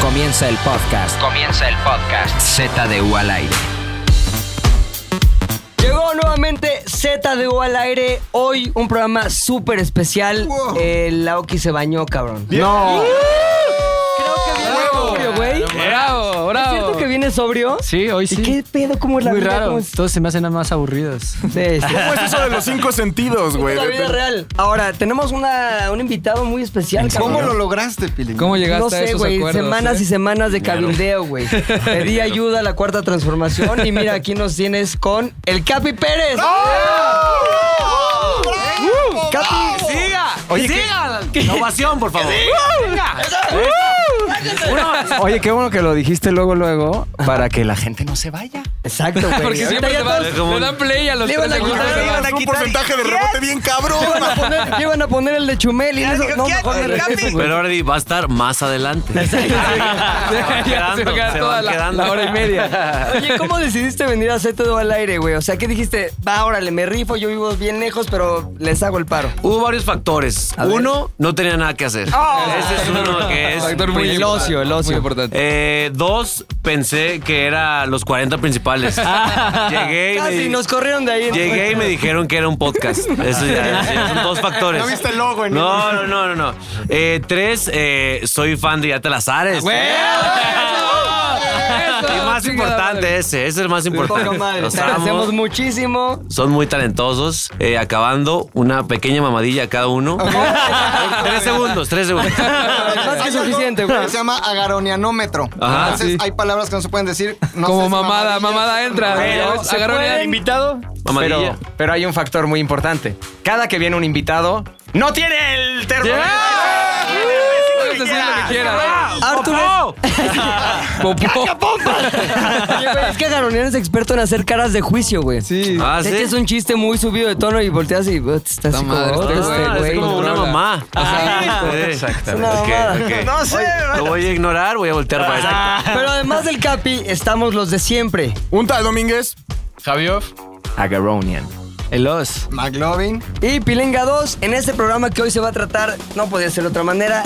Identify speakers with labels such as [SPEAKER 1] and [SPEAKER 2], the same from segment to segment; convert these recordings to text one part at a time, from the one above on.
[SPEAKER 1] Comienza el podcast. Comienza el podcast. Z de U al aire.
[SPEAKER 2] Llegó nuevamente Z de U al aire. Hoy un programa súper especial.
[SPEAKER 3] Wow.
[SPEAKER 2] Eh, Lauki se bañó, cabrón.
[SPEAKER 3] No.
[SPEAKER 2] Creo que viene sobrio, güey.
[SPEAKER 4] Bravo,
[SPEAKER 2] ¿Es
[SPEAKER 4] bravo.
[SPEAKER 2] cierto que viene sobrio?
[SPEAKER 4] Sí, hoy
[SPEAKER 2] ¿Y
[SPEAKER 4] sí.
[SPEAKER 2] qué pedo? ¿Cómo es la
[SPEAKER 4] Muy
[SPEAKER 2] vida?
[SPEAKER 4] raro.
[SPEAKER 2] ¿Cómo es?
[SPEAKER 4] Todos se me hacen nada más aburridos.
[SPEAKER 2] Sí, sí.
[SPEAKER 5] pues,
[SPEAKER 3] ¿Cómo es eso de los cinco sentidos, güey?
[SPEAKER 2] la vida real. Ahora, tenemos una, un invitado muy especial,
[SPEAKER 6] ¿Cómo
[SPEAKER 2] cabrón.
[SPEAKER 6] lo lograste, Pili?
[SPEAKER 4] ¿Cómo llegaste
[SPEAKER 2] No
[SPEAKER 4] a
[SPEAKER 2] sé,
[SPEAKER 4] esos
[SPEAKER 2] güey.
[SPEAKER 4] acuerdos?
[SPEAKER 2] Semanas
[SPEAKER 4] eh?
[SPEAKER 2] y semanas de cabildeo, güey. Pedí ayuda a la cuarta transformación y mira, aquí nos tienes con el Capi Pérez.
[SPEAKER 4] ¡Oh!
[SPEAKER 2] ¡Uh! ¡Capi! ¡Siga!
[SPEAKER 6] Oye, qué... innovación, por favor.
[SPEAKER 7] Oye, qué bueno que lo dijiste luego, luego, para que la gente no se vaya.
[SPEAKER 2] Exacto, güey.
[SPEAKER 4] Porque
[SPEAKER 2] Ahorita
[SPEAKER 4] siempre
[SPEAKER 2] ya
[SPEAKER 4] te van-
[SPEAKER 2] todos-
[SPEAKER 4] le dan play a los
[SPEAKER 2] Le
[SPEAKER 4] tres
[SPEAKER 2] iban a
[SPEAKER 4] segundos.
[SPEAKER 2] quitar- le iban
[SPEAKER 6] a
[SPEAKER 3] un
[SPEAKER 6] quitar-
[SPEAKER 3] porcentaje de rebote bien cabrón.
[SPEAKER 2] ya iban a poner- ya iban a poner el de Chumel y eso. No, mejor me regreso, güey.
[SPEAKER 8] Pero ahora di, va a estar más adelante.
[SPEAKER 4] Ya se va a
[SPEAKER 8] quedando,
[SPEAKER 4] quedar
[SPEAKER 8] se
[SPEAKER 4] toda
[SPEAKER 8] van
[SPEAKER 4] la-
[SPEAKER 8] quedando.
[SPEAKER 4] la hora y media.
[SPEAKER 2] Oye, ¿cómo decidiste venir a hacer todo al aire, güey? O sea, ¿qué dijiste? Va, órale, me rifo, yo vivo bien lejos, pero les hago el paro.
[SPEAKER 8] Hubo varios factores.
[SPEAKER 2] ver.
[SPEAKER 8] Uno, no tenía nada que hacer. Ese es uno que es.
[SPEAKER 4] Oh. Factor muy
[SPEAKER 2] El ocio, el ocio.
[SPEAKER 4] Muy importante.
[SPEAKER 8] Eh, dos, pensé que era los 40 principales. llegué, y me,
[SPEAKER 2] Casi
[SPEAKER 8] di-
[SPEAKER 2] nos corrieron de ahí. ¿no?
[SPEAKER 8] llegué y me dijeron que era un podcast. Eso ya, ya son dos factores.
[SPEAKER 6] No viste el logo, ¿no?
[SPEAKER 8] No, no, no, no. no. Eh, tres, eh, soy fan de Ya te las ares.
[SPEAKER 4] ¡Eso!
[SPEAKER 8] Y más
[SPEAKER 4] Chingada
[SPEAKER 8] importante
[SPEAKER 4] madre.
[SPEAKER 8] ese, ese es el más
[SPEAKER 2] Poca
[SPEAKER 8] importante.
[SPEAKER 2] madre.
[SPEAKER 8] Los
[SPEAKER 2] Te
[SPEAKER 8] amo.
[SPEAKER 2] agradecemos muchísimo.
[SPEAKER 8] Son muy talentosos. eh, acabando una pequeña mamadilla cada uno. tres segundos, tres segundos.
[SPEAKER 2] Más que
[SPEAKER 6] Hay algo
[SPEAKER 2] suficiente, pues. güey.
[SPEAKER 6] que Se llama agaronianómetro.
[SPEAKER 8] Ajá,
[SPEAKER 6] Entonces,
[SPEAKER 4] sí.
[SPEAKER 6] hay palabras que no se pueden decir. no sé
[SPEAKER 4] Como
[SPEAKER 6] si
[SPEAKER 4] mamada,
[SPEAKER 6] mamadillas,
[SPEAKER 4] mamada entra.
[SPEAKER 8] Pero
[SPEAKER 4] ¿no?
[SPEAKER 2] se
[SPEAKER 4] Agarró
[SPEAKER 2] pueden-
[SPEAKER 4] el
[SPEAKER 7] Invitado,
[SPEAKER 8] Mamadilla.
[SPEAKER 7] pero, pero hay un factor muy importante. Cada que viene un invitado, no tiene el termómetro.
[SPEAKER 4] Puedes decir lo que quieras.
[SPEAKER 2] Arturo.
[SPEAKER 4] Popó.
[SPEAKER 2] Oye, güey, Es que Garoniano es experto en hacer caras de juicio, güey.
[SPEAKER 4] Sí.
[SPEAKER 8] Ah,
[SPEAKER 2] Te
[SPEAKER 8] ¿sí?
[SPEAKER 2] echas un chiste muy subido de tono y volteas y uh, estás así
[SPEAKER 4] madre,
[SPEAKER 2] como,
[SPEAKER 4] está
[SPEAKER 2] este,
[SPEAKER 8] Ah,
[SPEAKER 4] madre,
[SPEAKER 2] güey.
[SPEAKER 8] es como una
[SPEAKER 4] controla.
[SPEAKER 8] mamá.
[SPEAKER 2] Ajá.
[SPEAKER 8] Sí.
[SPEAKER 7] Exactamente.
[SPEAKER 2] Una
[SPEAKER 8] Ok,
[SPEAKER 2] mamada.
[SPEAKER 8] ok.
[SPEAKER 7] No sé.
[SPEAKER 8] Lo voy a ignorar, voy a voltear
[SPEAKER 2] Ah,
[SPEAKER 8] para este.
[SPEAKER 2] Pero además del Capi, estamos los de siempre.
[SPEAKER 3] Un tal Domínguez.
[SPEAKER 4] Javier.
[SPEAKER 7] Agaronian.
[SPEAKER 4] El os.
[SPEAKER 6] McLovin.
[SPEAKER 2] Y Pilinga 2, en este programa que hoy se va a tratar, no podía ser de otra manera,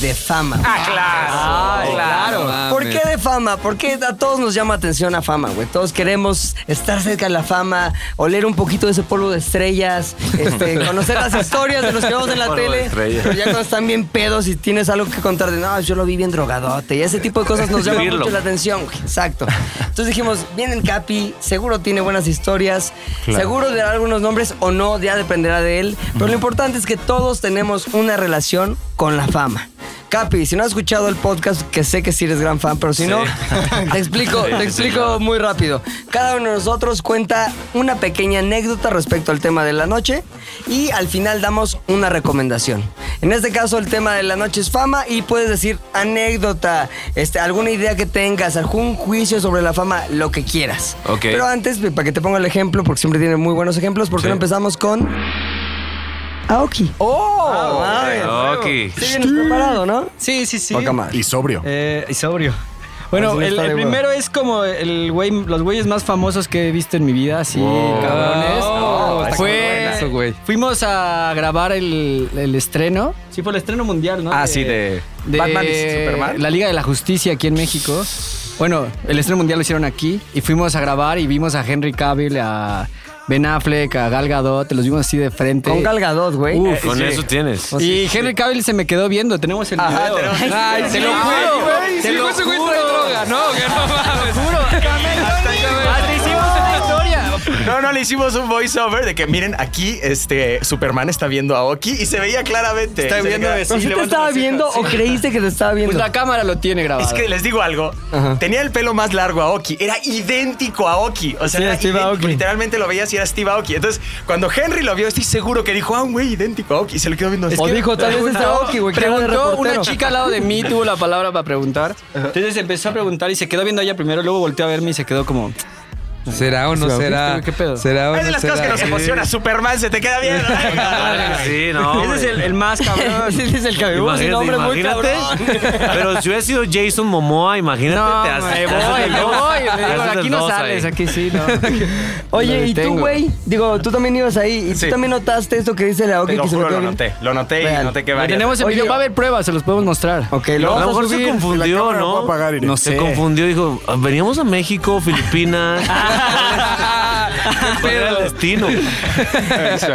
[SPEAKER 2] de fama.
[SPEAKER 4] Ah, claro.
[SPEAKER 2] ¿Por qué de fama? Porque a todos nos llama atención a fama, güey. Todos queremos estar cerca de la fama, oler un poquito de ese polvo de estrellas, este, conocer las historias de los que vemos en la
[SPEAKER 8] Polvo de
[SPEAKER 2] tele.
[SPEAKER 8] estrellas.
[SPEAKER 2] Pero ya cuando están bien pedos y tienes algo que contar de, no, yo lo vi bien drogadote. Y ese tipo de cosas nos llama
[SPEAKER 8] Vivirlo.
[SPEAKER 2] mucho la atención, güey. Exacto. Entonces dijimos, viene el Capi, seguro tiene buenas historias, seguro dará algunos nombres o no, ya dependerá de él. Pero lo importante es que todos tenemos una relación con la fama. Capi, si no has escuchado el podcast, que sé que sí eres gran fan, pero si no, te explico,
[SPEAKER 8] Sí,
[SPEAKER 2] te
[SPEAKER 8] sí,
[SPEAKER 2] explico muy rápido. Cada uno de nosotros cuenta una pequeña anécdota respecto al tema de la noche y al final damos una recomendación. En este caso, el tema de la noche es fama y puedes decir anécdota, este, alguna idea que tengas, algún juicio sobre la fama, lo que quieras.
[SPEAKER 8] Ok.
[SPEAKER 2] Pero antes, para que te ponga el ejemplo, porque siempre tiene muy buenos ejemplos, ¿por qué
[SPEAKER 8] Sí.
[SPEAKER 2] no empezamos con Aoki?
[SPEAKER 4] Ah,
[SPEAKER 2] ¡Oh!
[SPEAKER 8] Ok.
[SPEAKER 2] Sí, vienes preparado, ¿no?
[SPEAKER 5] Sí, sí, sí.
[SPEAKER 2] Poca madre.
[SPEAKER 3] Y sobrio.
[SPEAKER 5] Eh, y sobrio.
[SPEAKER 2] Así
[SPEAKER 5] Bueno,
[SPEAKER 2] no
[SPEAKER 5] el,
[SPEAKER 2] está
[SPEAKER 5] el
[SPEAKER 2] de hueva.
[SPEAKER 5] primero es como el güey, los güeyes más famosos que he visto en mi vida, así, cabrones.
[SPEAKER 4] Oh,
[SPEAKER 5] Está
[SPEAKER 4] fue-
[SPEAKER 5] cabrón eso, güey. Fuimos a grabar el, el estreno. Sí, por el estreno mundial, ¿no?
[SPEAKER 7] Ah, sí, de,
[SPEAKER 5] de
[SPEAKER 7] Batman y Superman.
[SPEAKER 5] La Liga de la Justicia aquí en México. Bueno, el estreno mundial lo hicieron aquí y fuimos a grabar y vimos a Henry Cavill, a Ben Affleck, a Gal Gadot, los vimos así de frente.
[SPEAKER 2] Con Galgadot, güey.
[SPEAKER 5] Uf,
[SPEAKER 8] Con
[SPEAKER 5] sí.
[SPEAKER 8] eso tienes.
[SPEAKER 5] Y Henry Cavill se me quedó viendo, tenemos el video. Ay, te
[SPEAKER 9] Ah,
[SPEAKER 5] lo juro. Te lo
[SPEAKER 4] ese güey
[SPEAKER 5] juro.
[SPEAKER 4] trae droga. No, que no mames.
[SPEAKER 5] Hasta hicimos una historia.
[SPEAKER 10] No, no, le hicimos un voiceover de que miren, aquí este Superman está viendo a Oki y se veía claramente.
[SPEAKER 6] Está
[SPEAKER 10] Y se
[SPEAKER 6] viendo
[SPEAKER 10] le queda-
[SPEAKER 6] eso.
[SPEAKER 2] ¿Pero
[SPEAKER 10] y
[SPEAKER 2] sí
[SPEAKER 10] le
[SPEAKER 2] te
[SPEAKER 10] mando
[SPEAKER 2] estaba
[SPEAKER 10] un mensaje.
[SPEAKER 2] viendo o creíste que te estaba viendo?
[SPEAKER 5] Pues la cámara lo tiene grabado.
[SPEAKER 10] Es que les digo algo. Tenía el pelo más largo a Oki. Era idéntico a Oki. O sea,
[SPEAKER 5] Sí,
[SPEAKER 10] era
[SPEAKER 5] a Steve
[SPEAKER 10] idéntico.
[SPEAKER 5] Aoki.
[SPEAKER 10] literalmente lo veías y era Steve Aoki. Entonces, cuando Henry lo vio, estoy seguro que dijo, ah, un güey idéntico a Oki. Y se lo quedó viendo así.
[SPEAKER 2] o dijo, tal vez es Aoki, güey, que era de
[SPEAKER 5] Preguntó una
[SPEAKER 2] reportero.
[SPEAKER 5] chica al lado de mí, tuvo la palabra para preguntar. Entonces empezó a preguntar y se quedó viendo a ella primero, luego volteó a verme y se quedó como...
[SPEAKER 4] ¿Será o no
[SPEAKER 5] Sí,
[SPEAKER 4] será?
[SPEAKER 5] ¿qué pedo?
[SPEAKER 2] Ah,
[SPEAKER 4] ¿Será o
[SPEAKER 10] Es de
[SPEAKER 4] no
[SPEAKER 10] las cosas que
[SPEAKER 4] será?
[SPEAKER 10] nos emociona. Superman se te queda bien.
[SPEAKER 8] Sí, no.
[SPEAKER 5] Ese es
[SPEAKER 8] güey.
[SPEAKER 5] el, el más Este cabrón.
[SPEAKER 2] Ese es el que me puso un nombre muy
[SPEAKER 8] imagínate.
[SPEAKER 2] cabrón.
[SPEAKER 8] Pero si hubiera sido Jason Momoa, imagínate,
[SPEAKER 5] No,
[SPEAKER 8] te haces.
[SPEAKER 5] me
[SPEAKER 8] te haces
[SPEAKER 5] voy,
[SPEAKER 8] del
[SPEAKER 5] me
[SPEAKER 8] dos.
[SPEAKER 5] voy.
[SPEAKER 8] Te
[SPEAKER 5] Le digo,
[SPEAKER 8] haces
[SPEAKER 5] aquí
[SPEAKER 8] del
[SPEAKER 5] no
[SPEAKER 8] dos ahí.
[SPEAKER 5] sales, aquí sí, no.
[SPEAKER 2] Oye,
[SPEAKER 5] Lo
[SPEAKER 2] ¿y tú,
[SPEAKER 5] detengo.
[SPEAKER 2] güey? Digo, tú también ibas ahí. ¿Y tú
[SPEAKER 10] Sí.
[SPEAKER 2] también notaste esto que dice la Oki
[SPEAKER 10] Te
[SPEAKER 2] que
[SPEAKER 10] lo
[SPEAKER 2] se me
[SPEAKER 10] juro,
[SPEAKER 2] quedó
[SPEAKER 10] lo
[SPEAKER 2] bien?
[SPEAKER 10] noté. Lo noté
[SPEAKER 2] Vean.
[SPEAKER 10] y noté que
[SPEAKER 5] Lo
[SPEAKER 10] varias.
[SPEAKER 5] Tenemos el
[SPEAKER 2] Oye,
[SPEAKER 5] video, va a haber pruebas, se los podemos mostrar.
[SPEAKER 2] Ok,
[SPEAKER 8] A
[SPEAKER 2] lo
[SPEAKER 8] lo
[SPEAKER 2] vamos a
[SPEAKER 8] mejor se
[SPEAKER 2] subir.
[SPEAKER 8] confundió, ¿no?
[SPEAKER 5] No
[SPEAKER 8] Se
[SPEAKER 5] sé.
[SPEAKER 8] confundió, dijo, "Ah, veníamos a México, Filipinas. ¿Cuál era el destino?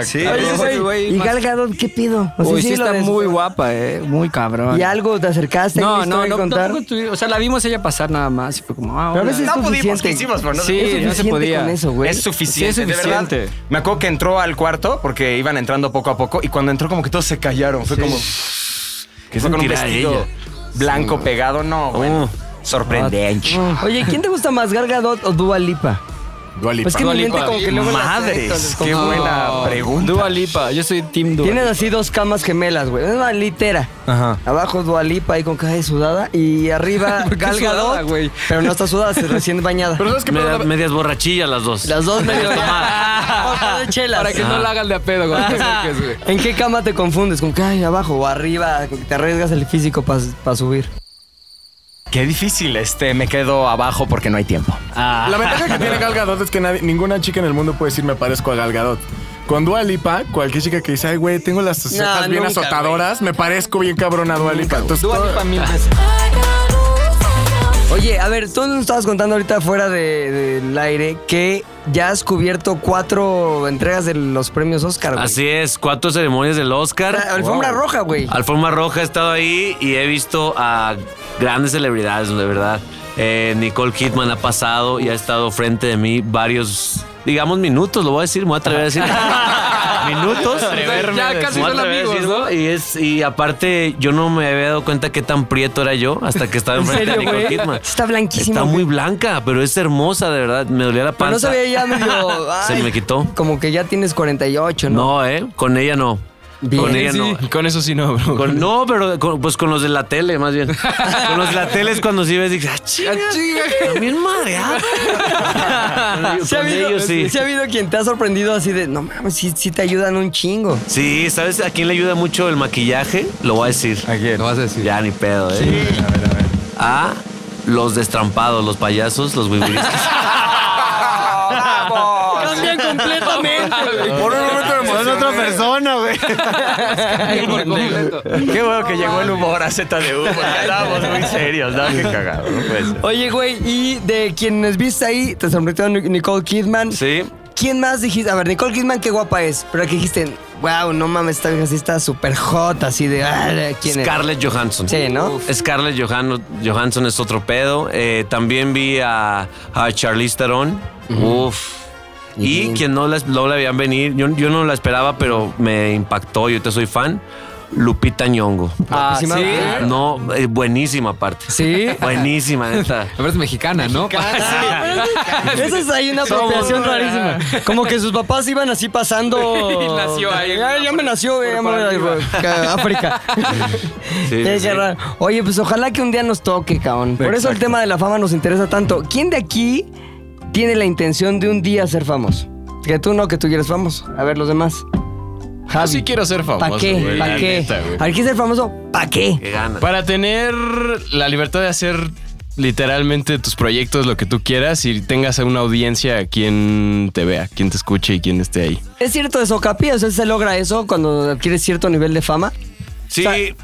[SPEAKER 4] Sí.
[SPEAKER 2] Oye,
[SPEAKER 5] Oye,
[SPEAKER 2] güey,
[SPEAKER 5] güey,
[SPEAKER 2] ¿Y
[SPEAKER 5] más-
[SPEAKER 2] Gal Gadot qué pido? O sea,
[SPEAKER 5] Uy, sí
[SPEAKER 2] lo
[SPEAKER 5] está
[SPEAKER 2] des-
[SPEAKER 5] muy guapa, eh. Muy cabrón.
[SPEAKER 2] ¿Y algo te acercaste? ¿Hay
[SPEAKER 5] No,
[SPEAKER 2] una
[SPEAKER 5] no,
[SPEAKER 2] historia
[SPEAKER 5] no,
[SPEAKER 2] que contar?
[SPEAKER 5] tampoco tuvi- O sea, la vimos ella pasar nada más y fue como, ah,
[SPEAKER 2] Pero
[SPEAKER 5] hola.
[SPEAKER 2] a veces-
[SPEAKER 10] No pudimos,
[SPEAKER 2] suficiente.
[SPEAKER 10] que hicimos, pero no
[SPEAKER 5] Sí,
[SPEAKER 10] es
[SPEAKER 5] no se
[SPEAKER 2] suficiente
[SPEAKER 5] podía.
[SPEAKER 2] con eso, güey.
[SPEAKER 10] Es suficiente,
[SPEAKER 5] Sí, es suficiente.
[SPEAKER 10] de verdad. Me acuerdo que entró al cuarto porque iban entrando poco a poco y cuando entró como que todos se callaron. Fue como...
[SPEAKER 8] ¿Qué
[SPEAKER 10] Fue con un
[SPEAKER 8] sentirá
[SPEAKER 10] vestido
[SPEAKER 8] ella? Oh.
[SPEAKER 10] blanco pegado. No, bueno. Sorprendente.
[SPEAKER 2] Oye, ¿quién te gusta más, Gal Gadot o Dua Lipa?
[SPEAKER 3] Dualipa.
[SPEAKER 2] Pues que mi mente como que luego las conecto,
[SPEAKER 10] Madres,
[SPEAKER 2] las
[SPEAKER 10] qué
[SPEAKER 2] confundo.
[SPEAKER 10] buena pregunta.
[SPEAKER 5] Dua Lipa, yo soy Team Dua.
[SPEAKER 2] Tienes así dos camas gemelas, güey. Una litera.
[SPEAKER 4] Ajá.
[SPEAKER 2] Abajo Dualipa ahí con caja de sudada. Y arriba
[SPEAKER 4] ¿Por qué
[SPEAKER 2] Gal
[SPEAKER 4] sudada,
[SPEAKER 2] Gadot,
[SPEAKER 4] güey?
[SPEAKER 2] Pero no está sudada, es recién bañada.
[SPEAKER 3] Pero sabes qué
[SPEAKER 8] Media-
[SPEAKER 3] pedo?
[SPEAKER 8] medias borrachillas las dos.
[SPEAKER 2] Las dos medio
[SPEAKER 8] Tomada.
[SPEAKER 2] Ojo de chelas.
[SPEAKER 5] Para que
[SPEAKER 8] Ah.
[SPEAKER 5] no la hagan de a pedo, güey.
[SPEAKER 2] ¿En qué cama te confundes? ¿Con qué hay abajo o arriba? ¿Te arriesgas el físico para subir?
[SPEAKER 10] Qué difícil, este, me quedo abajo porque no hay tiempo.
[SPEAKER 8] Ah,
[SPEAKER 3] La ventaja que tiene Gal Gadot es que nadie- ninguna chica en el mundo puede decir me parezco a Gal Gadot. Con Dua Lipa, cualquier chica que dice, ay, güey, tengo las cejas bien
[SPEAKER 2] nunca,
[SPEAKER 3] azotadoras, me parezco bien cabrón a Dua Lipa.
[SPEAKER 5] Pues
[SPEAKER 3] Entonces, todo-
[SPEAKER 2] Oye, a ver, tú nos estabas contando ahorita fuera de- del aire que ya has cubierto cuatro entregas de los premios Oscar, güey.
[SPEAKER 8] Así es, cuatro ceremonias del Oscar.
[SPEAKER 2] La alfombra roja, güey.
[SPEAKER 8] Alfombra Roja he estado ahí y he visto a grandes celebridades, de verdad. Eh, Nicole Kidman ha pasado y ha estado frente de mí varios, digamos, minutos, lo voy a decir, me voy a atrever a decir. minutos.
[SPEAKER 5] Atreverme a Ya casi
[SPEAKER 8] Me
[SPEAKER 5] decir.
[SPEAKER 8] voy a atrever
[SPEAKER 5] son
[SPEAKER 8] a
[SPEAKER 5] amigos,
[SPEAKER 8] decirlo,
[SPEAKER 5] ¿no?
[SPEAKER 8] Y, es, y aparte, yo no me había dado cuenta qué tan prieto era yo hasta
[SPEAKER 5] Ah,
[SPEAKER 8] que estaba enfrente de Nicole Kidman.
[SPEAKER 2] Está blanquísima.
[SPEAKER 8] Está muy blanca, pero es hermosa, de verdad. Me dolía la panza.
[SPEAKER 2] Pero no se veía ya medio. ah,
[SPEAKER 8] Se
[SPEAKER 2] ay,
[SPEAKER 8] me quitó.
[SPEAKER 2] Como que ya tienes 48, ¿no?
[SPEAKER 8] No, ¿eh? Con ella no.
[SPEAKER 2] Bien.
[SPEAKER 8] Con ella no.
[SPEAKER 7] Con eso sí no, bro.
[SPEAKER 8] Con- no, pero con- pues con los de la tele, más bien. Con los de la tele es cuando sí ves y dices, ah, chinga, también madreado. Con
[SPEAKER 2] Sí ha, habido,
[SPEAKER 8] ellos sí.
[SPEAKER 2] sí ha habido quien te ha sorprendido así de, no mames, sí, sí te ayudan un chingo.
[SPEAKER 8] Sí, ¿sabes a quién le ayuda mucho el maquillaje? Lo voy a decir.
[SPEAKER 4] Lo vas a decir.
[SPEAKER 8] Ya ni pedo, ¿eh? A los destrampados, los payasos, los wiwiristas.
[SPEAKER 2] Cambian completamente.
[SPEAKER 3] por un momento me emocioné.
[SPEAKER 6] persona, güey.
[SPEAKER 10] Qué bueno que llegó el humor a ZDU, porque andábamos muy serios, ¿no? Qué cagado, no
[SPEAKER 4] Pues.
[SPEAKER 10] puede ser.
[SPEAKER 2] Oye, güey, y de quienes viste ahí, te sorprendió Nic- Nicole Kidman.
[SPEAKER 8] Sí.
[SPEAKER 2] ¿Quién más dijiste? A ver, Nicole Kidman, qué guapa es. Pero aquí dijiste, wow, no mames, esta vieja sí está súper hot, así de, ah, ¿quién es?
[SPEAKER 8] Scarlett Johansson.
[SPEAKER 2] Sí, ¿no?
[SPEAKER 8] Uf. Scarlett Johan- Johansson es otro pedo. Eh, también vi a, a Charlize Theron. Uf. Y
[SPEAKER 2] Ujú.
[SPEAKER 8] quien no la, no la veían venir, yo, yo no la esperaba, pero me impactó. Yo te soy fan. Lupita Nyongo.
[SPEAKER 2] Ah, ¿sí?
[SPEAKER 8] No, eh, buenísima aparte.
[SPEAKER 4] ¿Sí?
[SPEAKER 8] Buenísima, neta.
[SPEAKER 4] A ver, es mexicana, ¿no?
[SPEAKER 2] Esa es ahí una apropiación rarísima. Como que sus papás iban así pasando.
[SPEAKER 5] Y nació ahí.
[SPEAKER 2] Ay, ya me nació, güey. ya me- África.
[SPEAKER 8] Sí,
[SPEAKER 2] Qué
[SPEAKER 8] sí, sí.
[SPEAKER 2] raro. Oye, pues ojalá que un día nos toque, cabrón. Por eso el tema de la fama nos interesa tanto. ¿Quién de aquí tiene la intención de un día ser famoso? Que tú no, que tú quieres famoso. A ver, los demás.
[SPEAKER 11] Yo sí quiero ser famoso.
[SPEAKER 2] ¿Para qué?
[SPEAKER 11] güey,
[SPEAKER 2] ¿Para
[SPEAKER 11] la
[SPEAKER 2] qué?
[SPEAKER 11] neta, güey.
[SPEAKER 2] ¿Para qué ser famoso? ¿Para qué?
[SPEAKER 8] Qué gana.
[SPEAKER 11] Para tener la libertad de hacer literalmente tus proyectos, lo que tú quieras y tengas a una audiencia a quien te vea, quien te escuche y quien esté ahí.
[SPEAKER 2] ¿Es cierto eso, Capi? O sea, ¿se logra eso cuando adquieres cierto nivel de fama?
[SPEAKER 8] Sí,
[SPEAKER 2] O sea-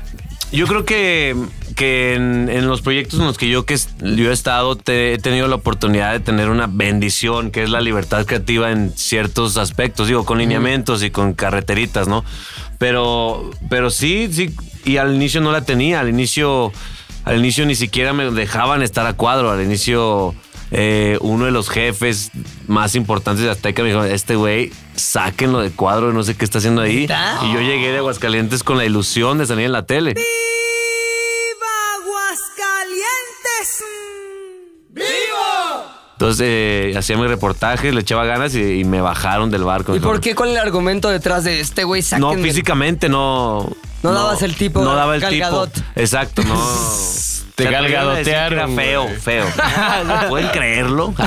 [SPEAKER 8] yo creo que, que en, en los proyectos en los que yo, que es- yo he estado, te- he tenido la oportunidad de tener una bendición, que es la libertad creativa en ciertos aspectos, digo, con lineamientos y con carreteritas, ¿no? Pero, pero sí, sí, y al inicio no la tenía, al inicio, al inicio ni siquiera me dejaban estar a cuadro, al inicio... eh, uno de los jefes más importantes de Azteca me dijo, este güey, sáquenlo de cuadro, no sé qué está haciendo ahí. Y yo llegué de Aguascalientes con la ilusión de salir en la tele. Entonces eh, hacía mis reportajes, le echaba ganas y, y me bajaron del barco.
[SPEAKER 2] ¿Y por qué con el argumento detrás de este güey
[SPEAKER 8] No,
[SPEAKER 2] sáquenme?
[SPEAKER 8] físicamente no.
[SPEAKER 2] No dabas el tipo,
[SPEAKER 8] No daba el
[SPEAKER 2] Gal
[SPEAKER 8] tipo.
[SPEAKER 2] Gadot.
[SPEAKER 8] Exacto, no.
[SPEAKER 11] Te
[SPEAKER 8] O sea,
[SPEAKER 11] galgadotearon,
[SPEAKER 8] iban a decir que era feo, feo. ¿Pueden creerlo?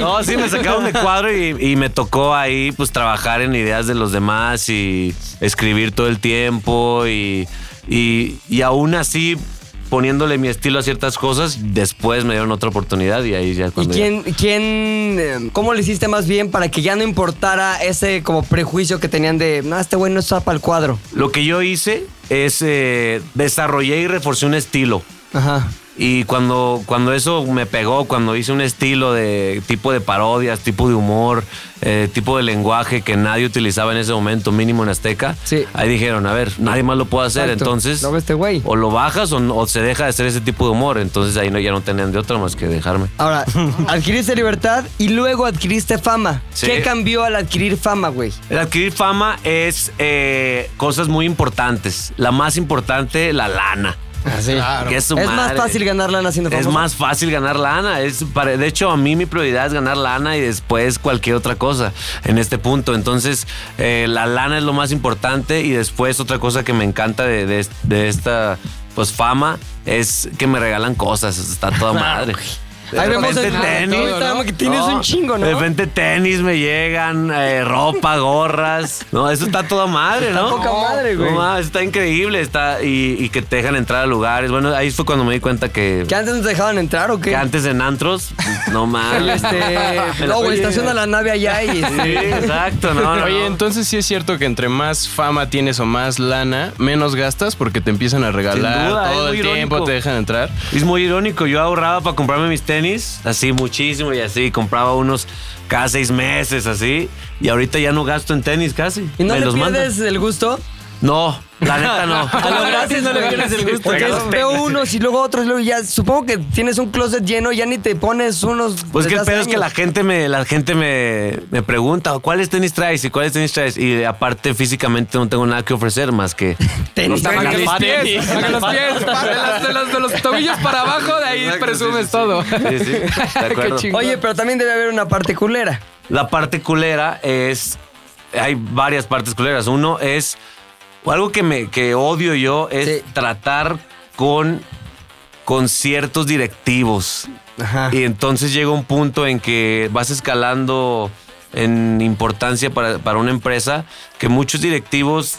[SPEAKER 8] No, sí, me sacaron de cuadro y, y me tocó ahí pues trabajar en ideas de los demás y escribir todo el tiempo y, y, y aún así poniéndole mi estilo a ciertas cosas, después me dieron otra oportunidad y ahí ya
[SPEAKER 2] ¿Y
[SPEAKER 8] cuando... ya-
[SPEAKER 2] quién, quién, eh, cómo le hiciste más bien para que ya no importara ese como prejuicio que tenían de, no, este güey no está para el cuadro?
[SPEAKER 8] Lo que yo hice es eh, desarrollé y reforcé un estilo.
[SPEAKER 2] Ajá.
[SPEAKER 8] Y cuando, cuando eso me pegó, cuando hice un estilo de tipo de parodias, tipo de humor, eh, tipo de lenguaje que nadie utilizaba en ese momento, mínimo en Azteca, ahí dijeron, a ver, nadie más lo puede hacer,
[SPEAKER 2] Exacto.
[SPEAKER 8] entonces
[SPEAKER 2] No, este güey.
[SPEAKER 8] o lo bajas o, no- o se deja de hacer ese tipo de humor, entonces ahí no, ya no tenían de otra más que dejarme.
[SPEAKER 2] Ahora, adquiriste libertad y luego adquiriste fama.
[SPEAKER 8] Sí.
[SPEAKER 2] ¿Qué cambió al adquirir fama, güey?
[SPEAKER 8] El adquirir fama es eh, cosas muy importantes. La más importante, la lana. Que es su
[SPEAKER 2] Ah, es más
[SPEAKER 8] madre.
[SPEAKER 2] fácil ganar lana haciendo famoso.
[SPEAKER 8] Es más fácil ganar lana. Es para- de hecho, a mí mi prioridad es ganar lana y después cualquier otra cosa en este punto. Entonces, eh, la lana es lo más importante y después otra cosa que me encanta de, de- de esta pues fama es que me regalan cosas. Está toda madre. De
[SPEAKER 2] Ahí vemos
[SPEAKER 8] repente
[SPEAKER 2] en en Instagram que tienes un chingo, ¿no?
[SPEAKER 8] De repente tenis me llegan, eh, ropa, gorras. No, eso está toda madre, ¿no?
[SPEAKER 2] Está poca madre, güey.
[SPEAKER 8] No, ma, está increíble. Está, y, y que te dejan entrar a lugares. Bueno, ahí fue cuando me di cuenta que
[SPEAKER 2] ¿Que antes no te dejaban entrar o qué?
[SPEAKER 8] que antes en antros, no mames.
[SPEAKER 2] Este, no, güey, estaciona la nave allá y...
[SPEAKER 8] Ah,
[SPEAKER 2] este,
[SPEAKER 8] Sí, exacto, no, no.
[SPEAKER 11] Oye, entonces sí es cierto que entre más fama tienes o más lana, menos gastas porque te empiezan a regalar
[SPEAKER 8] duda, es
[SPEAKER 11] todo el
[SPEAKER 8] muy irónico.
[SPEAKER 11] tiempo, te dejan entrar.
[SPEAKER 8] Es muy irónico, yo ahorraba para comprarme mis tenis, así muchísimo y así, compraba unos cada seis meses, así, y ahorita ya no gasto en tenis casi.
[SPEAKER 2] ¿Y no
[SPEAKER 8] me
[SPEAKER 2] le
[SPEAKER 8] los mandan.
[SPEAKER 2] pierdes el gusto?
[SPEAKER 8] No, la neta no.
[SPEAKER 2] A lo gratis no le pierdes el gusto. Porque
[SPEAKER 8] Regalos
[SPEAKER 2] veo unos y luego otros y luego ya... Supongo que tienes un closet lleno ya ni te pones unos...
[SPEAKER 8] Pues que
[SPEAKER 2] desde
[SPEAKER 8] el
[SPEAKER 2] hace
[SPEAKER 8] pedo es que
[SPEAKER 2] años.
[SPEAKER 8] la gente me, la gente me, me pregunta ¿cuáles tenis traes? y cuáles tenis traes. Y aparte físicamente no tengo nada que ofrecer más que
[SPEAKER 4] Tenis,
[SPEAKER 8] Los
[SPEAKER 4] de los pies,
[SPEAKER 8] zapatos.
[SPEAKER 4] de los pies, de los, de los- de los tobillos para abajo, de ahí
[SPEAKER 8] Exacto,
[SPEAKER 4] presumes
[SPEAKER 8] sí, sí,
[SPEAKER 4] todo.
[SPEAKER 8] sí. Sí, sí, de acuerdo.
[SPEAKER 2] Oye, pero también debe haber una parte culera.
[SPEAKER 8] La parte culera es. Hay varias partes culeras. Uno es. o Algo que, me, que odio yo es tratar con, con ciertos directivos. Y entonces llega un punto en que vas escalando en importancia para, para una empresa que muchos directivos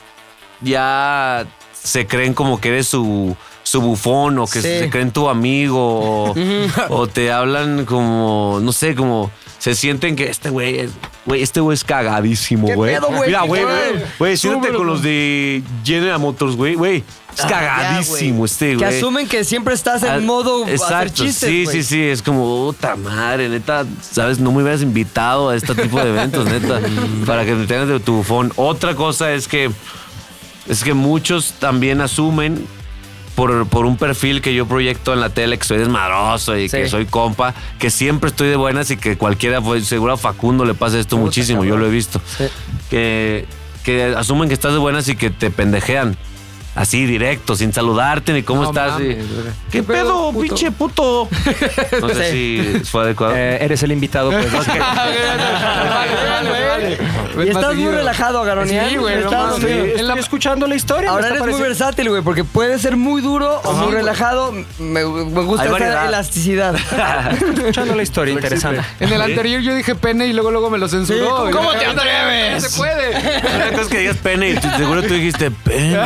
[SPEAKER 8] ya se creen como que eres su, su bufón o que
[SPEAKER 2] Sí.
[SPEAKER 8] se creen tu amigo o, o te hablan como, no sé, como se sienten que este güey es, güey, este güey es cagadísimo,
[SPEAKER 2] ¿Qué
[SPEAKER 8] güey.
[SPEAKER 2] pedo, güey?
[SPEAKER 8] Mira,
[SPEAKER 2] ¿Qué
[SPEAKER 8] güey,
[SPEAKER 2] pedo?
[SPEAKER 8] güey, güey, siéntate con los de General Motors, güey, güey. Es
[SPEAKER 2] Ah, ya,
[SPEAKER 8] cagadísimo
[SPEAKER 2] güey.
[SPEAKER 8] este,
[SPEAKER 2] Que
[SPEAKER 8] güey. Ah,
[SPEAKER 2] asumen que siempre estás en modo hacer
[SPEAKER 8] Exacto,
[SPEAKER 2] chistes, pues.
[SPEAKER 8] sí,
[SPEAKER 2] güey.
[SPEAKER 8] sí, sí, es como, puta madre, neta, sabes, no me hubieras invitado a este tipo de eventos, neta, para que te tengas de tu bufón. Otra cosa es que, es que muchos también asumen por, por un perfil que yo proyecto en la tele, que soy desmadroso y que soy compa, que siempre estoy de buenas y que cualquiera, pues, seguro a Facundo le pasa esto muchísimo, yo lo he visto. Que, que asumen que estás de buenas y que te pendejean. Así directo, sin saludarte ni cómo estás. y- ¿Qué, pedo, pinche puto? No sé si fue
[SPEAKER 10] Eh,
[SPEAKER 8] adecuado.
[SPEAKER 12] eres el invitado, pues.
[SPEAKER 2] Y estás muy relajado, Garonian.
[SPEAKER 12] Sí, güey, no
[SPEAKER 2] Estás-
[SPEAKER 12] mames. Estoy- estoy escuchando la historia.
[SPEAKER 2] Ahora
[SPEAKER 12] me
[SPEAKER 2] eres
[SPEAKER 12] está
[SPEAKER 2] muy
[SPEAKER 12] pareciendo.
[SPEAKER 2] versátil, güey, porque puede ser muy duro o muy relajado. Me, me gusta
[SPEAKER 12] Hay
[SPEAKER 2] esa
[SPEAKER 12] variedad.
[SPEAKER 2] elasticidad.
[SPEAKER 12] Escuchando la historia interesante.
[SPEAKER 4] En el anterior yo dije pene y luego luego me lo censuró.
[SPEAKER 12] Sí, ¿cómo te
[SPEAKER 9] "Ah,
[SPEAKER 4] atreves?
[SPEAKER 9] Pues.
[SPEAKER 4] No se puede.
[SPEAKER 8] Una cosa es que digas pene y tú- seguro tú dijiste pene.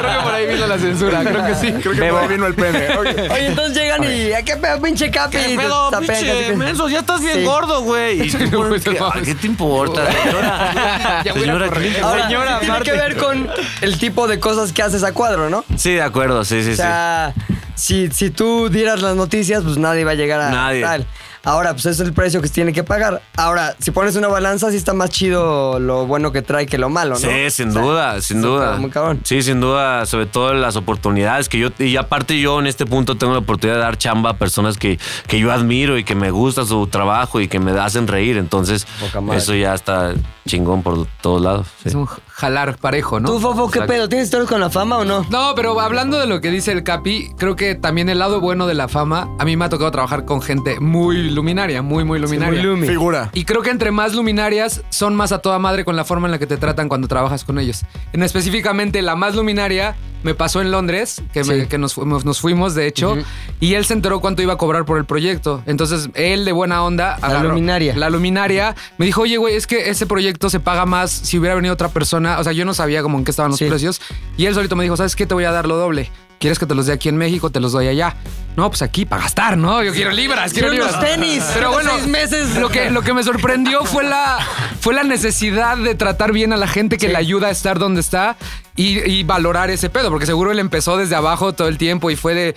[SPEAKER 4] Creo que por ahí vino la censura, creo que sí.
[SPEAKER 3] Creo que por ahí vino el pene. Ok.
[SPEAKER 2] Oye, entonces llegan y "¿A ¿qué pedo, pinche capi?
[SPEAKER 8] ¿Qué
[SPEAKER 2] Y te
[SPEAKER 8] pedo,
[SPEAKER 2] tapean casi
[SPEAKER 8] pinche
[SPEAKER 2] que-
[SPEAKER 8] menso? Ya estás bien
[SPEAKER 2] Sí.
[SPEAKER 8] gordo, güey. Y tú, ¿por qué? Ay, ¿Qué te importa, señora? Señora, ¿qué te
[SPEAKER 2] Ahora,
[SPEAKER 8] importa?
[SPEAKER 2] sí tiene que ver con el tipo de cosas que haces a cuadro, ¿no?
[SPEAKER 8] Sí, de acuerdo, sí, sí,
[SPEAKER 2] O
[SPEAKER 8] sí.
[SPEAKER 2] sea, si, si tú dieras las noticias, pues nadie va a llegar a
[SPEAKER 8] Nadie.
[SPEAKER 2] tal. Ahora, pues es el precio que se tiene que pagar. Ahora, si pones una balanza, sí está más chido lo bueno que trae que lo malo, ¿no?
[SPEAKER 8] Sí, sin duda, sin duda.
[SPEAKER 2] está muy cabrón.
[SPEAKER 8] Sí, sin duda, sobre todo las oportunidades que yo, y aparte yo en este punto tengo la oportunidad de dar chamba a personas que, que yo admiro y que me gusta su trabajo y que me hacen reír, entonces
[SPEAKER 2] Poca madre.
[SPEAKER 8] eso ya está, chingón por todos lados. sí.
[SPEAKER 9] jalar parejo, ¿no?
[SPEAKER 2] ¿Tú, Fofo, qué pedo? ¿Tienes historias con la fama o no?
[SPEAKER 9] No, pero hablando de lo que dice el Capi, creo que también el lado bueno de la fama, a mí me ha tocado trabajar con gente muy luminaria, muy, muy luminaria.
[SPEAKER 3] muy lumi. Figura.
[SPEAKER 9] Y creo que entre más luminarias, son más a toda madre con la forma en la que te tratan cuando trabajas con ellos. En específicamente, la más luminaria me pasó en Londres, que, me- que nos, fuimos, nos fuimos, de hecho, y él se enteró cuánto iba a cobrar por el proyecto. Entonces, él de buena onda... La
[SPEAKER 2] luminaria.
[SPEAKER 9] La luminaria. Me dijo, oye, güey, es que ese proyecto se paga más si hubiera venido otra persona. O sea, yo no sabía como en qué estaban los precios. Y él solito me dijo, ¿sabes qué? Te voy a dar lo doble. ¿Quieres que te los dé aquí en México? Te los doy allá. No, pues aquí, para gastar, ¿no? Yo quiero libras, quiero
[SPEAKER 2] Quiero unos
[SPEAKER 9] libras.
[SPEAKER 2] tenis.
[SPEAKER 9] Pero bueno,
[SPEAKER 2] Seis meses.
[SPEAKER 9] Lo que, lo que me sorprendió fue la, fue la necesidad de tratar bien a la gente que le ayuda a estar donde está y, y valorar ese pedo, porque seguro él empezó desde abajo todo el tiempo y fue de.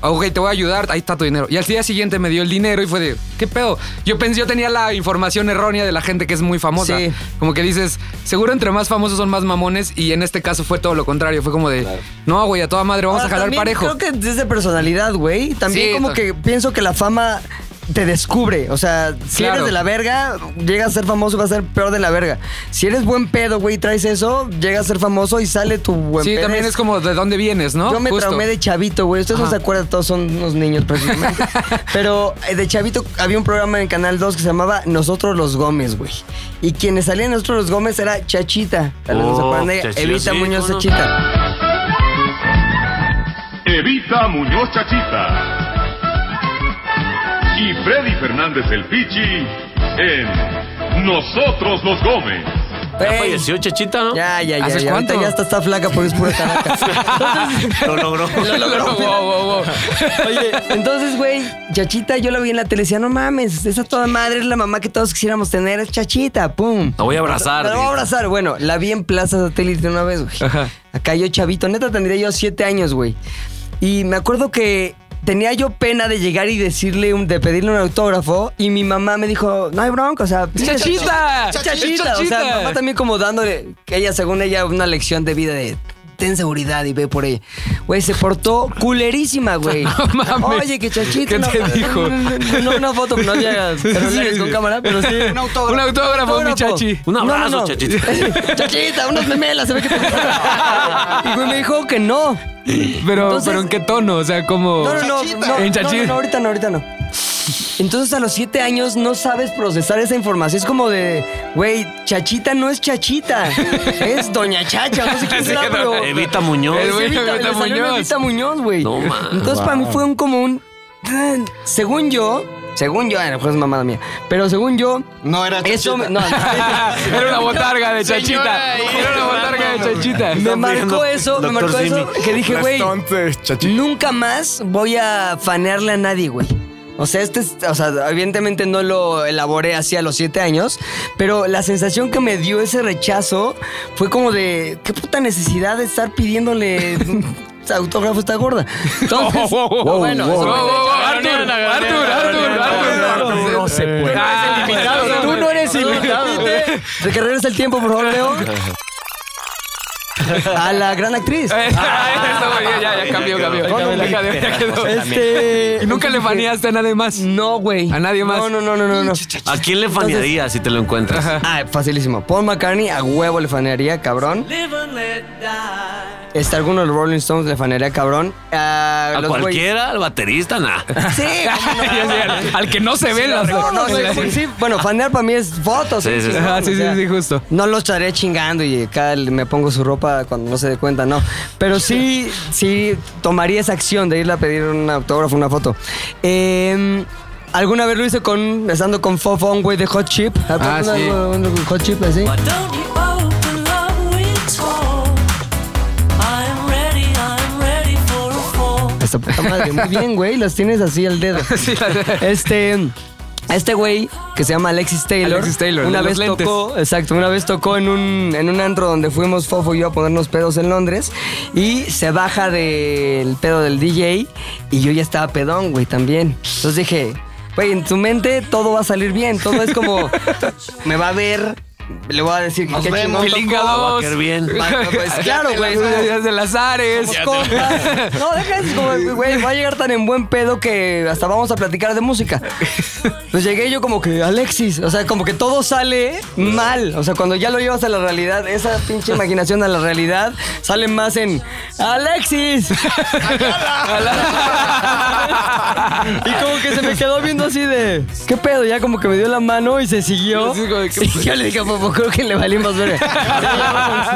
[SPEAKER 9] "Ah, Ok, te voy a ayudar, ahí está tu dinero. Y al día siguiente me dio el dinero y fue de, ¿qué pedo? Yo pensé, yo tenía la información errónea de la gente que es muy famosa.
[SPEAKER 2] Sí.
[SPEAKER 9] Como que dices, seguro entre más famosos son más mamones y en este caso fue todo lo contrario. Fue como de, no, güey, a toda madre vamos
[SPEAKER 2] Ahora,
[SPEAKER 9] a jalar
[SPEAKER 2] Ah, también
[SPEAKER 9] parejo.
[SPEAKER 2] Creo que es de personalidad, güey. También
[SPEAKER 9] Sí,
[SPEAKER 2] como
[SPEAKER 9] ta-
[SPEAKER 2] que pienso que la fama te descubre. O sea, si
[SPEAKER 9] Claro.
[SPEAKER 2] eres de la verga, llegas a ser famoso y vas a ser peor de la verga. Si eres buen pedo, güey, y traes eso, llegas a ser famoso y sale tu buen
[SPEAKER 9] sí,
[SPEAKER 2] pedo.
[SPEAKER 9] también es como de dónde vienes, Pues ¿no?
[SPEAKER 2] Yo me
[SPEAKER 9] Justo.
[SPEAKER 2] traumé de chavito, güey. Ustedes no
[SPEAKER 9] Ajá.
[SPEAKER 2] se acuerdan, todos son unos niños prácticamente. Pero eh, de chavito había un programa en Canal 2 que se llamaba Nosotros los Gómez, güey. Y quienes salían Nosotros los Gómez era Chachita. Tal vez no se
[SPEAKER 4] Oh,
[SPEAKER 2] acuerdan de ella.
[SPEAKER 4] Chachita,
[SPEAKER 2] Evita
[SPEAKER 4] sí,
[SPEAKER 2] Muñoz
[SPEAKER 4] ¿cómo no?
[SPEAKER 2] Chachita.
[SPEAKER 13] Evita Muñoz Chachita. Y Freddy Fernández el Pichi en Nosotros los Gómez.
[SPEAKER 8] Ya falleció Chachita, ¿no?
[SPEAKER 2] Ya, ya, ya.
[SPEAKER 8] ¿Hace
[SPEAKER 2] ya. Ahorita
[SPEAKER 8] cuánto?
[SPEAKER 2] ya está, está flaca porque es pura caraca.
[SPEAKER 8] Lo logró.
[SPEAKER 2] Lo logró. Oye, entonces, güey, Chachita, yo la vi en la tele, decía, no mames, esa toda madre es la mamá que todos quisiéramos tener, es Chachita, pum.
[SPEAKER 8] La voy a abrazar,
[SPEAKER 2] La voy a
[SPEAKER 8] dije.
[SPEAKER 2] abrazar, bueno, la vi en Plaza Satélite una vez, güey. Acá yo chavito, neta tendría yo siete años, güey. Y me acuerdo que tenía yo pena de llegar y decirle, un- de pedirle un autógrafo y mi mamá me dijo, no hay bronca, o sea...
[SPEAKER 9] ¡Chachita!
[SPEAKER 2] ¡Chachita! O sea,
[SPEAKER 9] ¡Chachita!
[SPEAKER 2] mamá también como dándole, que ella, según ella, una lección de vida de... Ten seguridad y ve por ella. Güey, se portó culerísima, güey.
[SPEAKER 4] mames.
[SPEAKER 2] Oye, que chachita.
[SPEAKER 4] ¿Qué
[SPEAKER 2] no-
[SPEAKER 4] te dijo?
[SPEAKER 2] No, no, una foto, no había
[SPEAKER 4] Sí,
[SPEAKER 2] celulares
[SPEAKER 4] sí.
[SPEAKER 2] con cámara, pero sí.
[SPEAKER 4] Un autógrafo. Un autógrafo, mi chachi. Un abrazo, chachita.
[SPEAKER 2] chachita, unas memelas, se ve que te Y
[SPEAKER 9] pues
[SPEAKER 2] güey me dijo que no.
[SPEAKER 9] Pero,
[SPEAKER 2] Entonces-
[SPEAKER 9] pero en qué tono, o sea,
[SPEAKER 4] Oh.
[SPEAKER 9] como.
[SPEAKER 2] No, no, no, no,
[SPEAKER 9] En
[SPEAKER 2] no,
[SPEAKER 9] chachita.
[SPEAKER 2] no, no, ahorita no, ahorita no. Entonces a los siete años no sabes procesar esa información. Es como de, güey, chachita no es chachita. Es doña Chacha. No sé quién
[SPEAKER 8] Sí,
[SPEAKER 2] será,
[SPEAKER 8] que no.
[SPEAKER 2] pero...
[SPEAKER 8] Evita Muñoz.
[SPEAKER 2] Es Evita, le salió en Evita Muñoz, güey.
[SPEAKER 8] No, man.
[SPEAKER 2] Entonces para mí fue un como un... Según yo... Según yo, a lo mejor es mamada mía, pero según yo... No era Eso, me- no, no.
[SPEAKER 9] Era una botarga de chachita. Era una botarga de chachita.
[SPEAKER 2] Me marcó eso, me marcó eso, que dije, güey,
[SPEAKER 3] Entonces,
[SPEAKER 2] nunca más voy a fanearle a nadie, güey. O sea, este, es- o sea, evidentemente no lo elaboré así a los siete años, pero la sensación que me dio ese rechazo fue como de, qué puta necesidad de estar pidiéndole autógrafo a esta gorda. Entonces, bueno, eso me-
[SPEAKER 4] Arthur, Arthur, Arthur, Arthur. No se puede.
[SPEAKER 2] Tú no eres invitado. De que regrese el tiempo, por favor, Leo. A la gran actriz.
[SPEAKER 9] ya, ya, ya cambió, cambió. Ya quedó, ya quedó.
[SPEAKER 2] Este.
[SPEAKER 9] ¿Y nunca le faneaste a nadie más?
[SPEAKER 2] No, güey.
[SPEAKER 9] A nadie más.
[SPEAKER 2] No, no, no, no, no. no.
[SPEAKER 8] ¿A quién le fanearías si te lo encuentras?
[SPEAKER 2] Ah, facilísimo. Paul McCartney a huevo le fanearía, cabrón. Este, alguno de los Rolling Stones le fanearía, cabrón. A,
[SPEAKER 8] ¿A
[SPEAKER 2] los güeyes-
[SPEAKER 8] cualquiera? ¿Al baterista? Nah.
[SPEAKER 2] Sí,
[SPEAKER 9] Al que no se
[SPEAKER 2] Sí,
[SPEAKER 9] ven las
[SPEAKER 2] no, no, no, sí, sí. Bueno, fanear para mí es fotos. eh,
[SPEAKER 9] Sí, sí, sí. Ajá, sí, sí, sí,
[SPEAKER 2] justo. No lo estaré chingando y acá le- me pongo su ropa cuando no se dé cuenta, no. Pero sí, sí tomaría esa acción de irle a pedir un autógrafo, una foto. Eh, Alguna vez lo hice con, estando con Fofo, un güey de Hot Chip.
[SPEAKER 4] Ah,
[SPEAKER 2] Una-
[SPEAKER 4] sí.
[SPEAKER 2] un- un Hot Chip así. Esta puta madre, muy bien, güey. Las tienes así al dedo. Este. Este güey, que se llama Alexis Taylor.
[SPEAKER 9] Alexis Taylor,
[SPEAKER 2] Una
[SPEAKER 9] de
[SPEAKER 2] vez
[SPEAKER 9] los lentes.
[SPEAKER 2] tocó, exacto, una vez tocó en un, en un antro donde fuimos Fofo y yo a ponernos pedos en Londres. Y se baja del pedo del DJ. Y yo ya estaba pedón, güey, también. Entonces dije, güey, en tu mente todo va a salir bien. Todo es como, me va a ver. le voy a decir
[SPEAKER 9] Nos
[SPEAKER 2] qué
[SPEAKER 9] vemos.
[SPEAKER 2] chingón
[SPEAKER 9] Pilinga
[SPEAKER 2] tocó.
[SPEAKER 9] dos. Va a caer bien.
[SPEAKER 2] Va- Pues claro, güey.
[SPEAKER 9] Días de las Ares.
[SPEAKER 2] Somos compas. No, deja eso, como, güey. Va a llegar tan en buen pedo que hasta vamos a platicar de música. Pues llegué yo como que, Alexis. O sea, como que todo sale mal. O sea, cuando ya lo llevas a la realidad, esa pinche imaginación a la realidad sale más en Alexis. Y como que se me quedó viendo así de, ¿qué pedo? Ya como que me dio la mano y se siguió. Y yo le dije, "Pues, creo que le valió más ver.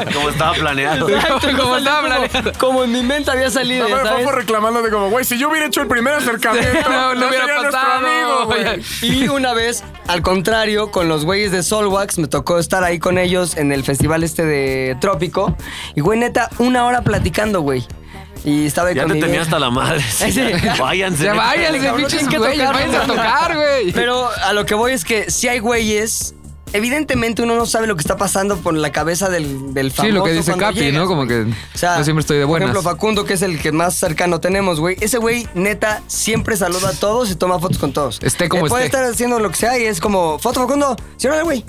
[SPEAKER 8] Como estaba planeado.
[SPEAKER 2] Exacto, como estaba planeando. Como en mi mente había salido.
[SPEAKER 3] A ver,
[SPEAKER 2] ¿sabes?
[SPEAKER 3] Fofo reclamándote como, güey, si yo hubiera hecho el primer acercamiento,
[SPEAKER 2] No, no
[SPEAKER 3] ya
[SPEAKER 2] hubiera
[SPEAKER 3] sería nuestro
[SPEAKER 2] pasado.
[SPEAKER 3] amigo, güey.
[SPEAKER 2] Y una vez, al contrario, con los güeyes de Solwax, me tocó estar ahí con ellos en el festival este de Trópico. Y güey, neta, una hora platicando, güey. Y estaba ahí
[SPEAKER 8] Ya
[SPEAKER 2] con
[SPEAKER 8] te
[SPEAKER 2] mi
[SPEAKER 8] tenía
[SPEAKER 2] vieja.
[SPEAKER 8] hasta la madre.
[SPEAKER 2] Sí.
[SPEAKER 8] Váyanse.
[SPEAKER 9] Ya váyanse,
[SPEAKER 2] Cabrón,
[SPEAKER 9] pinches
[SPEAKER 2] tienen que
[SPEAKER 9] güeyes,
[SPEAKER 2] tocar,
[SPEAKER 9] váyanse a
[SPEAKER 2] güey.
[SPEAKER 9] tocar, güey.
[SPEAKER 2] Pero a lo que voy es que si hay güeyes, evidentemente uno no sabe lo que está pasando por la cabeza del, del famoso.
[SPEAKER 9] Sí, lo que dice
[SPEAKER 2] cuando
[SPEAKER 9] Capi,
[SPEAKER 2] llegas,
[SPEAKER 9] ¿no? Como que
[SPEAKER 2] o sea,
[SPEAKER 9] yo siempre estoy de buenas.
[SPEAKER 2] Por ejemplo, Facundo, que es el que más cercano tenemos, güey. Ese güey, neta, siempre saluda a todos y toma fotos con todos.
[SPEAKER 9] Esté como
[SPEAKER 2] Eh, Puede
[SPEAKER 9] esté.
[SPEAKER 2] estar haciendo lo que sea y es como, foto Facundo, ciérrale, güey.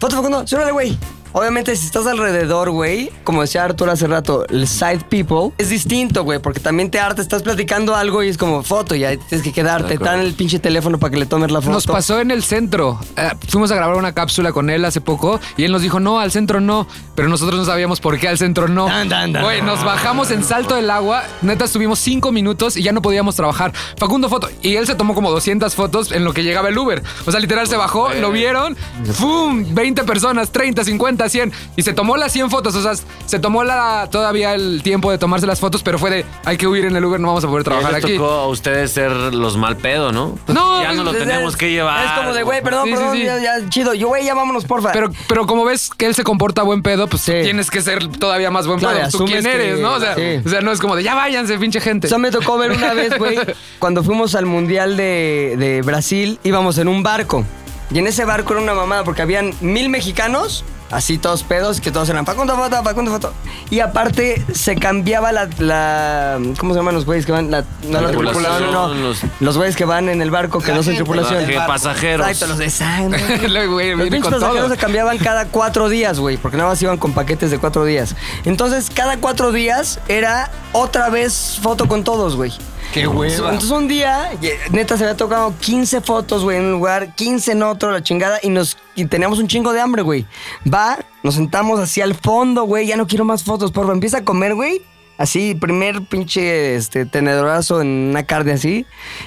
[SPEAKER 2] Foto Facundo, ciérrale, güey. Obviamente, si estás alrededor, güey, como decía Arturo hace rato, el side people es distinto, güey, porque también te harta, estás platicando algo y es como foto y ahí tienes que
[SPEAKER 9] De
[SPEAKER 2] quedarte,
[SPEAKER 9] acuerdo.
[SPEAKER 2] tan el pinche teléfono para que le tomes la foto.
[SPEAKER 9] Nos pasó en el centro. Eh, fuimos a grabar una cápsula con él hace poco y él nos dijo, no, al centro no. Pero nosotros no sabíamos por qué al centro no.
[SPEAKER 2] dan.
[SPEAKER 9] Güey, nos bajamos en salto del agua. Neta, estuvimos cinco minutos y ya no podíamos trabajar. Facundo foto. Y él se tomó como 200 fotos en lo que llegaba el Uber. O sea, literal, se bajó, lo vieron. ¡Fum! 20 personas, 30, 50, 100. Y se tomó las 100 fotos. O sea, se tomó la, todavía el tiempo de tomarse las fotos, pero fue de, hay que huir en el Uber, no vamos a poder trabajar
[SPEAKER 8] les
[SPEAKER 9] aquí.
[SPEAKER 8] tocó a ustedes ser los mal pedo, ¿no? Pues
[SPEAKER 9] No,
[SPEAKER 8] ya no lo
[SPEAKER 9] es- es-
[SPEAKER 8] tenemos que llevar.
[SPEAKER 2] Es como de, güey, perdón,
[SPEAKER 9] Sí, sí,
[SPEAKER 2] perdón,
[SPEAKER 9] sí.
[SPEAKER 2] Ya, ya, chido. Yo, güey, ya vámonos, porfa.
[SPEAKER 9] Pero, pero como ves que él se comporta buen pedo, pues tienes que ser todavía más buen
[SPEAKER 2] Claro,
[SPEAKER 9] pedo. Tú
[SPEAKER 2] asumes
[SPEAKER 9] quién eres,
[SPEAKER 2] que-
[SPEAKER 9] ¿no? O sea,
[SPEAKER 2] sí.
[SPEAKER 9] o sea, no es como de ya váyanse, pinche gente.
[SPEAKER 2] O sea, me tocó ver una vez, güey, cuando fuimos al Mundial de, de Brasil, íbamos en un barco. Y en ese barco era una mamada porque habían mil mexicanos, así todos pedos, que todos eran Facundo Foto, Facundo Foto. Y aparte se cambiaba la... la- ¿Cómo se llaman los güeyes que van? La, no, la
[SPEAKER 8] Tripulación,
[SPEAKER 2] tripulación, no.
[SPEAKER 8] los-
[SPEAKER 2] Los... güeyes que van en el barco, que
[SPEAKER 8] La
[SPEAKER 2] no son
[SPEAKER 8] gente.
[SPEAKER 2] tripulación.
[SPEAKER 8] Ah, que pasajeros.
[SPEAKER 2] Exacto, los de sangre.
[SPEAKER 9] Luego, güey,
[SPEAKER 2] Los
[SPEAKER 9] viene
[SPEAKER 2] pinches
[SPEAKER 9] con
[SPEAKER 2] pasajeros
[SPEAKER 9] todo.
[SPEAKER 2] se cambiaban cada cuatro días, güey, porque nada más iban con paquetes de cuatro días. Entonces, cada cuatro días era otra vez foto con todos, güey.
[SPEAKER 4] Qué hueva.
[SPEAKER 2] Entonces, un día, ye- neta, se había tocado 15 fotos, güey, en un lugar, 15 en otro, la chingada, y nos y teníamos un chingo de hambre, güey. Va, nos sentamos así al fondo, güey, ya no quiero más fotos, porfa, empieza a comer, güey. Así, primer pinche este, tenedorazo en una carne así.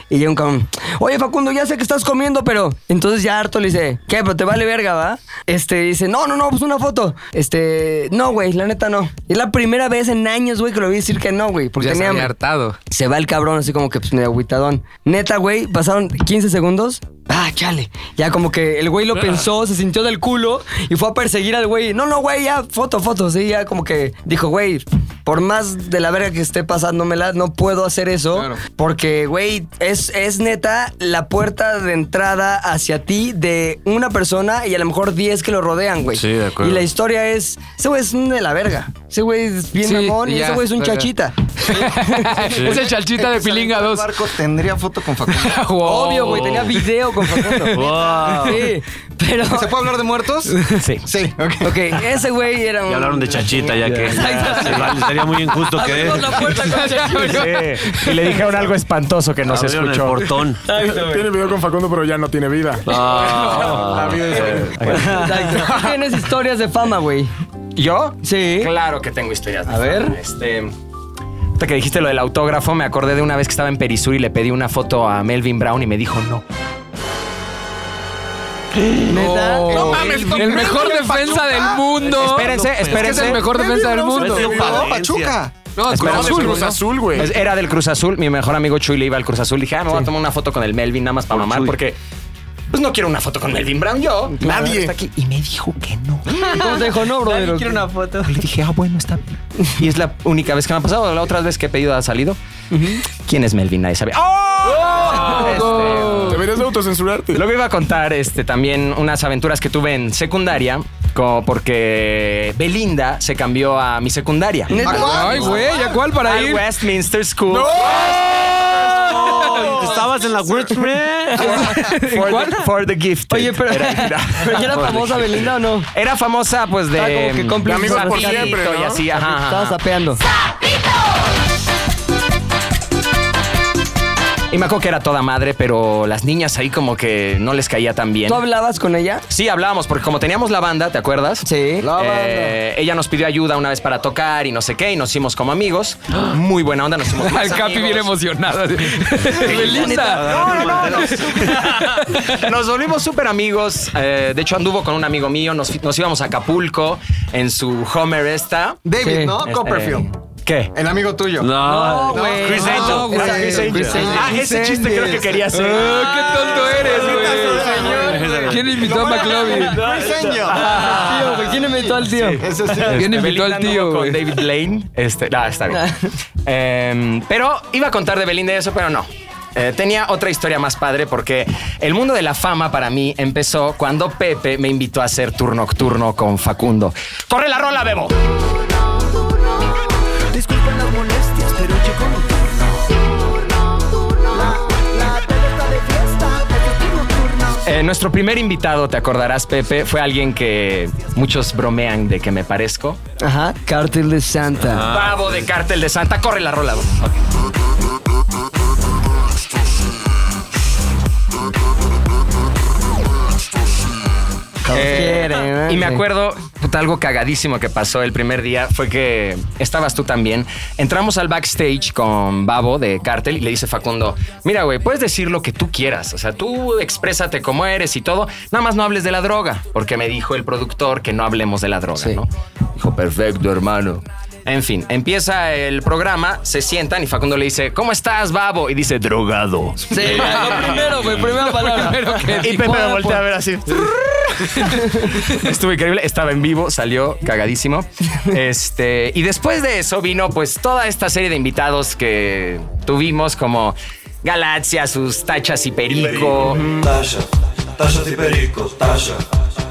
[SPEAKER 2] Y llega un cabrón. Oye, Facundo, ya sé que estás comiendo, pero. Entonces ya harto le dice, ¿qué? Pero te vale verga, ¿va? Este dice, no, no, no, pues una foto. Este, no, güey, la neta no. Es la primera vez en años, güey, que lo vi decir que no, güey. Porque
[SPEAKER 9] ya se
[SPEAKER 2] tenía
[SPEAKER 9] había
[SPEAKER 2] hambre.
[SPEAKER 9] hartado.
[SPEAKER 2] Se va el cabrón así como que pues medio agüitadón. Neta, güey, pasaron 15 segundos. Ah, chale. Ya como que el güey
[SPEAKER 8] Ah.
[SPEAKER 2] lo pensó, se sintió del culo y fue a perseguir al güey. No, no, güey, ya, foto, foto. Sí, ya como que dijo, güey, por más de la verga que esté pasándomela, no puedo hacer eso. Porque, güey, es, es neta la puerta de entrada hacia ti de una persona y a lo mejor 10 que lo rodean, güey.
[SPEAKER 8] Sí, de acuerdo.
[SPEAKER 2] Y la historia es, ese güey es un de la verga. Ese güey es bien
[SPEAKER 9] Sí,
[SPEAKER 2] mamón y
[SPEAKER 9] ya,
[SPEAKER 2] ese güey es un
[SPEAKER 9] verga.
[SPEAKER 2] chachita.
[SPEAKER 9] Sí. Es el chalchita de Pilinga 2.
[SPEAKER 6] barco tendría foto con Facundo.
[SPEAKER 2] Obvio, güey, tenía video con Facundo.
[SPEAKER 8] Wow.
[SPEAKER 2] Sí, pero.
[SPEAKER 6] ¿Se puede hablar de muertos?
[SPEAKER 2] Sí.
[SPEAKER 6] Sí, ok.
[SPEAKER 2] Ok, ese güey era un.
[SPEAKER 8] Ya hablaron de chachita, ya que. Sería muy injusto que.
[SPEAKER 2] Abrimos la puerta con Chachita.
[SPEAKER 12] Sí. Y le dijeron algo espantoso que no se
[SPEAKER 8] Abrieron el
[SPEAKER 12] escuchó.
[SPEAKER 8] portón.
[SPEAKER 3] Tiene video con Facundo, pero ya no tiene vida.
[SPEAKER 8] Ah.
[SPEAKER 3] La vida es...
[SPEAKER 2] Exacto. ¿Tú tienes historias de fama, güey?
[SPEAKER 12] ¿Yo?
[SPEAKER 2] Sí.
[SPEAKER 12] Claro que tengo historias. de
[SPEAKER 2] A ver.
[SPEAKER 12] fama. Este. ahorita que dijiste lo del autógrafo, me acordé de una vez que estaba en Perisur y le pedí una foto a Melvin Brown y me dijo no.
[SPEAKER 2] ¿Neta?
[SPEAKER 9] No mames, el, mejor defensa del mundo.
[SPEAKER 12] Espérense,
[SPEAKER 9] Es que
[SPEAKER 12] espérense.
[SPEAKER 9] es el mejor defensa del mundo.
[SPEAKER 6] Pachuca.
[SPEAKER 9] No, Cruz
[SPEAKER 12] Espérame,
[SPEAKER 9] Azul,
[SPEAKER 12] Cruz
[SPEAKER 9] güey, ¿no?
[SPEAKER 3] Azul, güey.
[SPEAKER 12] Pues Era del Cruz Azul. Mi mejor amigo Chuy le iba al Cruz Azul. Dije, ah, me voy a tomar una foto con el Melvin nada más para mamar porque... Pues no quiero una foto con Melvin Brown yo.
[SPEAKER 3] Nadie.
[SPEAKER 12] Está aquí. Y me dijo que no.
[SPEAKER 2] Entonces dijo, no, brother.
[SPEAKER 12] quiero una foto. Le dije, ah, bueno, está bien. Y es la única vez que me ha pasado. La otra vez que he pedido ha salido. ¿Quién es Melvin? Nadie sabe. Oh,
[SPEAKER 4] Este,
[SPEAKER 3] Deberías de autocensurarte.
[SPEAKER 12] Luego iba a contar este, también unas aventuras que tuve en secundaria, como porque Belinda se cambió a mi secundaria.
[SPEAKER 2] ¿Neta?
[SPEAKER 9] Ay, güey, ¿a cuál para
[SPEAKER 12] Al
[SPEAKER 9] ir?
[SPEAKER 12] Westminster School.
[SPEAKER 8] Estabas en la
[SPEAKER 12] For, the, for the gifted. Oye, pero.
[SPEAKER 2] ¿Pero ya era famosa Belinda o no?
[SPEAKER 12] Era famosa, pues de.
[SPEAKER 2] Estaba como que cómplice.
[SPEAKER 12] de
[SPEAKER 2] Amigos por
[SPEAKER 12] Zapito
[SPEAKER 2] siempre,
[SPEAKER 12] Y
[SPEAKER 2] ¿no?
[SPEAKER 12] así, ajá. ajá.
[SPEAKER 2] Estaba sapeando.
[SPEAKER 12] Y me acuerdo que era toda madre, pero las niñas ahí como que no les caía tan bien.
[SPEAKER 2] ¿Tú hablabas con ella?
[SPEAKER 12] Sí, hablábamos, porque como teníamos la banda, ¿te acuerdas? Eh,
[SPEAKER 2] Sí.
[SPEAKER 12] ella nos pidió ayuda una vez para tocar y no sé qué, y nos hicimos como amigos. Muy buena onda, nos hicimos más
[SPEAKER 9] Al Capi
[SPEAKER 12] amigos.
[SPEAKER 9] bien emocionado. así. Belinda.
[SPEAKER 12] No, no, no, nos- Nos volvimos súper amigos. eh, de hecho, anduvo con un amigo mío. Nos, nos íbamos a Acapulco en su Homer esta.
[SPEAKER 6] David, ¿no?
[SPEAKER 12] Este,
[SPEAKER 6] Copperfield.
[SPEAKER 12] ¿Qué?
[SPEAKER 6] El amigo tuyo.
[SPEAKER 8] No, güey.
[SPEAKER 6] Chris
[SPEAKER 8] No,
[SPEAKER 6] Angel.
[SPEAKER 8] güey.
[SPEAKER 6] Era Chris Angel.
[SPEAKER 8] Chris Angel.
[SPEAKER 12] Ah, ese chiste creo que quería hacer.
[SPEAKER 4] Ah,
[SPEAKER 9] ¡Qué tonto eres, güey! ¿Quién invitó a McLovin?
[SPEAKER 6] Chris Angel.
[SPEAKER 4] Ah,
[SPEAKER 2] Tío, güey, ¿quién invitó al tío?
[SPEAKER 6] Ese sí.
[SPEAKER 9] ¿Quién
[SPEAKER 12] Este,
[SPEAKER 9] invitó al
[SPEAKER 12] Belinda anduvo
[SPEAKER 9] tío,
[SPEAKER 12] Con
[SPEAKER 9] güey?
[SPEAKER 12] David Blaine. Este, no, está bien. Em, pero iba a contar de Belinda y eso, pero no. Eh, tenía otra historia más padre porque el mundo de la fama para mí empezó cuando Pepe me invitó a hacer tour nocturno con Facundo. ¡Corre la rola, Bebo!
[SPEAKER 14] Disculpen las molestias, pero llegó mi turno. La, la tele está de fiesta, pero es turno, turno.
[SPEAKER 12] Eh, nuestro primer invitado, te acordarás, Pepe, fue alguien que muchos bromean de que me parezco.
[SPEAKER 2] Ajá, Cartel de Santa.
[SPEAKER 12] Pavo de Cártel de Santa, corre la rola. Eh,
[SPEAKER 2] Quiere,
[SPEAKER 12] y me
[SPEAKER 2] sí.
[SPEAKER 12] acuerdo, puta, algo cagadísimo que pasó el primer día fue que estabas tú también. Entramos al backstage con Babo de Cartel y le dice Facundo: Mira, güey, puedes decir lo que tú quieras. O sea, tú exprésate como eres y todo. Nada más no hables de la droga, porque me dijo el productor que no hablemos de la droga, ¿no? Dijo: Perfecto, hermano. En fin, empieza el programa, se sientan y Facundo le dice: ¿Cómo estás, Babo? Y dice: Drogado.
[SPEAKER 2] Sí, lo primero, güey, primera palabra.
[SPEAKER 12] Y Pepe me voltea a ver así. Estuvo increíble, estaba en vivo, salió cagadísimo. Este, y después de eso vino pues toda esta serie de invitados que tuvimos como Galaxia, sus tachas y perico,
[SPEAKER 15] Tasha, Tasha y Perico, Tasha,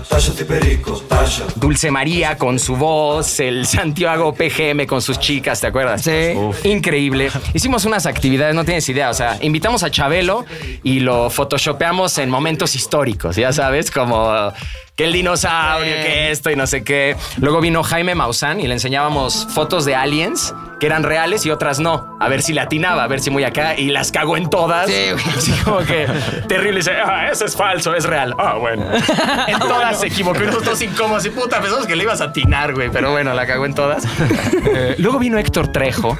[SPEAKER 15] Tasha y Perico, Tasha.
[SPEAKER 12] Dulce María con su voz, el Santiago PGM con sus chicas, ¿te acuerdas? Sí. Increíble. Hicimos unas actividades, no tienes idea, o sea, invitamos a Chabelo y lo photoshopeamos en momentos históricos, ya sabes, como que el dinosaurio, que esto y no sé qué. Luego vino Jaime Maussan y le enseñábamos fotos de aliens que eran reales y otras no. A ver si le atinaba, a ver si muy acá y las cagó en todas. Sí, como que terrible. Dice, ah, eso es falso, es real. Ah, bueno. En todas se equivocó. Y nosotros incómodos y puta, pensamos que le ibas a atinar, güey. Pero bueno, la cagó en todas. Eh, luego vino Héctor Trejo.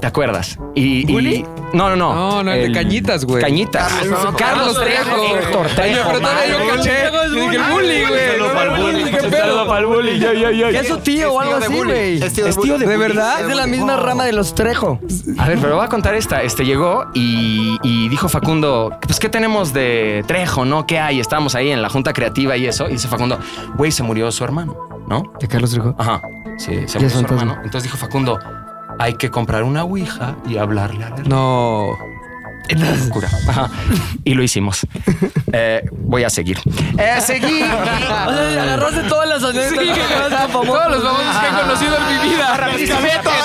[SPEAKER 12] ¿Te acuerdas? Y, y- no, no, no.
[SPEAKER 9] No, no, el de Cañitas, güey.
[SPEAKER 12] Cañitas.
[SPEAKER 9] Carlos, no, Carlos Trejo.
[SPEAKER 12] Héctor
[SPEAKER 9] Oye,
[SPEAKER 12] Trejo.
[SPEAKER 9] pero todavía yo
[SPEAKER 12] madre.
[SPEAKER 9] caché. Yo dije, el bully, güey.
[SPEAKER 12] Saludo pa'l bully.
[SPEAKER 9] ¿Qué
[SPEAKER 12] Saludo
[SPEAKER 9] pedo?
[SPEAKER 12] pa'l bully. Ya, ya, ya.
[SPEAKER 2] ¿Qué es su tío o algo así, güey?
[SPEAKER 12] Es tío de bully.
[SPEAKER 2] ¿De verdad?
[SPEAKER 12] Es
[SPEAKER 2] Es
[SPEAKER 12] de
[SPEAKER 2] de la
[SPEAKER 12] bully.
[SPEAKER 2] misma
[SPEAKER 12] Wow.
[SPEAKER 2] rama de los Trejo.
[SPEAKER 12] A ver, pero voy a contar esta. Este llegó y, y dijo Facundo, pues ¿qué tenemos de Trejo, no? ¿Qué hay? Estábamos ahí en la junta creativa y eso. Y dice Facundo, güey, se murió su hermano, ¿no?
[SPEAKER 2] ¿De Carlos Trejo?
[SPEAKER 12] Ajá.
[SPEAKER 2] Ya
[SPEAKER 12] Sí, se murió
[SPEAKER 2] es
[SPEAKER 12] su
[SPEAKER 2] fantasma.
[SPEAKER 12] hermano. Entonces dijo Facundo, hay que comprar una ouija y hablarle a la
[SPEAKER 9] No.
[SPEAKER 12] locura. Ajá. Y lo hicimos. Eh, voy a seguir.
[SPEAKER 2] Eh, seguí. o sea, agarraste todas las anécdotas.
[SPEAKER 9] Sí.
[SPEAKER 2] Todos los
[SPEAKER 9] Todos los famosos que he conocido en mi vida.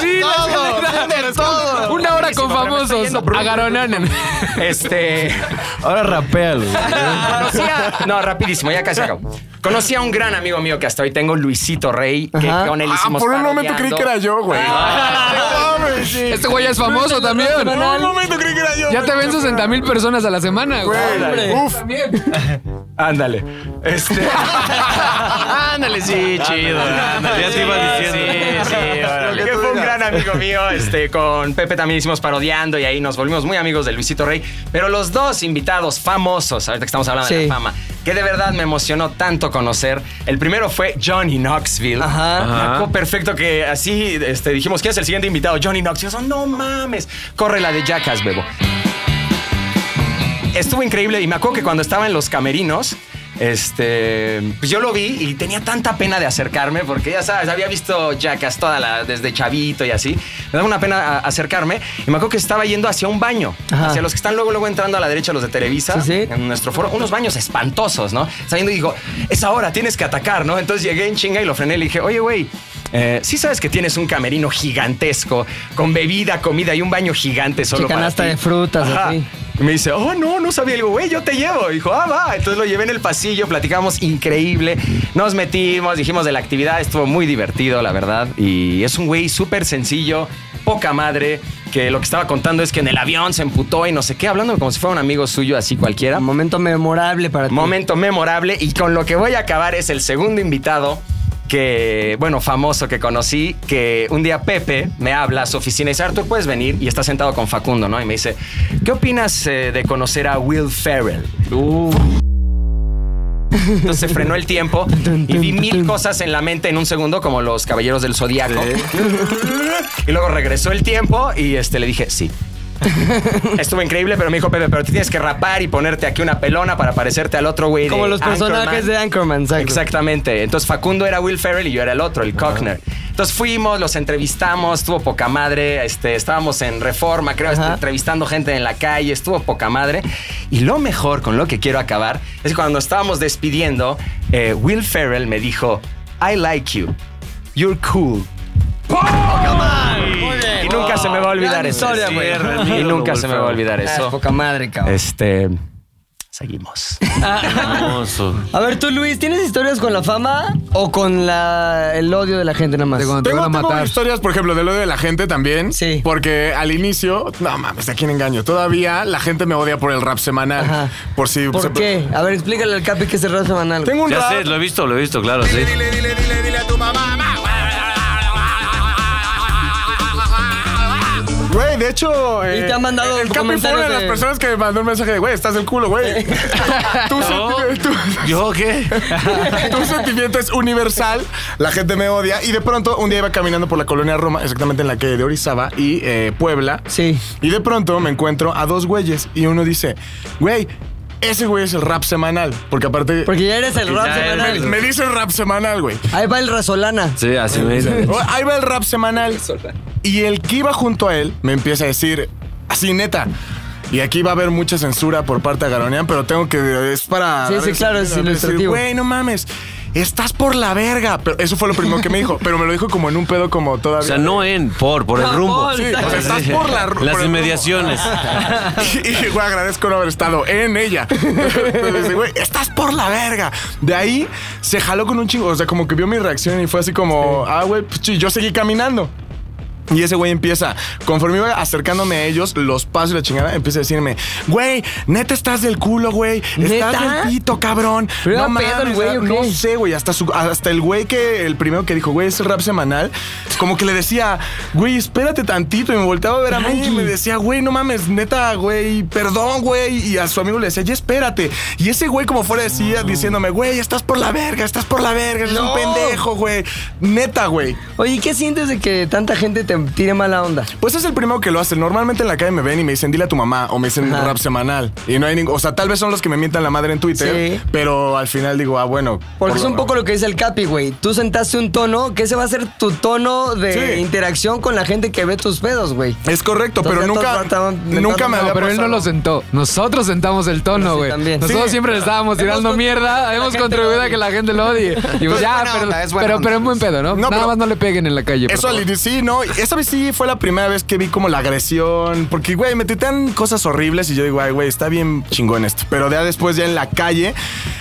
[SPEAKER 9] Sí, la neta. Una hora con famosos. Agaronanen.
[SPEAKER 12] Este. Ahora rapea, Conocía. No, rapidísimo, ya casi acabo. Conocí a un gran amigo mío que hasta hoy tengo, Luisito Rey, que
[SPEAKER 3] Ajá.
[SPEAKER 12] con él
[SPEAKER 3] Ah,
[SPEAKER 12] hicimos.
[SPEAKER 3] por un momento creí que era yo, güey.
[SPEAKER 9] Este güey es famoso también.
[SPEAKER 3] Por un momento creí que era yo.
[SPEAKER 9] Ya te ven 60 mil personas a la semana, güey.
[SPEAKER 12] Ándale.
[SPEAKER 9] Uf.
[SPEAKER 12] Ándale. Este. ándale, sí, chido. Ándale,
[SPEAKER 8] ya te iba
[SPEAKER 12] Sí,
[SPEAKER 8] diciendo.
[SPEAKER 12] Sí, sí, órale. Que fue un gran amigo mío. Este, con Pepe también hicimos parodiando y ahí nos volvimos muy amigos de Luisito Rey. Pero los dos invitados famosos, ahorita que estamos hablando de
[SPEAKER 2] Sí.
[SPEAKER 12] la fama, que de verdad me emocionó tanto conocer. El primero fue Johnny Knoxville. Ajá. Me
[SPEAKER 8] Ajá.
[SPEAKER 12] acuerdo perfecto que así este, dijimos, ¿quién es el siguiente invitado? Johnny Knoxville. Yo, no mames. Corre la de Jackass, bebo estuvo increíble y me acuerdo que cuando estaba en los camerinos, este, pues yo lo vi y tenía tanta pena de acercarme porque ya sabes, había visto Jackass toda la, desde chavito y así. Me daba una pena a- acercarme y me acuerdo que estaba yendo hacia un baño,
[SPEAKER 2] Ajá.
[SPEAKER 12] hacia los que están luego luego entrando a la derecha los de Televisa en nuestro foro, unos baños espantosos, ¿no? Saliendo y digo, es ahora, tienes que atacar, ¿no? Entonces llegué en chinga y lo frené y le dije, "Oye, güey, eh, sí sabes que tienes un camerino gigantesco con bebida, comida y un baño gigante solo
[SPEAKER 2] Sí,
[SPEAKER 12] para
[SPEAKER 2] canasta
[SPEAKER 12] ti?"
[SPEAKER 2] de frutas,
[SPEAKER 12] Ajá.
[SPEAKER 2] así.
[SPEAKER 12] Y me dice, oh, no, no sabía. algo, güey, yo te llevo. Y dijo, ah, va. Entonces lo llevé en el pasillo, platicamos increíble. Nos metimos, dijimos de la actividad. Estuvo muy divertido, la verdad. Y es un güey súper sencillo, poca madre. Que lo que estaba contando es que en el avión se emputó y no sé qué, hablando como si fuera un amigo suyo, así cualquiera.
[SPEAKER 2] Momento memorable para ti.
[SPEAKER 12] Momento memorable. Y con lo que voy a acabar es el segundo invitado que, bueno, famoso que conocí, que un día Pepe me habla a su oficina y dice, Artur, puedes venir y está sentado con Facundo, ¿no? Y me dice, ¿qué opinas eh, de conocer a Will Ferrell? Entonces se frenó el tiempo y vi mil cosas en la mente en un segundo, como los caballeros del zodiaco. Y luego regresó el tiempo y este, le dije, sí. Estuvo increíble, pero me dijo Pepe, pero te tienes que rapar y ponerte aquí una pelona para parecerte al otro güey. de
[SPEAKER 2] Como los personajes de Anchorman, exacto.
[SPEAKER 12] Exactamente. Entonces Facundo era Will Ferrell y yo era el otro, el Cochner. Entonces fuimos, los entrevistamos, estuvo poca madre. Este, estábamos en Reforma, creo, este, entrevistando gente en la calle, estuvo poca madre. Y lo mejor con lo que quiero acabar es que cuando estábamos despidiendo, eh, Will Ferrell me dijo, I like you, you're cool. Y nunca se me va a olvidar
[SPEAKER 2] Gran
[SPEAKER 12] eso.
[SPEAKER 2] historia,
[SPEAKER 12] Sí,
[SPEAKER 2] güey.
[SPEAKER 12] Y nunca se me va a olvidar
[SPEAKER 2] Ah, es
[SPEAKER 12] eso.
[SPEAKER 2] poca madre, cabrón.
[SPEAKER 12] Este. Seguimos.
[SPEAKER 2] Ah.
[SPEAKER 8] Famoso.
[SPEAKER 2] A ver, tú, Luis, ¿tienes historias con la fama o con la, el odio de la gente nada más?
[SPEAKER 3] Tengo, tengo historias, por ejemplo, del odio de la gente también. Sí. Porque al inicio, no mames, ¿a quién engaño? Todavía la gente me odia por el rap semanal. Por si.
[SPEAKER 2] ¿Por
[SPEAKER 3] se-
[SPEAKER 2] qué? A ver, explícale al Capi que es el rap semanal.
[SPEAKER 3] Tengo un
[SPEAKER 8] Ya
[SPEAKER 3] rap.
[SPEAKER 8] sé, lo he visto, lo he visto, claro, sí.
[SPEAKER 3] Güey, de hecho. eh,
[SPEAKER 2] te han mandado
[SPEAKER 3] el Capi fue
[SPEAKER 2] comentarios
[SPEAKER 3] una de las
[SPEAKER 2] de-
[SPEAKER 3] personas que me mandó un mensaje de, güey, estás el culo, güey. tú,
[SPEAKER 8] ¿Yo qué?
[SPEAKER 3] tu sentimiento es universal, la gente me odia. Y de pronto, un día iba caminando por la colonia Roma, exactamente en la calle de Orizaba y eh, Puebla.
[SPEAKER 2] Sí.
[SPEAKER 3] Y de pronto me encuentro a dos güeyes y uno dice, güey. Ese güey es el rap semanal, porque aparte...
[SPEAKER 2] Porque ya eres el rap
[SPEAKER 3] Porque ya eres-
[SPEAKER 2] semanal.
[SPEAKER 3] Me, me dice el rap semanal, güey.
[SPEAKER 2] Ahí va el Razolana.
[SPEAKER 8] Sí, así me
[SPEAKER 3] dice.
[SPEAKER 8] dicen.
[SPEAKER 3] Ahí va el rap semanal. Y el que iba junto a él me empieza a decir, así neta. Y aquí va a haber mucha censura por parte de Garonian, pero tengo que. Es para.
[SPEAKER 2] Sí, sí, claro, es
[SPEAKER 3] decir,
[SPEAKER 2] ilustrativo.
[SPEAKER 3] Güey, no mames. Estás por la verga. Pero eso fue lo primero que me dijo. Pero me lo dijo como en un pedo como
[SPEAKER 8] O
[SPEAKER 3] todavía.
[SPEAKER 8] sea, no en, por, por el
[SPEAKER 3] Ah,
[SPEAKER 8] rumbo.
[SPEAKER 3] por, sí, o sea, estás por la ru- por
[SPEAKER 8] Las
[SPEAKER 3] el
[SPEAKER 8] inmediaciones.
[SPEAKER 3] Y, y, güey, agradezco no haber estado en ella. Entonces, güey, estás por la verga. De ahí se jaló con un chingo. O sea, como que vio mi reacción y fue así como, ah, güey, pues, sí, yo seguí caminando. Y ese güey empieza, conforme iba acercándome a ellos, los pasos y la chingada, empieza a decirme, güey, neta estás del culo, güey, estás
[SPEAKER 2] ¿Neta?
[SPEAKER 3] del pito, cabrón.
[SPEAKER 2] ¿Pero era pedo el güey o
[SPEAKER 3] no
[SPEAKER 2] qué?
[SPEAKER 3] sé, güey, hasta, su- hasta el güey que, el primero que dijo, güey, es el rap semanal, como que le decía, güey, espérate tantito, y me volteaba a ver a mí y me decía, güey, no mames, neta, güey, perdón, güey, y a su amigo le decía, ya espérate. Y ese güey como fuera decía, diciéndome, güey, estás por la verga, estás por la verga, eres un pendejo, güey, neta, güey.
[SPEAKER 2] Oye, ¿y ¿qué sientes de que tanta gente te tire mala onda?
[SPEAKER 3] Pues es el primero que lo hace. Normalmente en la calle me ven y me dicen, dile a tu mamá, o me dicen
[SPEAKER 2] Ajá.
[SPEAKER 3] rap semanal. Y no hay ningún. O sea, tal vez son los que me mientan la madre en Twitter,
[SPEAKER 2] Sí.
[SPEAKER 3] pero al final digo, ah, bueno.
[SPEAKER 2] Porque
[SPEAKER 3] por
[SPEAKER 2] es
[SPEAKER 3] lo-
[SPEAKER 2] un poco lo que dice el Capi, güey. Tú sentaste un tono que ese va a ser tu tono de
[SPEAKER 3] Sí.
[SPEAKER 2] interacción con la gente que ve tus pedos, güey.
[SPEAKER 3] Es correcto, pero
[SPEAKER 2] Entonces,
[SPEAKER 3] nunca-
[SPEAKER 2] ya todos estaban-
[SPEAKER 3] nunca me
[SPEAKER 9] No,
[SPEAKER 3] había
[SPEAKER 9] pero él no
[SPEAKER 3] pasado.
[SPEAKER 9] lo sentó. Nosotros sentamos el tono, güey. Nosotros
[SPEAKER 3] Sí.
[SPEAKER 9] siempre le estábamos
[SPEAKER 3] Hemos
[SPEAKER 9] tirando
[SPEAKER 3] con-
[SPEAKER 9] mierda, hemos
[SPEAKER 3] gente
[SPEAKER 9] contribuido
[SPEAKER 3] lo
[SPEAKER 9] a
[SPEAKER 3] odia.
[SPEAKER 9] que la gente lo odie. Y
[SPEAKER 3] Pero
[SPEAKER 9] pues
[SPEAKER 3] es
[SPEAKER 9] ya,
[SPEAKER 3] buena
[SPEAKER 9] pero,
[SPEAKER 3] onda, es buena
[SPEAKER 9] pero,
[SPEAKER 3] onda.
[SPEAKER 9] pero es buen pedo, ¿no?
[SPEAKER 3] No,
[SPEAKER 9] Nada
[SPEAKER 3] pero-
[SPEAKER 9] más no le peguen en la calle. por
[SPEAKER 3] Eso
[SPEAKER 9] favor.
[SPEAKER 3] al inicio, sí, no. Esa vez sí fue la primera vez que vi como la agresión. Porque, güey, me titean cosas horribles y yo digo, ay, güey, está bien chingón esto. Pero ya después, ya en la calle,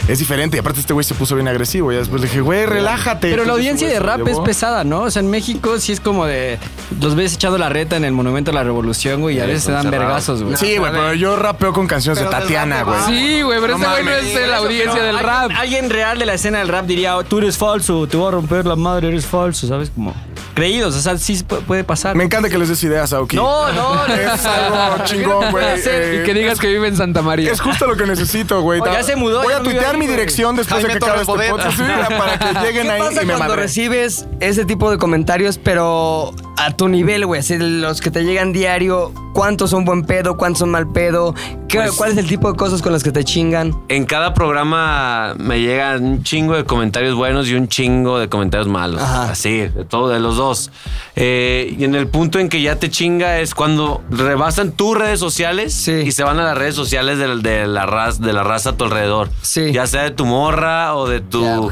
[SPEAKER 3] es diferente. Y aparte, este güey se puso bien agresivo. Y después le dije, güey, relájate.
[SPEAKER 5] Pero la
[SPEAKER 3] Entonces,
[SPEAKER 5] audiencia
[SPEAKER 3] güey,
[SPEAKER 5] de
[SPEAKER 3] se
[SPEAKER 5] rap
[SPEAKER 3] llevó.
[SPEAKER 5] es pesada, ¿no? O sea, en México sí es como de. Los ves echado la reta en el Monumento a la Revolución, güey, y a
[SPEAKER 3] Sí,
[SPEAKER 5] veces se dan
[SPEAKER 3] encerrado.
[SPEAKER 5] vergazos, güey.
[SPEAKER 3] Sí, güey, pero yo rapeo con canciones de Tatiana, güey.
[SPEAKER 9] Sí, güey, pero
[SPEAKER 3] No
[SPEAKER 5] este
[SPEAKER 9] ese güey no
[SPEAKER 3] mames.
[SPEAKER 9] es de la audiencia del rap.
[SPEAKER 5] Alguien, alguien real de la escena del rap diría, "Oh, tú eres falso, te voy a romper la madre, eres falso, ¿sabes? Como creídos, o sea, sí pu- puede pasar.
[SPEAKER 3] Me encanta que les des ideas, Aoki.
[SPEAKER 8] Oh,
[SPEAKER 5] No, no, no.
[SPEAKER 3] Es algo chingón, güey. eh.
[SPEAKER 9] Y que digas que vive en Santa María.
[SPEAKER 3] Es justo lo que necesito, güey.
[SPEAKER 9] Oye, ya se mudó,
[SPEAKER 3] Voy
[SPEAKER 9] ya
[SPEAKER 3] a
[SPEAKER 9] no vive
[SPEAKER 3] tuitear
[SPEAKER 9] ahí,
[SPEAKER 3] mi
[SPEAKER 9] güey.
[SPEAKER 3] dirección después de que acabe este podcast sí, para que lleguen
[SPEAKER 2] ¿Qué
[SPEAKER 3] ahí
[SPEAKER 2] pasa
[SPEAKER 3] y me
[SPEAKER 2] cuando
[SPEAKER 3] madren.
[SPEAKER 2] recibes ese tipo de comentarios, pero a tu nivel, güey? Así, los que te llegan diario, ¿cuántos son buen pedo? ¿Cuántos son mal pedo? ¿Qué-
[SPEAKER 3] Pues
[SPEAKER 2] ¿Cuál es el tipo de cosas con las que te chingan?
[SPEAKER 8] En cada programa me llegan un chingo de comentarios buenos y un chingo de comentarios malos. Así, de todo, de los dos. Eh, y en el punto en que ya te chinga es cuando rebasan tus redes sociales y se van a las redes sociales de, de la, raza, de la raza a tu alrededor. Ya sea de tu morra o de tu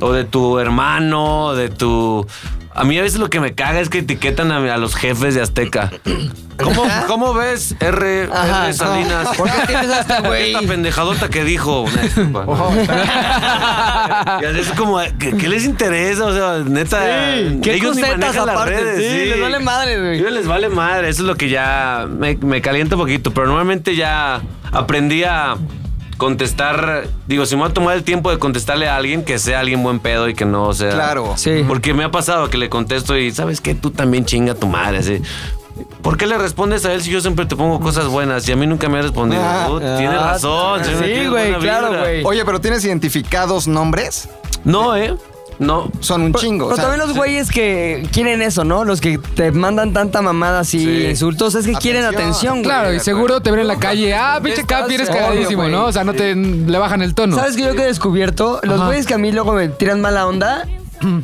[SPEAKER 8] o de tu hermano, o de tu... A mí a veces lo que me caga es que etiquetan a, a los jefes de Azteca. ¿Cómo, cómo ves R, R
[SPEAKER 4] Ajá.
[SPEAKER 8] Salinas?
[SPEAKER 4] ¿Por qué tienes a este güey?
[SPEAKER 8] Esta pendejadota que dijo. Una disculpa.
[SPEAKER 2] Oh.
[SPEAKER 8] Y es como, ¿qué, qué les interesa? O sea, neta,
[SPEAKER 2] Sí, qué
[SPEAKER 8] ellos ni
[SPEAKER 2] cosetas
[SPEAKER 8] manejan las
[SPEAKER 2] aparte,
[SPEAKER 8] redes.
[SPEAKER 2] sí, les vale madre, güey.
[SPEAKER 8] Ellos les vale madre, eso es lo que ya me, me calienta un poquito, pero normalmente ya aprendí a contestar, digo, si me voy a tomar el tiempo de contestarle a alguien, que sea alguien buen pedo y que no sea...
[SPEAKER 6] Claro.
[SPEAKER 8] Sí. Porque me ha pasado que le contesto y, ¿sabes qué? Tú también chinga a tu madre, así. ¿Por qué le respondes a él si yo siempre te pongo cosas buenas y a mí nunca me ha respondido?
[SPEAKER 2] Ah,
[SPEAKER 6] Ah,
[SPEAKER 8] Tú tienes razón. yo no quiero buena vibra.
[SPEAKER 6] Oye, pero ¿tienes identificados nombres?
[SPEAKER 8] No, ¿eh? No.
[SPEAKER 6] Son un chingo.
[SPEAKER 2] Pero también los güeyes que quieren eso, ¿no? Los que te mandan tanta mamada así, insultos, es que quieren atención, güey.
[SPEAKER 9] Claro, y seguro te ven en la calle. Ah, pinche
[SPEAKER 2] contestas,
[SPEAKER 9] Capi, eres
[SPEAKER 2] obvio,
[SPEAKER 9] cagadísimo,
[SPEAKER 2] güey.
[SPEAKER 9] ¿no? O sea, no te le bajan el tono.
[SPEAKER 2] ¿Sabes qué yo que he descubierto? Los
[SPEAKER 9] Ajá.
[SPEAKER 2] güeyes que a mí luego me tiran mala onda.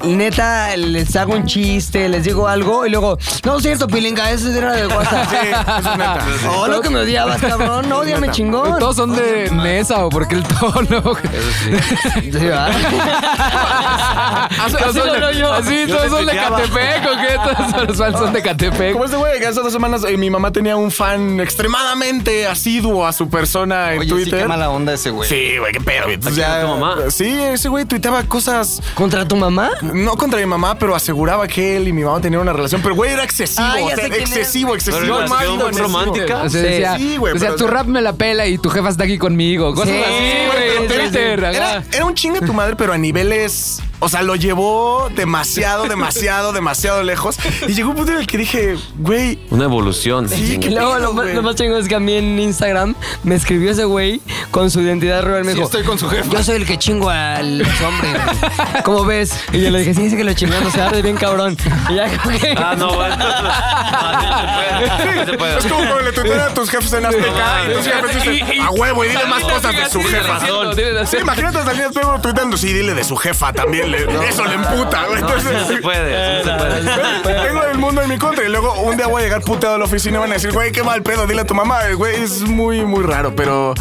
[SPEAKER 2] Neta, les hago un chiste, les digo algo y luego, no, cierto, pilinga, eso era de WhatsApp.
[SPEAKER 4] Sí, eso es neta.
[SPEAKER 2] Oh, lo que me odiabas, cabrón, no, odiame chingón.
[SPEAKER 9] Todos son de mesa o porque el tono.
[SPEAKER 4] Así
[SPEAKER 9] Así, todos
[SPEAKER 4] lo
[SPEAKER 9] son
[SPEAKER 4] veo
[SPEAKER 9] de-
[SPEAKER 4] yo.
[SPEAKER 9] así,
[SPEAKER 4] Yo
[SPEAKER 9] todos
[SPEAKER 4] te
[SPEAKER 9] son de
[SPEAKER 4] tuiteaba.
[SPEAKER 9] Catepec, ¿o qué? Todos son- son- son de Catepec.
[SPEAKER 3] Como este güey, que hace dos semanas eh, mi mamá tenía un fan extremadamente asiduo a su persona en
[SPEAKER 6] Oye, sí,
[SPEAKER 3] Twitter.
[SPEAKER 6] qué mala onda ese güey.
[SPEAKER 3] Sí, güey, qué pedo. güey. Entonces ya- Sí, ese güey tuiteaba cosas.
[SPEAKER 2] ¿Contra tu mamá?
[SPEAKER 3] No contra mi mamá, pero aseguraba que él y mi mamá tenían una relación. Pero güey, era excesivo.
[SPEAKER 9] Ah, ya
[SPEAKER 3] o
[SPEAKER 9] sé
[SPEAKER 3] sea,
[SPEAKER 9] quién es.
[SPEAKER 3] excesivo, excesivo.
[SPEAKER 8] Pero era
[SPEAKER 3] excesivo,
[SPEAKER 8] relación
[SPEAKER 3] excesivo.
[SPEAKER 8] romántica.
[SPEAKER 9] O sea, decía,
[SPEAKER 3] Sí, güey.
[SPEAKER 9] o sea,
[SPEAKER 3] pero-
[SPEAKER 9] tu rap me la pela y tu jefa está aquí conmigo. Cosas
[SPEAKER 3] Sí,
[SPEAKER 9] así,
[SPEAKER 3] güey,
[SPEAKER 9] güey. en
[SPEAKER 3] pero-
[SPEAKER 9] Twitter, ajá.
[SPEAKER 3] era, era un chingue tu madre, pero a niveles. O sea, lo llevó demasiado, demasiado, demasiado lejos. Y llegó un punto en el que dije, güey,
[SPEAKER 8] Una evolución.
[SPEAKER 2] Sí, que luego lo, más- lo más chingón es que a mí en Instagram me escribió ese güey con su identidad real. Me
[SPEAKER 6] Sí,
[SPEAKER 2] dijo,
[SPEAKER 6] estoy con su jefa.
[SPEAKER 2] Yo soy el que chingo al hombre. güey. ¿Cómo ves? Y yo le dije, sí, dice que lo chingamos, se arde bien cabrón. Y ya como que...
[SPEAKER 8] Ah, no, bueno. No, sí se puede, sí se puede.
[SPEAKER 3] Es como cuando le tuitean a tus jefes en Azteca y tus jefes dicen, a huevo, y dile más cosas de su jefa. Sí, imagínate a Salinas Pliego tuiteando, sí, dile de su jefa también. le- eso le emputa. güey.
[SPEAKER 8] No,
[SPEAKER 3] Entonces,
[SPEAKER 8] eso no se puede, eso no se puede.
[SPEAKER 3] Tengo el mundo en mi contra y luego un día voy a llegar puteado a la oficina y van a decir, güey, qué mal pedo, dile a tu mamá. Eh, Güey, es muy, muy raro, pero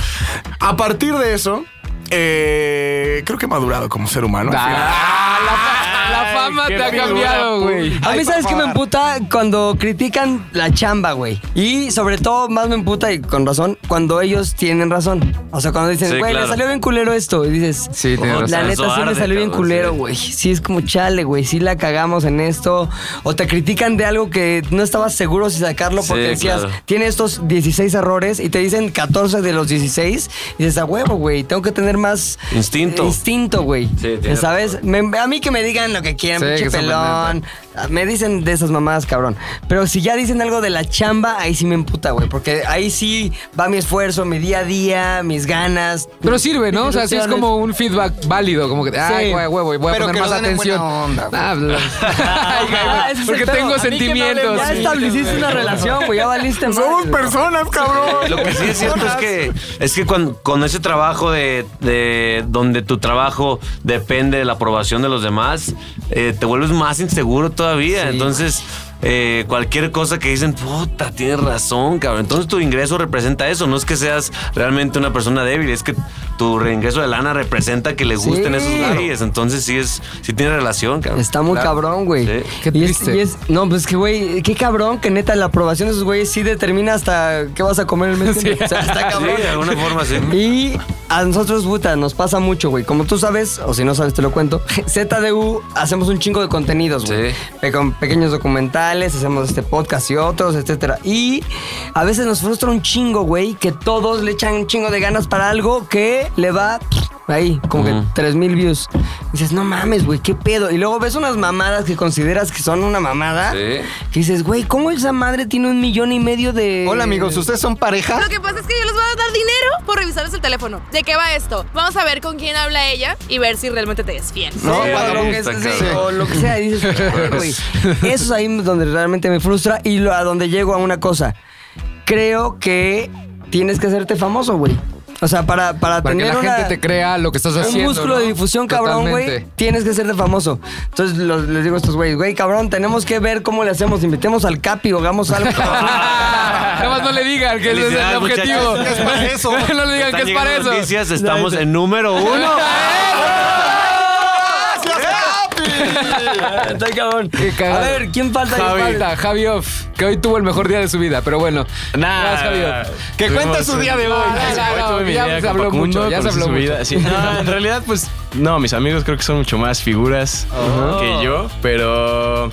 [SPEAKER 3] a partir de eso, eh, creo que he madurado como ser humano.
[SPEAKER 2] Ah,
[SPEAKER 9] La fama
[SPEAKER 3] qué
[SPEAKER 9] te ha
[SPEAKER 3] figura
[SPEAKER 9] cambiado, güey.
[SPEAKER 2] A mí, ¿sabes qué me emputa? Cuando critican la chamba, güey. Y sobre todo, más me emputa, y con razón, cuando ellos tienen razón. O sea, cuando dicen,
[SPEAKER 9] Sí,
[SPEAKER 2] güey,
[SPEAKER 9] claro.
[SPEAKER 2] le salió bien culero esto. Y dices, "Oh,
[SPEAKER 9] Sí, tienes razón.
[SPEAKER 2] la neta
[SPEAKER 9] Eso
[SPEAKER 2] sí le
[SPEAKER 9] arde,
[SPEAKER 2] salió bien
[SPEAKER 9] cabrón,
[SPEAKER 2] culero,
[SPEAKER 9] sí.
[SPEAKER 2] güey. Sí, es como chale, güey. Sí la cagamos en esto. O te critican de algo que no estabas seguro si sacarlo
[SPEAKER 9] Sí,
[SPEAKER 2] porque decías,
[SPEAKER 9] claro.
[SPEAKER 2] tiene estos 16 errores y te dicen 14 de los 16. Y dices, a huevo, güey. Tengo que tener más eh,
[SPEAKER 8] Instinto.
[SPEAKER 2] instinto, güey.
[SPEAKER 8] tienes
[SPEAKER 2] ¿Sabes? Me- a mí que me digan lo que quieran,
[SPEAKER 9] Sí,
[SPEAKER 2] pinche
[SPEAKER 9] que son
[SPEAKER 2] pelón. Me dicen de esas mamadas, cabrón. Pero si ya dicen algo de la chamba, ahí sí me emputa, güey. Porque ahí sí va mi esfuerzo, mi día a día, mis ganas.
[SPEAKER 9] Pero sirve, ¿no? O sea, sí es como un feedback válido, como que, ay,
[SPEAKER 2] Sí.
[SPEAKER 9] güey, huevo, voy a
[SPEAKER 2] Pero
[SPEAKER 9] poner
[SPEAKER 2] que
[SPEAKER 9] más
[SPEAKER 2] lo den en
[SPEAKER 9] atención.
[SPEAKER 2] buena onda, güey.
[SPEAKER 9] Ah, bla- Ay, güey,
[SPEAKER 2] Ah, ese es el
[SPEAKER 9] porque
[SPEAKER 2] pedo. A
[SPEAKER 9] tengo
[SPEAKER 2] mí que no
[SPEAKER 9] sentimientos.
[SPEAKER 2] le- ya
[SPEAKER 9] Sí,
[SPEAKER 2] estableciste
[SPEAKER 9] güey.
[SPEAKER 2] una relación, güey. Ya valiste más.
[SPEAKER 3] Somos personas, cabrón.
[SPEAKER 8] Lo que sí es cierto es que, es que cuando, con ese trabajo de, de- donde tu trabajo depende de la aprobación de los demás, eh, te vuelves más inseguro todavía. Entonces, eh, cualquier cosa que dicen, puta, tienes razón, cabrón. Entonces tu ingreso representa eso. No es que seas realmente una persona débil, es que tu reingreso de lana representa que le
[SPEAKER 2] Sí.
[SPEAKER 8] gusten esos güeyes. Entonces sí es, sí tiene relación, cabrón.
[SPEAKER 2] Está muy
[SPEAKER 8] Claro.
[SPEAKER 2] cabrón, güey.
[SPEAKER 8] Sí.
[SPEAKER 2] Y es- y es- no, pues que, güey, qué cabrón que neta la aprobación de esos güeyes sí determina hasta qué vas a comer el mes. que viene. O sea, está cabrón.
[SPEAKER 8] Ah, Sí, de alguna forma sí.
[SPEAKER 2] Y a nosotros, puta, nos pasa mucho, güey. Como tú sabes, o si no sabes, te lo cuento. ZDU hacemos un chingo de contenidos, güey. Pe- con pequeños documentales, hacemos este podcast y otros, etcétera. Y a veces nos frustra un chingo, güey, que todos le echan un chingo de ganas para algo que le va. Ahí, como que 3000 views. Dices, no mames, güey, qué pedo. Y luego ves unas mamadas que consideras que son una mamada. Que dices, güey, ¿cómo esa madre tiene un millón y medio de.
[SPEAKER 6] Hola, amigos, ¿ustedes son pareja?
[SPEAKER 16] Lo que pasa es que yo les voy a dar dinero por revisarles el teléfono. ¿De qué va esto? Vamos a ver con quién habla ella y ver si realmente te desfiel.
[SPEAKER 2] No, para lo que, sí, o lo que sea, dices, "Ay, güey". Eso es ahí donde realmente me frustra y lo- a donde llego a una cosa. Creo que tienes que hacerte famoso, güey. O sea, para, para,
[SPEAKER 9] Para que
[SPEAKER 2] tener
[SPEAKER 9] la
[SPEAKER 2] una-
[SPEAKER 9] gente te crea lo que estás
[SPEAKER 2] Un
[SPEAKER 9] haciendo,
[SPEAKER 2] músculo
[SPEAKER 9] ¿no?
[SPEAKER 2] de difusión, cabrón, güey.
[SPEAKER 9] Totalmente.
[SPEAKER 2] Tienes que hacerte famoso. Entonces los- les digo a estos güeyes, güey, cabrón, tenemos que ver cómo le hacemos. Invitemos al Capi o hagamos algo.
[SPEAKER 9] Nada más no le digan que ese es el
[SPEAKER 8] Felicidades,
[SPEAKER 9] objetivo.
[SPEAKER 8] muchachos. Es para eso.
[SPEAKER 9] no le digan
[SPEAKER 8] Están
[SPEAKER 9] que es para
[SPEAKER 8] llegando
[SPEAKER 9] eso.
[SPEAKER 8] Noticias, estamos en número uno.
[SPEAKER 2] Está cabrón. A ver, ¿quién falta? ¿Quién
[SPEAKER 9] Javi.
[SPEAKER 2] falta?
[SPEAKER 9] Javi Off, que hoy tuvo el mejor día de su vida, pero bueno. Nada.
[SPEAKER 11] Que cuente su día de hoy.
[SPEAKER 9] Ah,
[SPEAKER 11] Hoy tuve mi día
[SPEAKER 9] Ya se
[SPEAKER 11] de
[SPEAKER 9] habló
[SPEAKER 11] Acapulco,
[SPEAKER 9] mucho, ya se
[SPEAKER 11] conocí
[SPEAKER 9] habló
[SPEAKER 11] su vida.
[SPEAKER 9] mucho.
[SPEAKER 11] Sí, no, en realidad, pues, no, mis amigos creo que son mucho más figuras
[SPEAKER 9] Ajá.
[SPEAKER 11] que yo, pero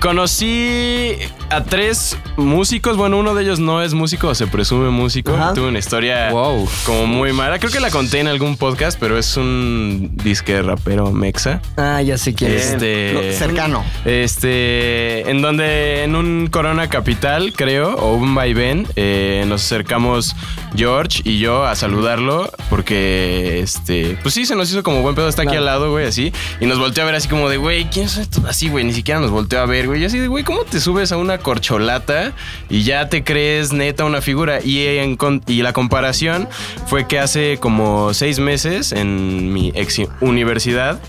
[SPEAKER 11] conocí a tres músicos. Bueno, uno de ellos no es músico, o se presume músico. Tuve una historia como muy mala. Creo que la conté en algún podcast, pero es un disque rapero mexa.
[SPEAKER 2] Ah, ya sé quién es.
[SPEAKER 11] Este,
[SPEAKER 2] No, cercano.
[SPEAKER 11] Este, en donde en un Corona Capital, creo, o un vaivén, eh, nos acercamos George y yo a saludarlo porque, este, pues sí, se nos hizo como buen pedo, está aquí al lado, güey, así. Y nos volteó a ver así como de, güey, ¿quién es esto? Así, güey, ni siquiera nos volteó a ver, güey. Y así de, güey, ¿cómo te subes a una corcholata y ya te crees neta una figura? Y, en con- y la comparación fue que hace como seis meses en mi ex universidad,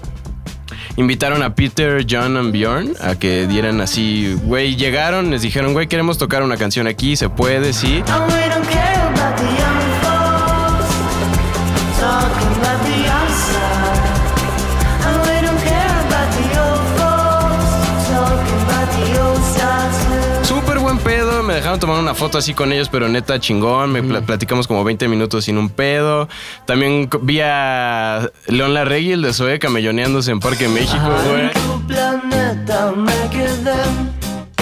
[SPEAKER 11] invitaron a Peter, John and Bjorn a que dieran así, güey, llegaron, les dijeron, güey, queremos tocar una canción aquí, se puede, sí. Súper buen pedo, me dejaron tomar una foto así con ellos, pero neta chingón, me pla- platicamos como 20 minutos sin un pedo. También co- vi a León Larregui, el de Zoe, camelloneándose en Parque México, güey.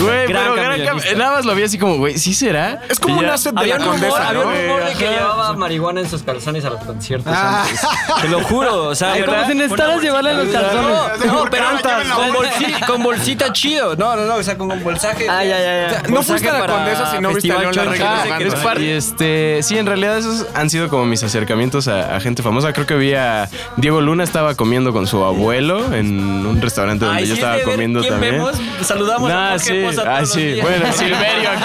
[SPEAKER 11] Güey,
[SPEAKER 4] Gran
[SPEAKER 11] pero gran
[SPEAKER 4] camellonista.
[SPEAKER 11] cam- nada más lo vi así como, güey, ¿sí será?
[SPEAKER 3] Es como
[SPEAKER 11] Y
[SPEAKER 3] un
[SPEAKER 11] ya-
[SPEAKER 3] asset de la condesa, ¿no? Ajá.
[SPEAKER 17] llevaba marihuana en sus calzones a los conciertos
[SPEAKER 3] Ah.
[SPEAKER 17] antes. Te lo juro, o sea,
[SPEAKER 4] Ay, como
[SPEAKER 17] ¿verdad?
[SPEAKER 4] si necesitaras
[SPEAKER 17] Una
[SPEAKER 4] llevarle los
[SPEAKER 17] bolsita.
[SPEAKER 4] calzones.
[SPEAKER 17] No, no, pero
[SPEAKER 4] Cantas,
[SPEAKER 17] antes, con,
[SPEAKER 4] llévenla.
[SPEAKER 17] bolsi- con bolsita chido. No, no, no, o sea, con un bolsaje. Ah, ya, ya,
[SPEAKER 11] sea, no fuiste a la condesa si no viste a León Larregui
[SPEAKER 4] Ah,
[SPEAKER 11] tocando. Y Ah, este, sí, en realidad esos han sido como mis acercamientos a, a gente famosa. Creo que vi a Diego Luna estaba comiendo con su abuelo en un restaurante donde
[SPEAKER 17] Ay,
[SPEAKER 11] yo
[SPEAKER 17] sí,
[SPEAKER 11] estaba
[SPEAKER 17] de ver
[SPEAKER 11] comiendo
[SPEAKER 17] quién
[SPEAKER 11] también.
[SPEAKER 17] vemos, saludamos a
[SPEAKER 11] Nah,
[SPEAKER 17] Jorge
[SPEAKER 11] sí,
[SPEAKER 17] Poza
[SPEAKER 11] ah,
[SPEAKER 17] todos
[SPEAKER 11] sí.
[SPEAKER 17] los días.
[SPEAKER 11] Bueno, Silverio, aquí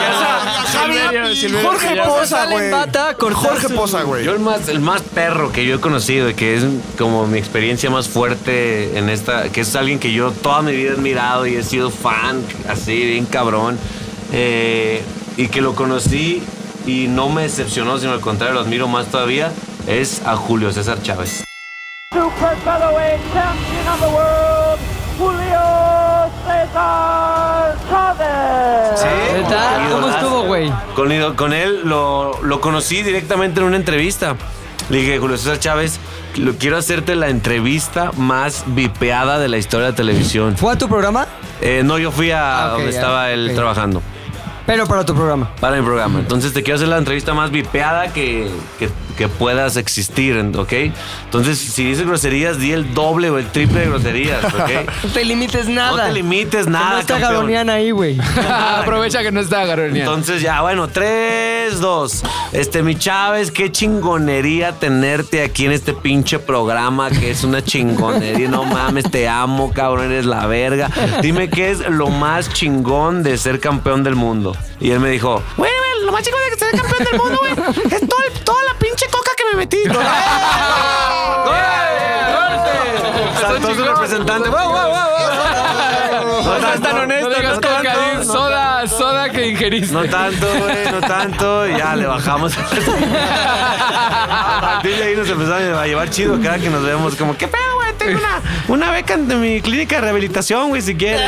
[SPEAKER 11] Silverio, Silverio,
[SPEAKER 17] Jorge
[SPEAKER 11] ya.
[SPEAKER 17] Poza, güey.
[SPEAKER 8] Jorge Poza, güey. Yo el más, el más perro que yo he conocido y que es como mi experiencia más fuerte en esta, que es alguien que yo toda mi vida he admirado y he sido fan, así, bien cabrón, eh, y que lo conocí y no me decepcionó, sino al contrario, lo admiro más todavía, es a Julio César Chávez.
[SPEAKER 4] Super featherweight champion of the world, Julio César Chávez.
[SPEAKER 8] ¿Qué
[SPEAKER 4] tal?
[SPEAKER 9] ¿Cómo estuvo, güey?
[SPEAKER 8] Con, ido- con él lo, lo conocí directamente en una entrevista. Le dije, Julio César Chávez, lo, quiero hacerte la entrevista más vipeada de la historia de la televisión. Eh,
[SPEAKER 2] ¿Fue a tu programa?
[SPEAKER 8] no, yo fui a
[SPEAKER 2] Ah, ok,
[SPEAKER 8] donde
[SPEAKER 2] ya,
[SPEAKER 8] estaba él
[SPEAKER 2] ok.
[SPEAKER 8] trabajando,
[SPEAKER 2] Pero para tu programa.
[SPEAKER 8] para mi programa. Entonces te quiero hacer la entrevista más vipeada que, que- que puedas existir, en- ¿ok? Entonces, si dices groserías, di el doble o el triple de groserías, ¿ok?
[SPEAKER 2] No te limites nada.
[SPEAKER 8] No te limites nada,
[SPEAKER 2] No está
[SPEAKER 8] campeón.
[SPEAKER 2] Garoniana ahí, güey.
[SPEAKER 9] Aprovecha que no está Garoniana.
[SPEAKER 8] Entonces ya, bueno, tres, dos. Este, mi Chávez, qué chingonería tenerte aquí en este pinche programa que es una chingonería. No mames, te amo, cabrón, eres la verga. Dime qué es lo más chingón de ser campeón del mundo. Y él me dijo,
[SPEAKER 4] Güey, güey, lo más chico de ser campeón del mundo, güey, es todo el- toda la pinche coca que me metí.
[SPEAKER 8] saltó su representante. ¡Wow, wow, wow!
[SPEAKER 9] No seas tan honesto, no digas
[SPEAKER 8] no tanto,
[SPEAKER 9] coca, di
[SPEAKER 8] no
[SPEAKER 9] soda, soda que ingeriste.
[SPEAKER 8] No tanto, güey, no tanto. Y ya le bajamos. A partir de ahí nos empezamos a llevar chido cada que nos vemos. Como, ¿qué pedo, güey? Tengo una, una beca de mi clínica de rehabilitación, güey, si quieres.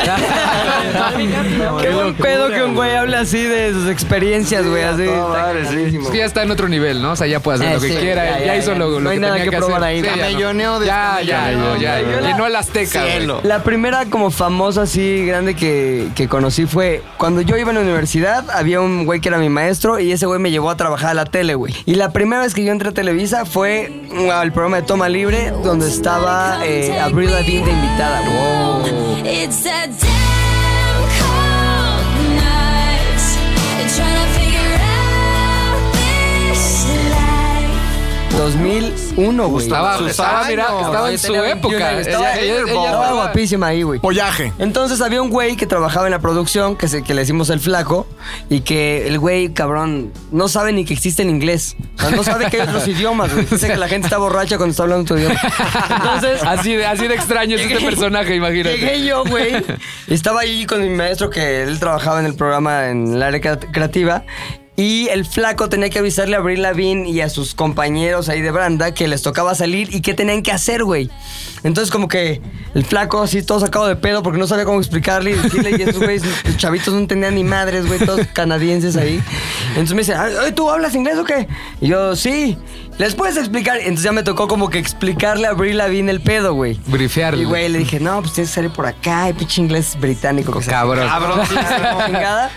[SPEAKER 2] Qué buen pedo que un güey hable así de sus experiencias, güey. Así.
[SPEAKER 9] Es que ya está en otro nivel, ¿no? O sea, ya puede hacer
[SPEAKER 2] Eh,
[SPEAKER 9] lo que
[SPEAKER 2] sí,
[SPEAKER 9] quiera.
[SPEAKER 2] ya,
[SPEAKER 9] Ya,
[SPEAKER 2] ya,
[SPEAKER 9] hizo
[SPEAKER 2] ya.
[SPEAKER 9] lo, lo
[SPEAKER 2] No hay
[SPEAKER 9] que
[SPEAKER 2] nada
[SPEAKER 9] tenía
[SPEAKER 2] que
[SPEAKER 9] que, hacer.
[SPEAKER 2] probar ahí.
[SPEAKER 9] ya no.
[SPEAKER 2] Camelloneo,
[SPEAKER 9] ya, ya,
[SPEAKER 2] descamelloneo.
[SPEAKER 9] ya, ya,
[SPEAKER 2] Yo la-
[SPEAKER 9] Llenó el Azteca, güey.
[SPEAKER 2] La primera como famosa así grande que, que conocí fue cuando yo iba a la universidad, había un güey que era mi maestro y ese güey me llevó a trabajar a la tele, güey. Y la primera vez que yo entré a Televisa fue mm, al programa de Toma Libre donde estaba eh, Abril Lavigne de invitada, güey.
[SPEAKER 4] It's a damn cold night. Trying to figure out this life.
[SPEAKER 2] 2001, güey.
[SPEAKER 9] Estaba-
[SPEAKER 2] Sus
[SPEAKER 9] estaba,
[SPEAKER 2] años.
[SPEAKER 9] mira, estaba en su
[SPEAKER 2] Tenía
[SPEAKER 9] época.
[SPEAKER 2] 21 años. Estaba,
[SPEAKER 9] Ella- ella- ella
[SPEAKER 2] estaba
[SPEAKER 9] estaba-
[SPEAKER 2] guapísima ahí, güey.
[SPEAKER 3] Pollaje.
[SPEAKER 2] Entonces había un güey que trabajaba en la producción, que, se, que le decimos el flaco, y que el güey, cabrón, no sabe ni que existe en inglés. O sea, no sabe que hay otros idiomas, güey. Dice que la gente está borracha cuando está hablando tu idioma. Entonces,
[SPEAKER 9] así, de, así de extraño es este
[SPEAKER 2] Llegué-
[SPEAKER 9] personaje, imagínate.
[SPEAKER 2] Llegué yo, güey. Estaba ahí con mi maestro que él trabajaba en el programa en el área crea- creativa. Y el flaco tenía que avisarle a Abril Lavigne y a sus compañeros ahí de Branda que les tocaba salir y qué tenían que hacer, güey. Entonces, como que el flaco así todo sacado de pedo porque no sabía cómo explicarle y decirle. Y estos güeyes, los chavitos no entendían ni madres, güey, todos canadienses ahí. Entonces me dice, "Ay, ¿tú hablas inglés o qué? Y yo, sí. ¿Les puedes explicar? Entonces ya me tocó como que explicarle a Abril Lavigne el pedo, güey.
[SPEAKER 9] Brifearle.
[SPEAKER 2] Y güey, le dije, no, pues tienes que salir por acá, y pinche inglés británico. que se-
[SPEAKER 9] Cabrón.
[SPEAKER 2] Cabrón, sí, no, chingada.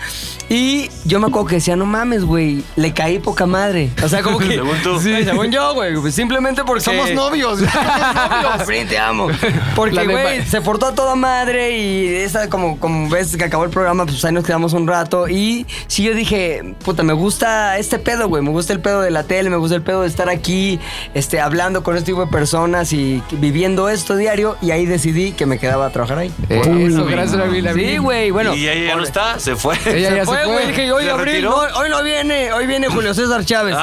[SPEAKER 2] Y yo me acuerdo que decía, no mames, güey, le caí poca madre. O sea, como que.
[SPEAKER 8] Según tú.
[SPEAKER 2] Sí, según yo, güey. pues, Simplemente porque.
[SPEAKER 6] Somos novios.
[SPEAKER 2] Abril, te amo. Porque,
[SPEAKER 6] La de-
[SPEAKER 2] güey, se portó a toda madre y esa, como, como ves que acabó el programa, pues ahí nos quedamos un rato. Y sí, yo dije, puta, me gusta este pedo, güey. Me gusta el pedo de la tele, me gusta el pedo de estar aquí, este, hablando con este tipo de personas y viviendo esto diario. Y ahí decidí que me quedaba a trabajar ahí.
[SPEAKER 9] eso, gracias a Abril Lavigne.
[SPEAKER 2] Sí, güey, bueno.
[SPEAKER 8] Y ella ya no está, se fue.
[SPEAKER 2] se fue, güey. Dije, hoy
[SPEAKER 8] ¿Se
[SPEAKER 2] Abril,
[SPEAKER 8] retiró?
[SPEAKER 2] no, hoy no viene, hoy viene Julio César Chávez.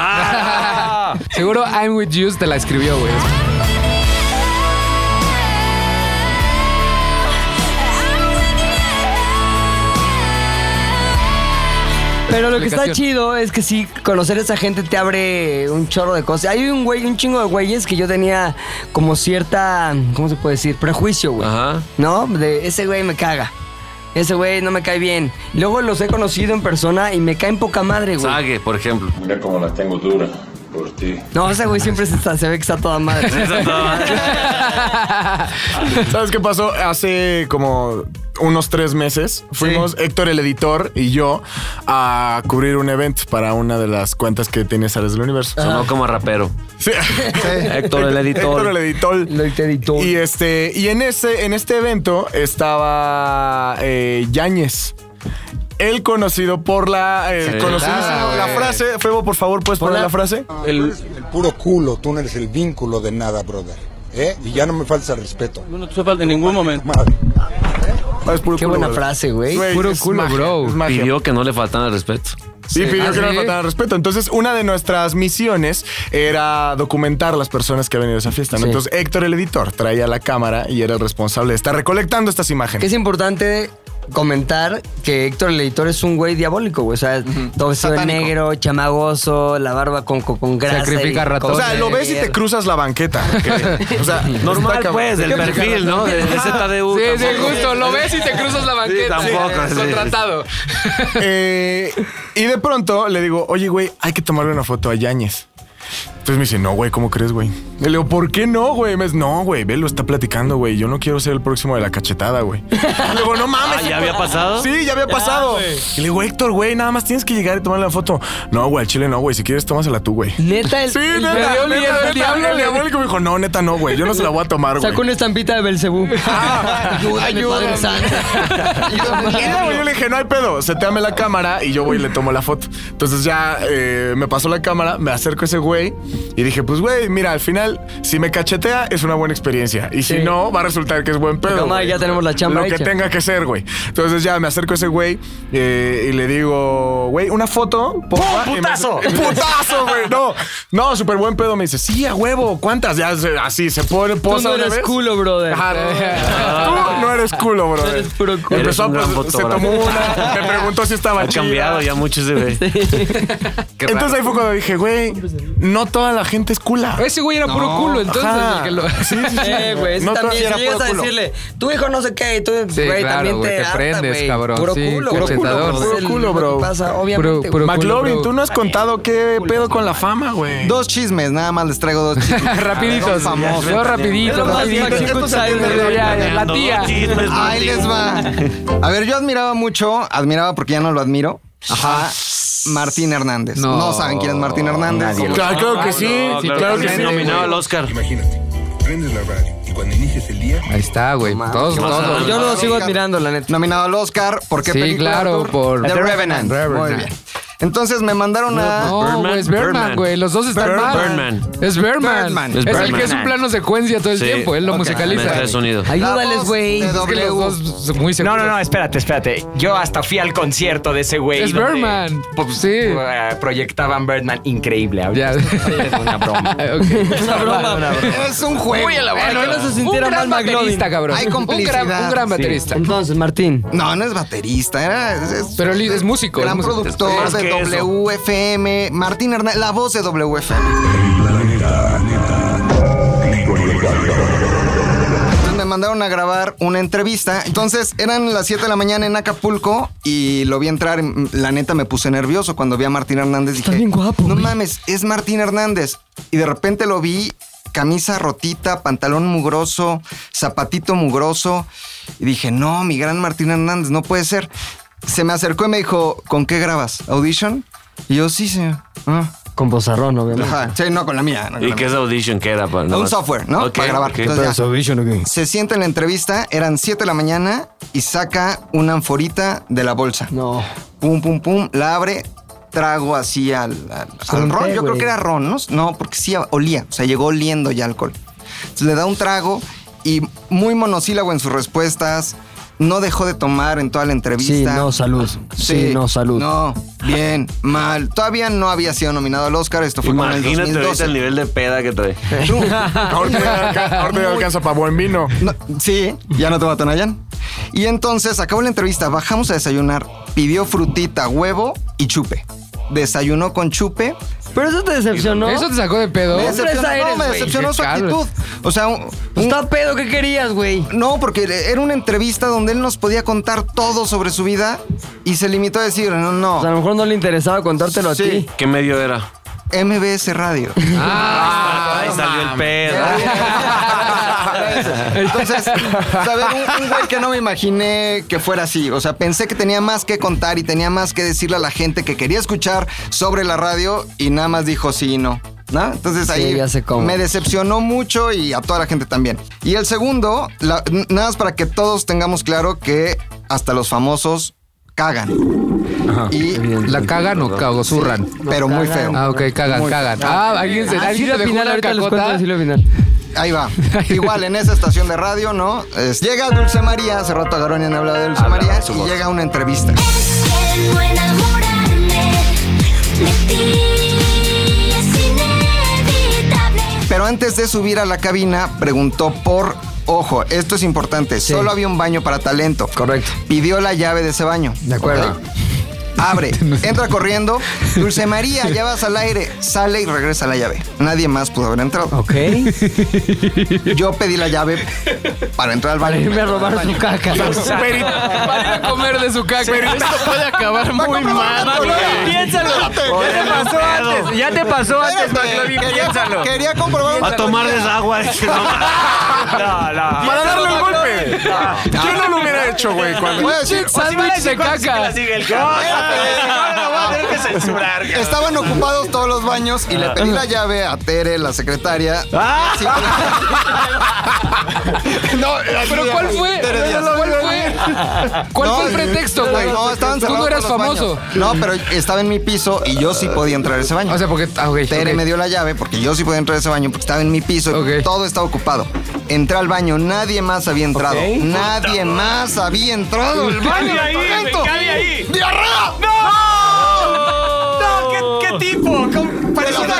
[SPEAKER 9] Seguro I'm with you te la escribió, güey.
[SPEAKER 2] Pero lo que está
[SPEAKER 9] Explicación.
[SPEAKER 2] chido es que sí, conocer a esa gente te abre un chorro de cosas. Hay un güey, un chingo de güeyes que yo tenía como cierta, ¿cómo se puede decir? Prejuicio, güey. ¿No? De ese güey me caga. Ese güey no me cae bien. Luego los he conocido en persona y me caen poca madre, güey.
[SPEAKER 8] Sague, por ejemplo.
[SPEAKER 18] Mira cómo la tengo dura por ti.
[SPEAKER 2] No, ese güey siempre se, está- se ve que está toda madre.
[SPEAKER 3] ¿Sabes qué pasó? Hace como unos tres meses fuimos Héctor el editor y yo a cubrir un evento para una de las cuentas que tiene Sales del Universo.
[SPEAKER 8] Sonó como rapero.
[SPEAKER 3] Sí.
[SPEAKER 8] Héctor el editor.
[SPEAKER 3] Héctor el editor. Y este, y en ese, en este evento estaba eh, Yáñez. Él conocido por la eh,
[SPEAKER 19] Sí.
[SPEAKER 3] conocidísimo,
[SPEAKER 19] Ah,
[SPEAKER 3] la
[SPEAKER 19] güey.
[SPEAKER 3] frase. Febo, por favor, puedes poner la frase.
[SPEAKER 19] El, el puro culo, tú no eres el vínculo de nada, brother. ¿Eh? Y ya no me falta el respeto. No, te falta en ningún momento.
[SPEAKER 2] Qué
[SPEAKER 3] Ah, culo,
[SPEAKER 2] buena
[SPEAKER 3] bro.
[SPEAKER 2] frase, güey.
[SPEAKER 3] Güey,
[SPEAKER 2] Puro
[SPEAKER 3] es
[SPEAKER 2] culo,
[SPEAKER 3] magia,
[SPEAKER 2] bro. Ah,
[SPEAKER 3] es magia.
[SPEAKER 8] Pidió que no le faltara el respeto.
[SPEAKER 3] Sí, pidió que no le faltara respeto. Entonces, una de nuestras misiones era documentar las personas que habían ido a esa fiesta. ¿no?
[SPEAKER 2] Sí.
[SPEAKER 3] Entonces, Héctor, el editor, traía la cámara y era el responsable de estar recolectando estas imágenes.
[SPEAKER 2] Que es importante comentar que Héctor el editor es un güey diabólico, güey. O sea, todo vestido de
[SPEAKER 3] Satánico.
[SPEAKER 2] negro, chamagoso, la barba con, con, con grasa. y con-
[SPEAKER 3] O sea, lo ves y te cruzas la banqueta. O sea,
[SPEAKER 8] Normal,
[SPEAKER 3] está
[SPEAKER 8] pues, del
[SPEAKER 3] cabrón.
[SPEAKER 8] perfil, ¿no? De, de ZDU.
[SPEAKER 9] Sí, sí,
[SPEAKER 8] tampoco.
[SPEAKER 9] justo. Lo ves y te cruzas la banqueta.
[SPEAKER 8] Sí, tampoco, sí.
[SPEAKER 9] Contratado.
[SPEAKER 3] Eh, y de pronto le digo, oye, güey, hay que tomarle una foto a Yáñez. Entonces me dice, no, güey, ¿cómo crees, güey? Y Le digo, ¿por qué no, güey? Me dice, no, güey, velo, está platicando, güey. Yo no quiero ser el próximo de la cachetada, güey. Luego, no mames.
[SPEAKER 8] Ah, ¿ya había pasado?
[SPEAKER 3] Sí, ya había
[SPEAKER 8] Ya,
[SPEAKER 3] pasado.
[SPEAKER 8] güey.
[SPEAKER 3] y le digo, Héctor, güey, nada más tienes que llegar y tomarle la foto. No, güey, al chile no, güey. Si quieres, tómasela tú, güey.
[SPEAKER 2] Neta, el,
[SPEAKER 3] Sí,
[SPEAKER 2] el-
[SPEAKER 3] neta,
[SPEAKER 2] me dio
[SPEAKER 3] neta,
[SPEAKER 2] miedo
[SPEAKER 3] neta,
[SPEAKER 2] el diablo.
[SPEAKER 3] el diabólico me dijo, no, neta, no, güey. Yo no se la voy a tomar, güey.
[SPEAKER 2] Sacó una estampita de Belcebú. Ayúdame, Padre
[SPEAKER 3] Ayúdame.
[SPEAKER 2] Santo.
[SPEAKER 3] No, güey, yo le dije, no hay pedo, seteame la cámara y yo voy y le tomo la foto. Entonces ya eh, me pasó la cámara, me acerco a ese güey y dije, pues güey, mira, al final, si me cachetea es una buena experiencia y si
[SPEAKER 2] Sí.
[SPEAKER 3] no, va a resultar que es buen pedo.
[SPEAKER 2] Poca madre,
[SPEAKER 3] güey.
[SPEAKER 2] ya tenemos la chamba
[SPEAKER 3] Lo que
[SPEAKER 2] hecha.
[SPEAKER 3] tenga que ser, güey. Entonces ya me acerco a ese güey eh, y le digo, güey, una foto. porfa".
[SPEAKER 13] ¡Pum,
[SPEAKER 3] Y me hace-
[SPEAKER 13] putazo!
[SPEAKER 3] ¡Oh, ¡Putazo, güey! No, no, súper buen pedo. Me dice, sí, a huevo, ¿cuántas? Ya se- así se pone posa
[SPEAKER 2] no
[SPEAKER 3] una
[SPEAKER 2] eres
[SPEAKER 3] vez.
[SPEAKER 2] culo, brother.
[SPEAKER 3] Ajá, Tú no eres culo, bro.
[SPEAKER 2] Eres puro culo.
[SPEAKER 3] Empezó,
[SPEAKER 8] Eres un
[SPEAKER 3] pues,
[SPEAKER 8] gran
[SPEAKER 3] se
[SPEAKER 8] fotógrafo.
[SPEAKER 3] tomó una, me preguntó si estaba
[SPEAKER 8] Ha
[SPEAKER 3] chida.
[SPEAKER 8] cambiado ya mucho ese güey. Qué raro.
[SPEAKER 3] Entonces ahí fue cuando dije, güey, no toda la gente es cula.
[SPEAKER 9] Ese güey era puro culo, entonces, el que lo-
[SPEAKER 3] Sí, sí, sí.
[SPEAKER 2] Eh, güey, ese
[SPEAKER 3] No toda-
[SPEAKER 2] también,
[SPEAKER 3] era
[SPEAKER 2] si llegas
[SPEAKER 3] puro
[SPEAKER 2] a
[SPEAKER 3] culo.
[SPEAKER 2] decirle, tu hijo no sé qué, y tú,
[SPEAKER 9] Sí,
[SPEAKER 2] güey,
[SPEAKER 9] claro,
[SPEAKER 2] también
[SPEAKER 9] güey,
[SPEAKER 2] te,
[SPEAKER 9] te
[SPEAKER 2] harta,
[SPEAKER 9] prendes,
[SPEAKER 2] güey.
[SPEAKER 9] cabrón,
[SPEAKER 2] Puro
[SPEAKER 9] sí,
[SPEAKER 2] culo,
[SPEAKER 9] puro
[SPEAKER 2] güey.
[SPEAKER 9] culo,
[SPEAKER 2] Es
[SPEAKER 9] puro
[SPEAKER 2] el-
[SPEAKER 3] culo,
[SPEAKER 2] lo que
[SPEAKER 3] bro.
[SPEAKER 2] pasa, obviamente, güey.
[SPEAKER 3] McLovin, tú no has contado qué pedo con la fama, güey.
[SPEAKER 6] Dos chismes, nada más les traigo dos chismes.
[SPEAKER 9] Rapiditos.
[SPEAKER 6] famosos.
[SPEAKER 9] Yo rapidito, rapidito. Ya, ya, La tía.
[SPEAKER 6] Ahí les va. A ver, yo admiraba mucho, admiraba porque ya no lo admiro. Ajá. Martín Hernández. No, saben quién es Martín Hernández.
[SPEAKER 3] Nadie lo Claro, sabe. claro que sí, sí, claro que sí. Nominado al
[SPEAKER 8] Oscar.
[SPEAKER 19] Imagínate, prendes la radio y cuando inicias el día...
[SPEAKER 9] Ahí está, güey. Todos, todos.
[SPEAKER 6] Yo lo sigo
[SPEAKER 2] admirando, la neta.
[SPEAKER 6] Nominado al Oscar, ¿por qué
[SPEAKER 9] Sí,
[SPEAKER 6] película,
[SPEAKER 9] claro,
[SPEAKER 6] Arthur?
[SPEAKER 9] por-
[SPEAKER 6] The
[SPEAKER 9] The
[SPEAKER 6] Revenant.
[SPEAKER 9] Revenant.
[SPEAKER 6] Muy bien. Entonces me mandaron a.
[SPEAKER 9] No, güey, es Birdman, güey. Los dos están
[SPEAKER 6] Birdman.
[SPEAKER 9] mal.
[SPEAKER 6] Birdman.
[SPEAKER 9] Es Birdman.
[SPEAKER 6] Birdman.
[SPEAKER 9] Es el
[SPEAKER 6] Birdman.
[SPEAKER 9] que es un plano secuencia todo el
[SPEAKER 8] Sí.
[SPEAKER 9] tiempo. Él lo
[SPEAKER 8] Ok. Mezcla
[SPEAKER 9] musicaliza.
[SPEAKER 8] de sonido.
[SPEAKER 2] Ayúdales, güey.
[SPEAKER 9] Es que los dos muy
[SPEAKER 12] No,
[SPEAKER 9] seguros.
[SPEAKER 12] no, no, espérate, espérate. Yo hasta fui al concierto de ese güey.
[SPEAKER 9] Es
[SPEAKER 12] donde,
[SPEAKER 9] Birdman.
[SPEAKER 12] pues, eh, Proyectaban Birdman increíble. Ahorita Es una broma.
[SPEAKER 9] Ok.
[SPEAKER 12] Una broma. Una broma.
[SPEAKER 6] Es un juego.
[SPEAKER 9] Muy elaborado.
[SPEAKER 6] Bueno,
[SPEAKER 9] no se sintiera
[SPEAKER 6] un gran
[SPEAKER 9] mal McLovin.
[SPEAKER 6] baterista, cabrón.
[SPEAKER 9] Hay
[SPEAKER 6] Hay complicidad.
[SPEAKER 9] complicidad. Sí.
[SPEAKER 2] Entonces, Martín.
[SPEAKER 6] No, no es baterista. Era, es, Pero
[SPEAKER 9] es músico.
[SPEAKER 6] Gran
[SPEAKER 9] es músico.
[SPEAKER 6] productor
[SPEAKER 9] Es
[SPEAKER 6] de
[SPEAKER 8] eso.
[SPEAKER 9] que
[SPEAKER 6] WFM, Martín Hernández, la voz de WFM. Entonces me mandaron a grabar una entrevista. Entonces eran las 7 de la mañana en Acapulco y lo vi entrar. La neta me puse nervioso cuando vi a Martín Hernández. Dije, no mames, es Martín Hernández. Y de repente lo vi, camisa rotita, pantalón mugroso, zapatito mugroso. Y dije, no, mi gran Martín Hernández, no puede ser. Se me acercó y me dijo, ¿con qué grabas? ¿Audition? Y yo, sí, señor. Ah.
[SPEAKER 2] Con bozarrón, obviamente.
[SPEAKER 6] Ajá. Sí, no con la mía. no con
[SPEAKER 8] ¿Y
[SPEAKER 6] la
[SPEAKER 8] qué es Audition? ¿Qué era? pues, Para,
[SPEAKER 6] un software, ¿no? Para grabar. Entonces, ya.
[SPEAKER 2] Audition,
[SPEAKER 6] Se sienta en la entrevista, eran 7 de la mañana y saca una anforita de la bolsa.
[SPEAKER 2] No.
[SPEAKER 6] Pum, pum, pum, la abre, trago así al, al- al
[SPEAKER 2] un
[SPEAKER 6] ron.
[SPEAKER 2] té,
[SPEAKER 6] Yo creo
[SPEAKER 2] güey.
[SPEAKER 6] que era ron, ¿no? No, porque sí olía, o sea, llegó oliendo ya alcohol. Entonces, le da un trago y muy monosílabo en sus respuestas. No dejó de tomar en toda la entrevista.
[SPEAKER 2] Sí, no, salud. Sí, no, salud.
[SPEAKER 6] No, bien, mal. Todavía no había sido nominado al Oscar. Esto fue como en el
[SPEAKER 8] Imagínate ahorita
[SPEAKER 6] 2012.
[SPEAKER 8] el nivel de peda que trae.
[SPEAKER 3] Ahorita ya alca- ahorita ya alcanza para buen vino.
[SPEAKER 6] No, sí, ya no toma Tonayán. Y entonces acabó la entrevista, bajamos a desayunar, pidió frutita, huevo y chupe. Desayunó con chupe.
[SPEAKER 2] Pero eso te decepcionó.
[SPEAKER 9] Eso te sacó de pedo.
[SPEAKER 6] Me
[SPEAKER 9] Hombre,
[SPEAKER 6] decepcionó,
[SPEAKER 9] esa eres,
[SPEAKER 6] no, me
[SPEAKER 9] güey.
[SPEAKER 6] decepcionó
[SPEAKER 9] Qué
[SPEAKER 6] su
[SPEAKER 9] caro.
[SPEAKER 6] actitud. O sea,
[SPEAKER 2] está pedo, ¿qué querías, güey?
[SPEAKER 6] No, porque era una entrevista donde él nos podía contar todo sobre su vida y se limitó a decir, no, no.
[SPEAKER 2] O sea, a lo mejor no le interesaba contártelo a ti.
[SPEAKER 6] Sí.
[SPEAKER 8] ¿Qué medio era?
[SPEAKER 6] MBS Radio. Ah,
[SPEAKER 8] Ahí salió el pedo.
[SPEAKER 6] Entonces, saber un, un güey que no me imaginé que fuera así. O sea, pensé que tenía más que contar y tenía más que decirle a la gente que quería escuchar sobre la radio y nada más dijo sí y no. ¿No? Entonces
[SPEAKER 2] Sí,
[SPEAKER 6] ahí
[SPEAKER 2] ya sé cómo.
[SPEAKER 6] me decepcionó mucho y a toda la gente también. Y el segundo, la- n- nada más para que todos tengamos claro que hasta los famosos cagan. y
[SPEAKER 9] ¿La cagan o cagozurran?
[SPEAKER 6] pero muy feo.
[SPEAKER 9] Ah, ok, cagan,
[SPEAKER 6] Muy-
[SPEAKER 9] cagan. Ah, alguien se
[SPEAKER 2] Ah, sí,
[SPEAKER 9] alguien
[SPEAKER 2] la
[SPEAKER 9] se dejó
[SPEAKER 2] final,
[SPEAKER 9] una
[SPEAKER 2] ahorita les cuento
[SPEAKER 9] cacota.
[SPEAKER 2] así la final.
[SPEAKER 6] Ahí va. Igual en esa estación de radio, ¿no? Es- llega Dulce María, hace rato Garonian hablaba de Dulce María, y llega una entrevista.
[SPEAKER 14] Quiero enamorarme de ti, es inevitable.
[SPEAKER 6] Pero antes de subir a la cabina, preguntó por. Ojo, esto es importante. Solo había un baño para talento.
[SPEAKER 2] Correcto.
[SPEAKER 6] Pidió la llave de ese baño. De
[SPEAKER 2] acuerdo.
[SPEAKER 6] Abre, entra corriendo. Dulce María, ya vas al aire. Sale y regresa la llave. Nadie más pudo haber entrado.
[SPEAKER 2] Ok.
[SPEAKER 6] Yo pedí la llave para entrar al baño. Para
[SPEAKER 2] irme a robar su caca.
[SPEAKER 9] Para ir a comer de su caca.
[SPEAKER 11] Pero esto puede acabar muy mal.
[SPEAKER 6] Piénsalo.
[SPEAKER 8] Ya te pasó antes, ya te pasó antes,
[SPEAKER 6] Espérate,
[SPEAKER 8] McLovin,
[SPEAKER 6] quería-
[SPEAKER 8] piénsalo.
[SPEAKER 6] Quería comprobar.
[SPEAKER 8] Va a tomar desagua. dice, no, No, no.
[SPEAKER 3] Para darle un golpe.
[SPEAKER 4] Ah,
[SPEAKER 3] Yo no lo hubiera hecho, güey. Cuando...
[SPEAKER 6] Voy a decir,
[SPEAKER 9] Sándwich de caca.
[SPEAKER 6] Estaban ocupados todos los baños y le pedí la llave a Tere, la secretaria.
[SPEAKER 9] Ah.
[SPEAKER 6] Sí. no,
[SPEAKER 9] Pero ¿cuál fue?
[SPEAKER 6] Tere Díaz.
[SPEAKER 9] ¿Cuál fue? ¿Cuál
[SPEAKER 6] No,
[SPEAKER 9] fue el pretexto, güey?
[SPEAKER 6] No, estaban
[SPEAKER 9] Tú
[SPEAKER 6] cerrados
[SPEAKER 9] no eras
[SPEAKER 6] todos los
[SPEAKER 9] famoso.
[SPEAKER 6] baños. No, pero estaba en mi piso y yo sí podía entrar a ese baño.
[SPEAKER 9] O sea, porque. Ah, ok,
[SPEAKER 6] Tere
[SPEAKER 9] ok.
[SPEAKER 6] me dio la llave porque yo sí podía entrar a ese baño porque estaba en mi piso.
[SPEAKER 9] Ok.
[SPEAKER 6] Todo estaba ocupado. Entré al baño, nadie más había entrado. Nadie más había entrado al baño.
[SPEAKER 14] Cabe ahí, güey,
[SPEAKER 6] correcto.
[SPEAKER 14] cabe ahí.
[SPEAKER 6] ¡Diarrea!
[SPEAKER 14] No, ¿qué, qué tipo? ¿Cómo? Parece una...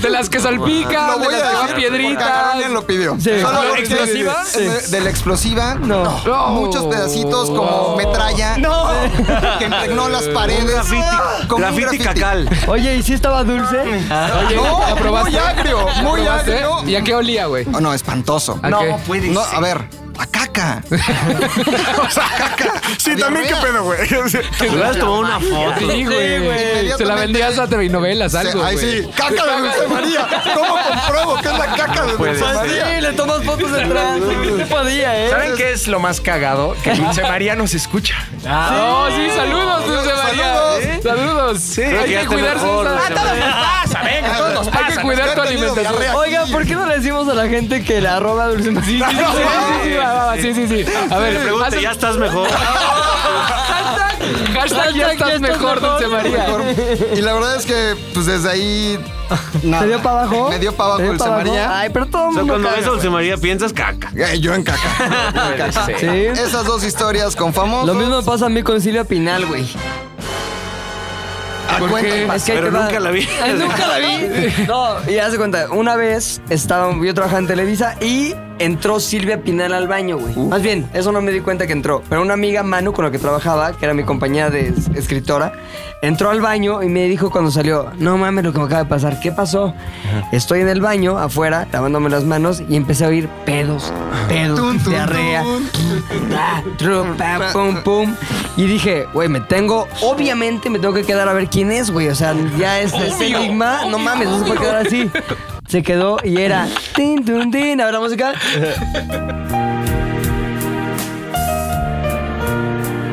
[SPEAKER 9] De las que salpican,
[SPEAKER 6] Lo
[SPEAKER 9] de
[SPEAKER 6] voy
[SPEAKER 9] las que
[SPEAKER 6] a
[SPEAKER 9] van
[SPEAKER 6] decir porque Carolina
[SPEAKER 9] piedritas.
[SPEAKER 6] lo pidió.
[SPEAKER 2] Sí.
[SPEAKER 6] Solo
[SPEAKER 2] ¿La
[SPEAKER 6] porque-
[SPEAKER 2] explosiva?
[SPEAKER 6] Sí. De, de la explosiva, no.
[SPEAKER 9] No.
[SPEAKER 6] Muchos pedacitos como metralla. Oh. No. Que impregnó las paredes. Ah, Como un
[SPEAKER 8] Graffiti
[SPEAKER 6] graffiti.
[SPEAKER 8] cacal.
[SPEAKER 2] Oye, ¿y si estaba dulce?
[SPEAKER 9] Oye,
[SPEAKER 6] No,
[SPEAKER 9] ¿la probaste?
[SPEAKER 6] muy agrio,
[SPEAKER 9] ¿La
[SPEAKER 6] muy
[SPEAKER 9] probaste?
[SPEAKER 6] agrio.
[SPEAKER 9] ¿Y a qué olía, güey?
[SPEAKER 6] Oh, no, espantoso.
[SPEAKER 9] ¿A qué?
[SPEAKER 6] puede no, A ver, a caca.
[SPEAKER 3] O sea, caca. Sí, también qué pedo, güey.
[SPEAKER 8] Te hubieras tomado una foto.
[SPEAKER 9] Sí, güey.
[SPEAKER 6] inmediatamente-
[SPEAKER 9] Se la vendías a telenovelas, algo,
[SPEAKER 6] Ahí
[SPEAKER 9] güey.
[SPEAKER 6] sí, caca de Dulce María. ¿Cómo compruebo que es la caca de Dulce María?
[SPEAKER 2] Sí, le tomas fotos detrás. ¿Qué podía, eh?
[SPEAKER 10] ¿Saben qué es lo más cagado? Que Dulce María nos escucha.
[SPEAKER 9] No, Ah, oh, sí, saludos, Dulce María. ¿Eh? Saludos.
[SPEAKER 8] Creo que
[SPEAKER 9] Hay
[SPEAKER 8] ya
[SPEAKER 9] que
[SPEAKER 8] está
[SPEAKER 9] cuidarse.
[SPEAKER 8] mejor,
[SPEAKER 9] esa-
[SPEAKER 8] Dulce María.
[SPEAKER 10] pasa, venga, a todos nos
[SPEAKER 9] Hay que cuidar tu
[SPEAKER 6] He tenido
[SPEAKER 9] alimentación.
[SPEAKER 6] diarrea
[SPEAKER 2] Oiga,
[SPEAKER 6] aquí.
[SPEAKER 2] ¿por qué no le decimos a la gente que la arroba dulce María? Sí, sí, sí, sí, sí, va, va, va, sí, sí, sí.
[SPEAKER 9] A ver,
[SPEAKER 8] Le pregunto,
[SPEAKER 9] haz-
[SPEAKER 8] ¿ya estás mejor?
[SPEAKER 9] hashtag, hashtag ya estás mejor, Dulce María.
[SPEAKER 6] Y la verdad es que, pues desde ahí. Nada.
[SPEAKER 2] ¿Te dio para abajo?
[SPEAKER 6] Me dio para
[SPEAKER 2] ¿Te
[SPEAKER 6] abajo
[SPEAKER 2] dio
[SPEAKER 6] Dulce
[SPEAKER 2] para abajo?
[SPEAKER 6] María.
[SPEAKER 2] Ay, pero todo
[SPEAKER 8] O
[SPEAKER 2] el
[SPEAKER 8] sea,
[SPEAKER 2] mundo
[SPEAKER 8] cuando
[SPEAKER 2] caga,
[SPEAKER 8] ves a Dulce María piensas caca.
[SPEAKER 6] Eh, Yo en caca. Yo en caca.
[SPEAKER 2] güey. Sí.
[SPEAKER 6] Esas dos historias con famosos.
[SPEAKER 2] Lo mismo me pasa a mí con Silvia Pinal, güey. A
[SPEAKER 8] ¿Por
[SPEAKER 2] cuenta
[SPEAKER 8] qué?
[SPEAKER 2] y pasa.
[SPEAKER 8] Ah, Pero
[SPEAKER 2] ahí te va.
[SPEAKER 8] nunca la vi.
[SPEAKER 2] Ay, nunca la vi. No, y haz de cuenta, una vez estaba, yo trabajaba en Televisa y entró Silvia Pinal al baño, güey.
[SPEAKER 8] Uh.
[SPEAKER 2] Más bien, eso no me di cuenta que entró. Pero una amiga, Manu, con la que trabajaba, que era mi compañera de es- escritora, entró al baño y me dijo cuando salió, no mames lo que me acaba de pasar, ¿qué pasó? Estoy en el baño, afuera, lavándome las manos y empecé a oír pedos, pedos, diarrea, ta, tru, pa, pum, pum. Y dije, güey, me tengo, obviamente me tengo que quedar a ver quién es, güey. O sea, ya es ese
[SPEAKER 14] Obvio,
[SPEAKER 2] enigma, no mames, no se puede quedar así. Se quedó y era, tin, tin, tin, ahora música.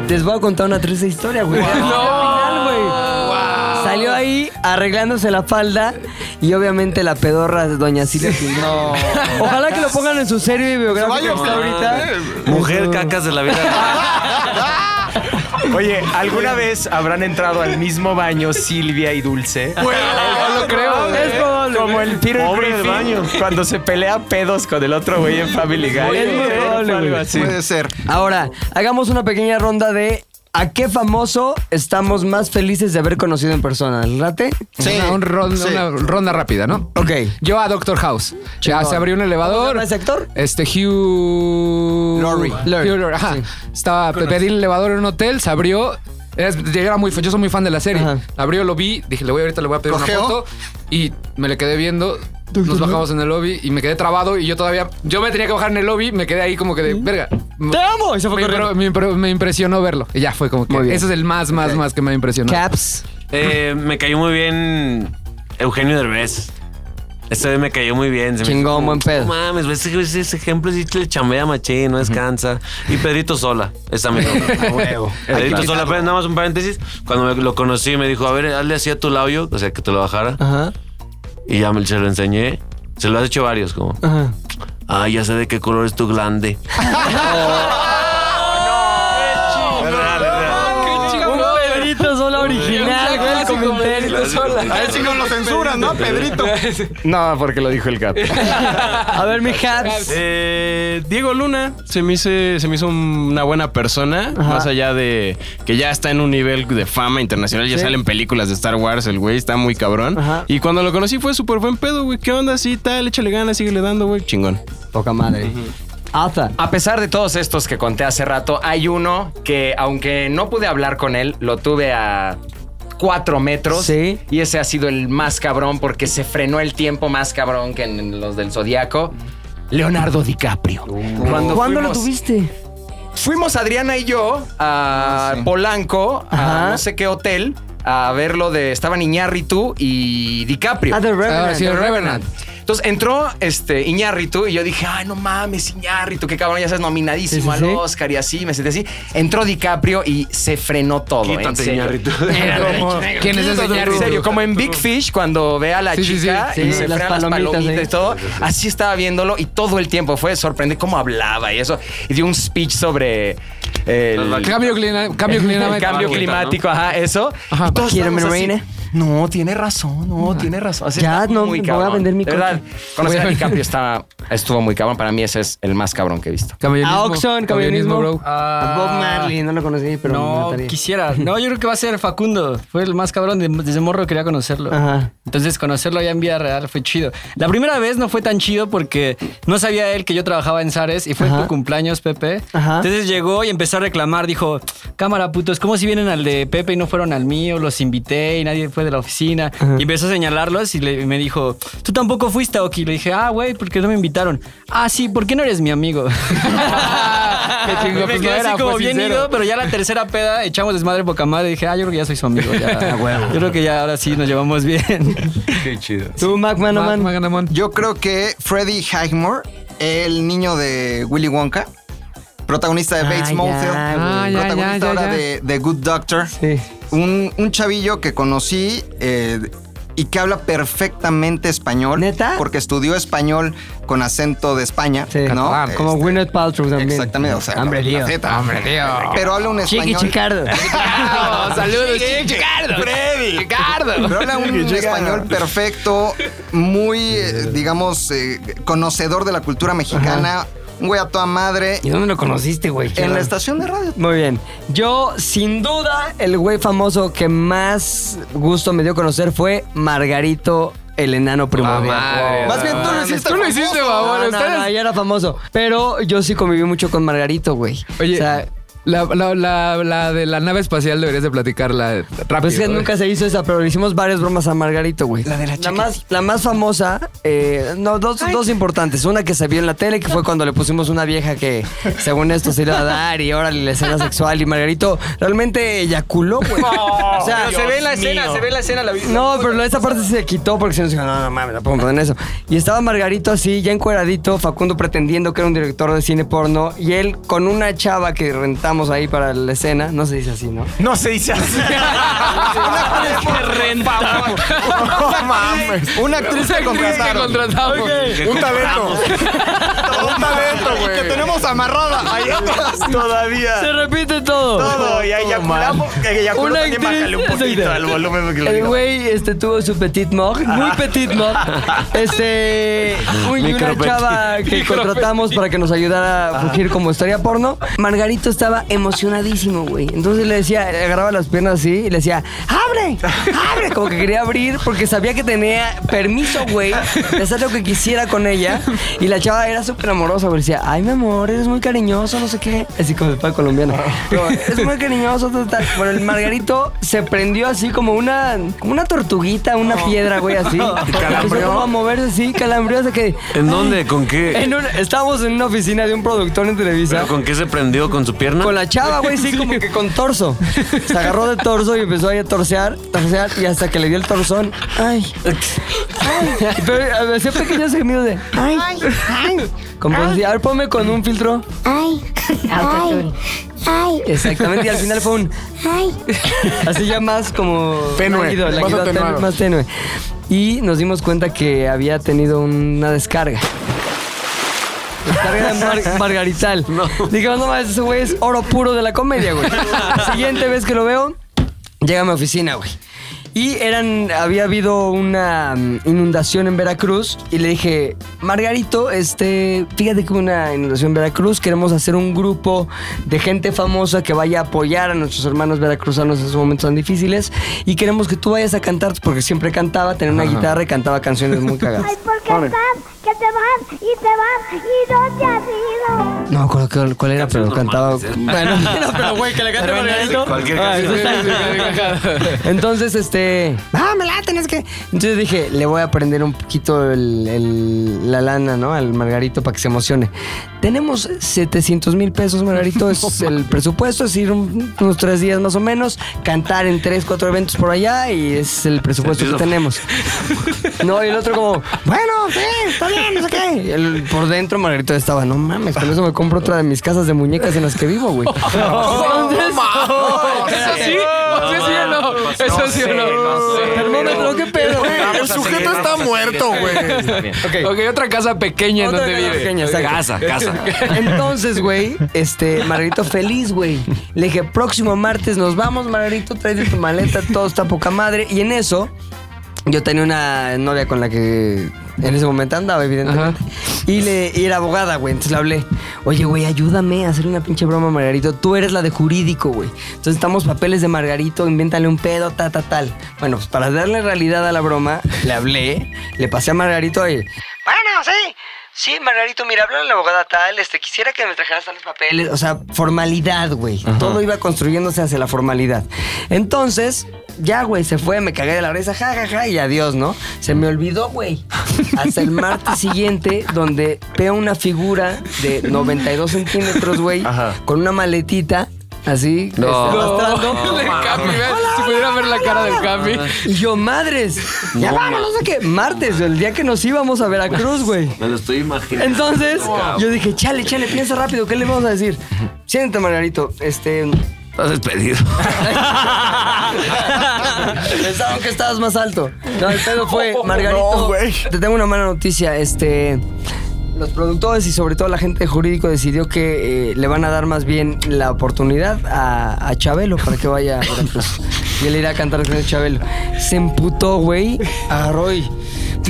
[SPEAKER 2] Les voy a contar una triste historia, güey.
[SPEAKER 14] No,
[SPEAKER 2] Salió ahí arreglándose la falda y obviamente la pedorra de Doña Silvia. No. Ojalá que lo pongan en su serie biográfica que está ahorita.
[SPEAKER 8] Mujer cacas de la vida.
[SPEAKER 10] Oye, ¿alguna vez habrán entrado al mismo baño Silvia y Dulce?
[SPEAKER 12] No lo creo.
[SPEAKER 10] Es probable. Como el Peter
[SPEAKER 12] Pobre del
[SPEAKER 10] Griffin
[SPEAKER 12] baño.
[SPEAKER 10] cuando se pelea pedos con el otro güey en Family Guy.
[SPEAKER 2] Es muy probable,
[SPEAKER 10] Algo
[SPEAKER 2] güey.
[SPEAKER 10] así.
[SPEAKER 2] Ahora, hagamos una pequeña ronda de ¿a qué famoso estamos más felices de haber conocido en persona? ¿El rate?
[SPEAKER 9] Una, un ron- una ronda rápida, ¿no?
[SPEAKER 2] Ok.
[SPEAKER 9] Yo a Doctor House. Ya
[SPEAKER 2] Chingón.
[SPEAKER 9] se abrió un elevador.
[SPEAKER 2] ¿Ese actor?
[SPEAKER 9] Este Hugh
[SPEAKER 2] Laurie.
[SPEAKER 9] Hugh Laurie, ajá. Estaba pedí el elevador en un hotel, se abrió. Es- yo, era muy, fan- yo soy muy fan de la serie. Abrió, lo vi, dije, le voy ahorita le voy a pedir
[SPEAKER 6] ¿Cojeó?
[SPEAKER 9] una foto y me le quedé viendo. Nos bajamos en el lobby y me quedé trabado y yo todavía yo me tenía que bajar en el lobby, me quedé ahí como que de verga. Te
[SPEAKER 2] amo,
[SPEAKER 9] me, impre- me impre- me impresionó verlo. Y ya fue como que
[SPEAKER 8] Muy bien.
[SPEAKER 9] ese es el más más más que me impresionó.
[SPEAKER 2] Caps.
[SPEAKER 8] Eh, me cayó muy bien Eugenio Derbez. Este güey me cayó muy bien. se me hizo
[SPEAKER 2] Chingón,
[SPEAKER 8] como,
[SPEAKER 2] buen pedo.
[SPEAKER 8] No mames, güey, ese, ese- ese ejemplo sí le chambea machín, no descansa. Y Pedrito Sola, es amigo. Pedrito
[SPEAKER 14] Claro.
[SPEAKER 8] Sola, pero nada más un paréntesis. Cuando me lo conocí me dijo, a ver, hazle así a tu labio, o sea, que te lo bajara.
[SPEAKER 2] Ajá.
[SPEAKER 8] Y ya me, se lo enseñé. Se lo has hecho varios, como,
[SPEAKER 2] Ajá.
[SPEAKER 8] ah, ya sé de qué color es tu glande.
[SPEAKER 2] Un Pedrito Sola original, güey, el comentario.
[SPEAKER 14] A ver si no lo censuran, ¿no, Pedrito?
[SPEAKER 12] No, porque lo dijo el Cap.
[SPEAKER 2] A ver, mi Haps.
[SPEAKER 11] Eh, Diego Luna se me, hice- se me hizo una buena persona, más allá de que ya está en un nivel de fama internacional, ya
[SPEAKER 12] Sí.
[SPEAKER 11] salen películas de Star Wars, el güey está muy cabrón. Y cuando lo conocí fue súper buen pedo, güey, ¿qué onda? Sí, tal, échale ganas, síguele dando, güey, chingón.
[SPEAKER 2] Poca madre.
[SPEAKER 12] A pesar de todos estos que conté hace rato, hay uno que, aunque no pude hablar con él, lo tuve a cuatro metros.
[SPEAKER 2] Sí.
[SPEAKER 12] Y ese ha sido el más cabrón porque se frenó el tiempo más cabrón que en los del Zodíaco. Leonardo DiCaprio. Cuando
[SPEAKER 2] ¿Cuándo lo
[SPEAKER 12] fuimos-
[SPEAKER 2] tuviste? Ah,
[SPEAKER 12] Fuimos Adriana y yo a Polanco, a no sé qué hotel, a ver lo de. Estaban Iñárritu y DiCaprio.
[SPEAKER 2] Ah, The Revenant.
[SPEAKER 12] Ah, sí,
[SPEAKER 2] The
[SPEAKER 12] The Revenant.
[SPEAKER 2] Revenant.
[SPEAKER 12] Entonces entró este, Iñárritu y yo dije, ay, no mames, Iñárritu, qué cabrón, ya sabes, nominadísimo
[SPEAKER 2] Sí, sí,
[SPEAKER 12] al
[SPEAKER 2] sí.
[SPEAKER 12] Oscar y así, me sentí así. Entró DiCaprio y se frenó todo. en
[SPEAKER 8] Quítate,
[SPEAKER 12] serio.
[SPEAKER 8] Iñárritu.
[SPEAKER 12] Era como-
[SPEAKER 9] ¿Quién es ese
[SPEAKER 12] Quítate,
[SPEAKER 9] Iñárritu?
[SPEAKER 12] En serio, como en Big Fish, cuando ve a la
[SPEAKER 9] Sí, sí,
[SPEAKER 12] chica
[SPEAKER 9] sí.
[SPEAKER 12] y
[SPEAKER 9] Sí,
[SPEAKER 12] se
[SPEAKER 9] las
[SPEAKER 12] frenan las
[SPEAKER 9] palomitas,
[SPEAKER 12] palomitas
[SPEAKER 9] sí.
[SPEAKER 12] y todo. Así estaba viéndolo y todo el tiempo fue sorprendente cómo hablaba y eso. Y dio un speech sobre el
[SPEAKER 9] Cambio, clina- cambio climático.
[SPEAKER 12] El cambio climático, ajá, eso. Y todos
[SPEAKER 2] Quiero mi
[SPEAKER 12] estábamos así,
[SPEAKER 2] reina.
[SPEAKER 12] No, tiene razón, no, tiene razón. Así
[SPEAKER 2] Ya,
[SPEAKER 12] está
[SPEAKER 2] no,
[SPEAKER 12] muy
[SPEAKER 2] voy
[SPEAKER 12] cabrón.
[SPEAKER 2] a vender mi
[SPEAKER 12] De
[SPEAKER 2] coche.
[SPEAKER 12] verdad, conocer a
[SPEAKER 2] Voy a-
[SPEAKER 12] DiCaprio está, estuvo muy cabrón. Para mí ese es el más cabrón que he visto.
[SPEAKER 2] A Oxxon, camionismo.
[SPEAKER 5] Camionismo, bro.
[SPEAKER 2] A Ah, Bob Marley, no lo conocí, pero me
[SPEAKER 5] No,
[SPEAKER 2] encantaría.
[SPEAKER 5] quisiera. No, yo creo que va a ser Facundo. Fue el más cabrón. de- desde morro quería conocerlo.
[SPEAKER 2] Ajá.
[SPEAKER 5] Entonces, conocerlo ya en vida real fue chido. La primera vez no fue tan chido porque no sabía él que yo trabajaba en Zares y fue
[SPEAKER 2] Ajá.
[SPEAKER 5] tu cumpleaños, Pepe.
[SPEAKER 2] Ajá.
[SPEAKER 5] Entonces llegó y empezó a reclamar. Dijo, cámara, putos, ¿cómo si vienen al de Pepe y no fueron al mío? Los invité y nadie fue de la oficina. Y empezó a señalarlos y, le- y me dijo, ¿tú tampoco fuiste, Oki? Le dije, ah, güey, porque no me invitaron. Ah, sí, ¿por qué no eres mi amigo?
[SPEAKER 9] chingó,
[SPEAKER 5] Ah, me
[SPEAKER 9] pues
[SPEAKER 5] quedé
[SPEAKER 9] no
[SPEAKER 5] así
[SPEAKER 9] era,
[SPEAKER 5] como
[SPEAKER 9] fue
[SPEAKER 5] bien
[SPEAKER 9] sincero.
[SPEAKER 5] ido, pero ya la tercera peda echamos desmadre poca madre. Dije, ah, yo creo que ya soy su amigo. ya.
[SPEAKER 9] Ah,
[SPEAKER 6] A huevo.
[SPEAKER 5] Yo creo que ya ahora sí nos llevamos bien.
[SPEAKER 6] Qué chido.
[SPEAKER 2] Tú, Mac Manaman.
[SPEAKER 6] Yo creo que Freddy Highmore, el niño de Willy Wonka, protagonista de
[SPEAKER 2] Ah,
[SPEAKER 6] Bates
[SPEAKER 2] ya,
[SPEAKER 6] Motel,
[SPEAKER 2] güey. Ah, ya,
[SPEAKER 6] protagonista
[SPEAKER 2] ya, ya,
[SPEAKER 6] ahora
[SPEAKER 2] ya.
[SPEAKER 6] De, de Good Doctor. Un, un chavillo que conocí eh, y que habla perfectamente español. ¿Neta? Porque estudió español con acento de España, ¿no?
[SPEAKER 2] Ah, como
[SPEAKER 6] Este,
[SPEAKER 2] Gwyneth Paltrow también.
[SPEAKER 6] Exactamente, o sea,
[SPEAKER 2] Hambre
[SPEAKER 6] la
[SPEAKER 2] lío.
[SPEAKER 6] neta.
[SPEAKER 2] Hambre lío.
[SPEAKER 6] Pero habla un
[SPEAKER 2] Chiqui
[SPEAKER 6] español.
[SPEAKER 2] Chicardo.
[SPEAKER 9] Saludos, Chicardo.
[SPEAKER 6] Freddy.
[SPEAKER 9] Chicardo.
[SPEAKER 6] Pero habla un
[SPEAKER 9] Chicardo.
[SPEAKER 6] español perfecto, muy, eh, digamos, eh, conocedor de la cultura mexicana. Un güey a toda madre.
[SPEAKER 2] ¿Y dónde lo conociste, güey?
[SPEAKER 6] En la estación de radio.
[SPEAKER 2] Muy bien. Yo, sin duda, el güey famoso que más gusto me dio conocer fue Margarito. El enano primordial.
[SPEAKER 6] madre, Más bien, tú lo
[SPEAKER 2] mames,
[SPEAKER 6] hiciste
[SPEAKER 2] Tú lo
[SPEAKER 6] famoso.
[SPEAKER 2] hiciste, babón.
[SPEAKER 6] No, no,
[SPEAKER 2] ustedes-
[SPEAKER 6] no,
[SPEAKER 2] ya era famoso. Pero yo sí conviví mucho con Margarito, güey.
[SPEAKER 9] Oye, la, la- la- la de la nave espacial deberías de platicarla rápido. ¿eh?
[SPEAKER 2] Pues que nunca se hizo esa, pero le hicimos varias bromas a Margarito, güey. La de la más, La más famosa, eh, no, dos, dos importantes. Una que se vio en la tele, que fue cuando le pusimos una vieja que, según esto, se iba a dar y ahora la escena sexual. Y Margarito realmente eyaculó, güey. o sea,
[SPEAKER 17] pero se ve la escena, se ve la escena. La vi-
[SPEAKER 2] No, pero esa parte sí se quitó porque se nos dijo, no, no mames, no podemos poner eso. Y estaba Margarito así, ya encueradito, Facundo pretendiendo que era un director de cine porno, y él con una chava que rentamos ahí para la escena, no se dice así, ¿no?
[SPEAKER 7] No se dice así.
[SPEAKER 2] rentamos.
[SPEAKER 3] No mames.
[SPEAKER 6] Una actriz que contrataron.
[SPEAKER 3] Ok. Un talento. Un talento, güey.
[SPEAKER 6] Que tenemos amarrada ahí atrás.
[SPEAKER 7] Todavía.
[SPEAKER 2] Se repite todo.
[SPEAKER 7] Todo, y ahí ya curamos. Que ya
[SPEAKER 2] Una
[SPEAKER 7] también
[SPEAKER 2] actriz-
[SPEAKER 7] bájale un poquito
[SPEAKER 2] Exacto.
[SPEAKER 7] al volumen. porque lo
[SPEAKER 2] El
[SPEAKER 7] digo.
[SPEAKER 2] güey este, tuvo su petit mog, muy petit mog. Este, un- y una
[SPEAKER 7] Micropetit.
[SPEAKER 2] chava que
[SPEAKER 7] Micropetit.
[SPEAKER 2] contratamos para que nos ayudara a fugir como historia porno. Margarito estaba emocionadísimo, güey. Entonces le decía, le agarraba las piernas así y le decía, ¡abre! ¡abre! Como que quería abrir porque sabía que tenía permiso, güey, de hacer lo que quisiera con ella. Y la chava era súper amorosa, güey. Decía, ¡ay, mi amor, eres muy cariñoso, no sé qué! Así como el padre colombiano.
[SPEAKER 9] Ah.
[SPEAKER 2] Pero, es muy cariñoso, tal, tal. Bueno, el Margarito se prendió así como una, como una tortuguita, una piedra, güey, así. Empezó como a moverse así, calambrió hasta que...
[SPEAKER 8] ¿En dónde? ¿Con qué?
[SPEAKER 2] En un- estábamos en una oficina de un productor en Televisa.
[SPEAKER 8] ¿Pero con qué se prendió? ¿Con su pierna?
[SPEAKER 2] Con la chava, güey, sí, como que con torso. Se agarró de torso y empezó ahí a torcear, torcear, y hasta que le dio el torzón. Ay. Ay. Pero a ver, hacía pequeños gemidos de. Ay. Ay. Como si, a ver, ponme con un filtro. Ay.
[SPEAKER 14] Autotune.
[SPEAKER 2] Ay. Exactamente, y al final fue un. Ay. Así ya más como.
[SPEAKER 3] Tenue,
[SPEAKER 2] láguido,
[SPEAKER 3] más
[SPEAKER 2] láguido,
[SPEAKER 3] atenuado.
[SPEAKER 2] tenue, más tenue. Y nos dimos cuenta que había tenido una descarga. Descarga mar- margarital. Dijimos, no mames, ese güey es oro puro de la comedia, güey. Siguiente vez que lo veo, llega a mi oficina, güey. Y eran, había habido una mm, inundación en Veracruz y le dije, Margarito, este, fíjate que hubo una inundación en Veracruz, queremos hacer un grupo de gente famosa que vaya a apoyar a nuestros hermanos veracruzanos en esos momentos tan difíciles y queremos que tú vayas a cantar, porque siempre cantaba, tenía una
[SPEAKER 14] Ajá.
[SPEAKER 2] guitarra y cantaba canciones muy cagadas.
[SPEAKER 14] Ay, porque
[SPEAKER 2] Órale.
[SPEAKER 14] estás, que te vas y te vas y no te has ido.
[SPEAKER 2] No me acuerdo cuál, cuál era, pero cantaba. Bueno,
[SPEAKER 14] No, pero, güey, que le cante Margarito.
[SPEAKER 9] Ah,
[SPEAKER 2] Cualquier canción. Entonces, este. Ah, me laten, es que. Entonces dije, le voy a prender un poquito el- el- la lana, ¿no? Al Margarito para que se emocione. Tenemos 700 mil pesos, Margarito. Es el presupuesto, es ir un- unos tres días más o menos, cantar en tres, cuatro eventos por allá y es el presupuesto que tenemos. No, y el otro como, bueno, sí, está bien, no sé qué. Y el- por dentro Margarito estaba, no mames, con eso me compro otra de mis casas de muñecas en las que vivo, güey. Entonces-
[SPEAKER 14] Eso sí, eso sí o no. Eso sí o no.
[SPEAKER 2] Termómetro, qué pedo.
[SPEAKER 14] El sujeto está muerto, güey.
[SPEAKER 9] Ok, otra casa pequeña en donde vive.
[SPEAKER 2] Pequeña, exacto. Este,
[SPEAKER 9] Casa, casa.
[SPEAKER 2] Entonces, güey, este, Margarito feliz, güey. Le dije, próximo martes nos vamos, Margarito, tráete tu maleta, todo está poca madre. Y en eso, yo tenía una novia con la que en ese momento andaba, evidentemente. Y, le, y era abogada, güey. Entonces le hablé, oye, güey, ayúdame a hacer una pinche broma, Margarito. Tú eres la de jurídico, güey. Entonces estamos papeles de Margarito, invéntale un pedo, ta, ta, tal. Bueno, pues para darle realidad a la broma, le hablé, le pasé a Margarito, oye, Bueno, sí. Sí, Margarito, mira, habla la abogada tal, este, quisiera que me trajeras los papeles. O sea, formalidad, güey. Todo iba construyéndose hacia la formalidad. Entonces, ya, güey, se fue, me cagué de la risa, ja, ja, ja, y adiós, ¿no? Se me olvidó, güey. Hasta el martes siguiente, donde veo una figura de 92 centímetros, güey, con una maletita. Así,
[SPEAKER 9] No.
[SPEAKER 2] este, arrastrando.
[SPEAKER 9] No, El Capi, ve, si pudiera ver la cara del Capi.
[SPEAKER 2] Y yo, madres, ya
[SPEAKER 9] No, Pues,
[SPEAKER 2] vámonos, no sé qué. Martes, el día que nos íbamos a Veracruz, Ah, güey.
[SPEAKER 8] Me lo estoy imaginando.
[SPEAKER 2] Entonces, yo dije, chale, chale, piensa rápido, ¿qué le vamos a decir? Siéntate, Margarito, este...
[SPEAKER 8] Estás despedido.
[SPEAKER 2] Pensaron que estabas más alto. No, el pedo fue, Margarito, te tengo una mala noticia, este... Los productores y sobre todo la gente de jurídico decidió que eh, le van a dar más bien la oportunidad a, a Chabelo para que vaya a Veracruz. Y él irá a cantar con Chabelo. Se emputó, güey, agarró y...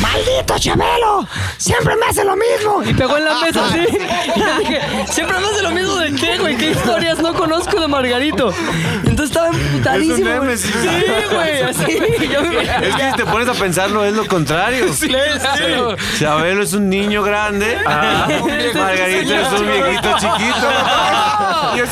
[SPEAKER 4] ¡Maldito Chabelo! ¡Siempre me hace lo mismo! Y pegó en la mesa así. Yo dije, Siempre me hace lo mismo de qué, güey. ¿Qué historias no conozco de Margarito? Entonces estaba
[SPEAKER 8] Es un
[SPEAKER 4] emputadísimo. güey.
[SPEAKER 8] némesis.
[SPEAKER 4] Sí, güey. así. Yo me-
[SPEAKER 8] Es que si te pones a pensarlo es lo contrario.
[SPEAKER 4] Sí, claro.
[SPEAKER 8] Chabelo es un niño grande.
[SPEAKER 2] Ah.
[SPEAKER 8] Margarita es un viejito chiquito. Y es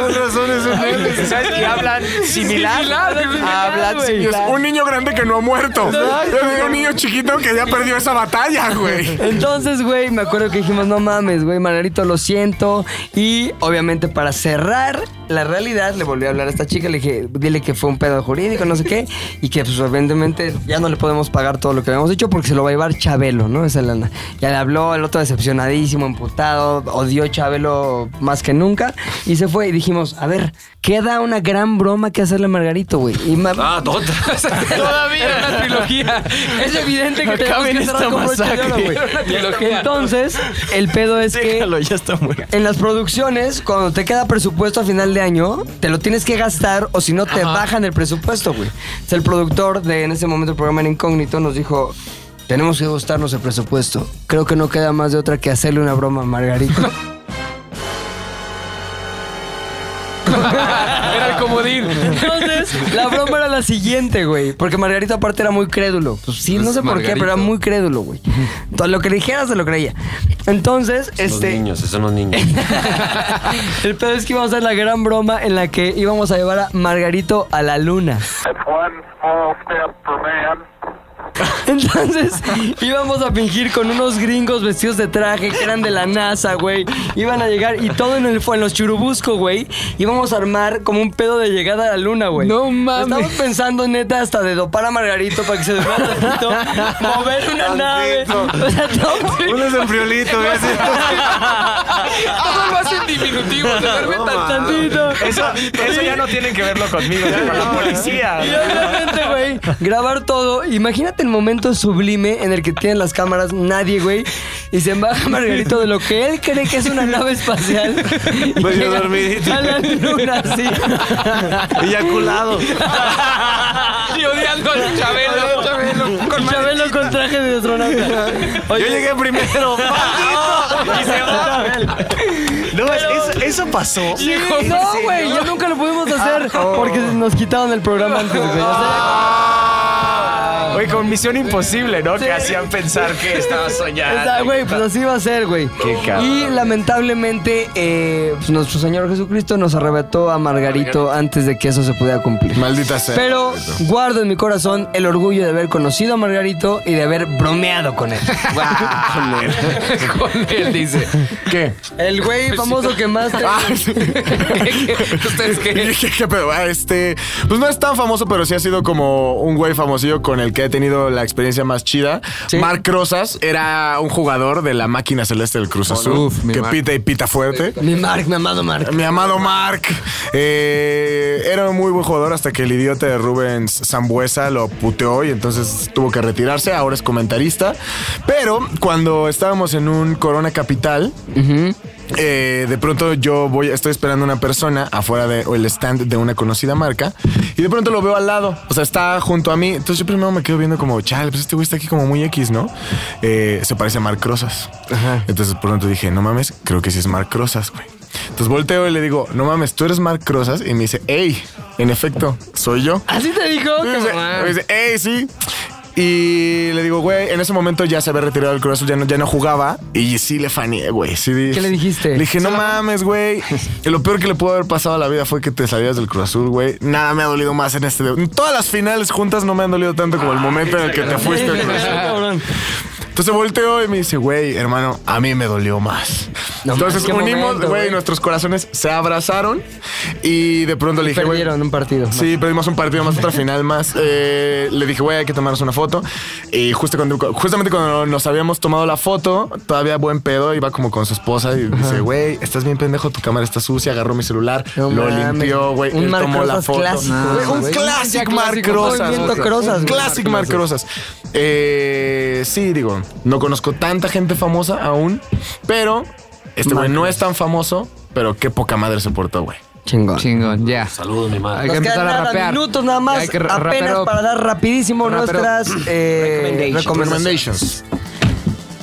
[SPEAKER 8] Con razón es un
[SPEAKER 3] meme.
[SPEAKER 12] ¿Sabes que hablan similar? Hablan
[SPEAKER 3] Sí, es
[SPEAKER 12] similar.
[SPEAKER 3] un niño grande que no ha muerto. Es un niño chiquito que ya perdió esa batalla, güey.
[SPEAKER 2] Entonces, güey, me acuerdo que dijimos, no mames, güey, Margarito, lo siento. Y obviamente para cerrar la realidad, le volví a hablar a esta chica, le dije, dile que fue un pedo jurídico, no sé qué, y que pues evidentemente ya no le podemos pagar todo lo que habíamos dicho porque se lo va a llevar Chabelo, ¿no? Esa lana. Ya le habló, el otro decepcionadísimo, emputado, odió Chabelo más que nunca, y se fue y dijimos, a ver, queda una gran broma que hacerle a Margarito, güey. Y ma-
[SPEAKER 8] Ah, tonta.
[SPEAKER 4] Todavía.
[SPEAKER 2] Era una trilogía. Es evidente que tenemos
[SPEAKER 4] Acaben
[SPEAKER 2] que cerrar
[SPEAKER 4] esta
[SPEAKER 2] con broche de
[SPEAKER 4] masacre.
[SPEAKER 2] oro, güey.
[SPEAKER 4] Era una trilogía.
[SPEAKER 2] Entonces, el pedo es que en las producciones, cuando te queda presupuesto a final de año, te lo tienes que gastar o si no te bajan el presupuesto, güey. Entonces, el productor de en ese momento el programa era incógnito, nos dijo. Tenemos que gustarnos el presupuesto. Creo que no queda más de otra que hacerle una broma a Margarito.
[SPEAKER 4] Era el comodín.
[SPEAKER 2] Entonces, la broma era la siguiente, güey. Porque Margarito aparte era muy crédulo. Pues sí, no
[SPEAKER 4] Pues,
[SPEAKER 2] sé por qué,
[SPEAKER 4] Margarito.
[SPEAKER 2] pero era muy crédulo, güey. Entonces, lo que le dijeras se lo creía. Entonces,
[SPEAKER 8] Los
[SPEAKER 2] este,
[SPEAKER 8] niños, esos son los niños.
[SPEAKER 2] el pedo es que íbamos a hacer la gran broma en la que íbamos a llevar a Margarito a la luna. Entonces íbamos a fingir con unos gringos vestidos de traje que eran de la NASA, güey. Iban a llegar y todo en, el, fue en los churubusco, güey. Íbamos a armar como un pedo de llegada a la luna, güey. No mames. Estamos pensando neta hasta de dopar a Margarito para que se desvane tantito, mover una nave. O sea, todo.
[SPEAKER 8] Uno es en friolito, ¿ves?
[SPEAKER 4] Todo lo hacen diminutivo. Se duerme tan tantito.
[SPEAKER 7] Eso, eso ya no tienen que verlo conmigo, ya con la policía.
[SPEAKER 2] Y obviamente, güey, grabar todo. Imagínate el momento sublime en el que tienen las cámaras nadie, güey, y se embaja Margarito de lo que él cree que es una nave espacial. y
[SPEAKER 8] Medio
[SPEAKER 2] llega
[SPEAKER 8] dormidito.
[SPEAKER 2] A la luna, sí.
[SPEAKER 8] Eyaculado.
[SPEAKER 4] Y odiando al Chabelo.
[SPEAKER 2] Con Chabelo con traje de astronauta.
[SPEAKER 8] Yo llegué primero.
[SPEAKER 4] Y se va.
[SPEAKER 7] No, eso, eso pasó. Ah, oh.
[SPEAKER 2] Sí,
[SPEAKER 4] pues
[SPEAKER 2] no, güey, ya nunca lo pudimos hacer porque nos quitaron el programa antes, güey. O sea,
[SPEAKER 7] Ah. Oye, con misión imposible, ¿no? Que hacían pensar que estaba soñando.
[SPEAKER 2] Está, güey, pues así va a ser, güey.
[SPEAKER 7] Qué cabrón.
[SPEAKER 2] Y lamentablemente, eh, pues, nuestro Señor Jesucristo nos arrebató a Margarito antes de que eso se pudiera cumplir.
[SPEAKER 3] Maldita sea.
[SPEAKER 2] Pero guardo en mi corazón el orgullo de haber conocido a Margarito y de haber bromeado con él.
[SPEAKER 9] Con él dice.
[SPEAKER 3] ¿Qué?
[SPEAKER 2] El güey
[SPEAKER 4] Pues
[SPEAKER 2] famoso que más
[SPEAKER 4] Ah,
[SPEAKER 2] te...
[SPEAKER 3] ¿Ustedes qué? ¿Qué pedo? Ah, Este, pues no es tan famoso, pero sí ha sido como un güey famosillo con el que he tenido la experiencia más chida. Marc Rosas era un jugador de la máquina celeste del Cruz Azul.
[SPEAKER 6] Uf, mi
[SPEAKER 3] que
[SPEAKER 6] Marc.
[SPEAKER 3] pita y pita fuerte.
[SPEAKER 2] Mi Marc, mi amado Marc.
[SPEAKER 3] Mi amado Marc. Eh, era un muy buen jugador hasta que el idiota de Rubens Zambuesa lo puteó y entonces tuvo que retirarse. Ahora es comentarista. Pero cuando estábamos en un Corona Capital, eh, de pronto yo voy, estoy esperando una persona afuera del el stand de una conocida marca y de pronto lo veo al lado, o sea, está junto a mí. Entonces yo primero me quedo viendo como, chale, pues este güey está aquí como muy X, ¿no? Eh, se parece a Marc Rosas. Entonces por pronto dije, no mames, creo que sí es Marc Rosas, güey. Entonces volteo y le digo, no mames, tú eres Marc Rosas. Y me dice, hey, en efecto, soy yo.
[SPEAKER 2] Así te dijo.
[SPEAKER 4] Pues,
[SPEAKER 3] Me dice, me dice, hey, sí. Y le digo, güey, en ese momento ya se había retirado el Cruz Azul, ya no, ya no jugaba. Y sí le faneé, güey. Sí,
[SPEAKER 2] ¿Qué le dijiste?
[SPEAKER 3] Le dije, no mames, güey. Y Lo peor que le pudo haber pasado a la vida fue que te salías del Cruz Azul, güey. Nada me ha dolido más en este. En todas las finales juntas no me han dolido tanto como el momento en el que te fuiste del Cruz Azul. Entonces volteo y me dice, güey, hermano, a mí me dolió más.
[SPEAKER 2] No
[SPEAKER 3] Entonces
[SPEAKER 2] mames, qué
[SPEAKER 3] unimos,
[SPEAKER 2] momento,
[SPEAKER 3] güey,
[SPEAKER 2] güey.
[SPEAKER 3] nuestros corazones se abrazaron y de pronto le dije, güey.
[SPEAKER 2] Perdieron un partido.
[SPEAKER 3] Sí, perdimos un partido más, otra final más. Eh, le dije, güey, hay que tomarnos una foto. Y justo cuando, justamente cuando nos habíamos tomado la foto, todavía buen pedo, iba como con su esposa y dice, güey, estás bien pendejo, tu cámara está sucia, agarró mi celular,
[SPEAKER 2] No
[SPEAKER 3] lo
[SPEAKER 2] mames.
[SPEAKER 3] limpió, güey,
[SPEAKER 2] Un
[SPEAKER 3] él
[SPEAKER 2] Marc
[SPEAKER 3] tomó la
[SPEAKER 2] Rosas
[SPEAKER 3] foto.
[SPEAKER 2] clásico,
[SPEAKER 3] Güey, un
[SPEAKER 2] güey.
[SPEAKER 3] clásico
[SPEAKER 2] Un
[SPEAKER 3] Marc
[SPEAKER 2] clásico
[SPEAKER 3] Rosas.
[SPEAKER 2] movimiento
[SPEAKER 3] güey.
[SPEAKER 2] Crozas, güey.
[SPEAKER 3] Un clásico Marc Rosas. Eh, sí, digo, no conozco tanta gente famosa aún, pero este güey no es tan famoso, pero qué poca madre se portó, güey.
[SPEAKER 2] Chingón.
[SPEAKER 9] Chingón, ya.
[SPEAKER 8] Saludos, mi madre.
[SPEAKER 9] Hay que
[SPEAKER 2] Nos
[SPEAKER 9] empezar
[SPEAKER 2] quedan
[SPEAKER 9] a
[SPEAKER 2] nada,
[SPEAKER 9] rapear.
[SPEAKER 2] minutos nada más,
[SPEAKER 9] Hay que ra-
[SPEAKER 2] apenas
[SPEAKER 9] rapero.
[SPEAKER 2] para dar rapidísimo
[SPEAKER 9] Rapero.
[SPEAKER 2] nuestras eh, recomendaciones.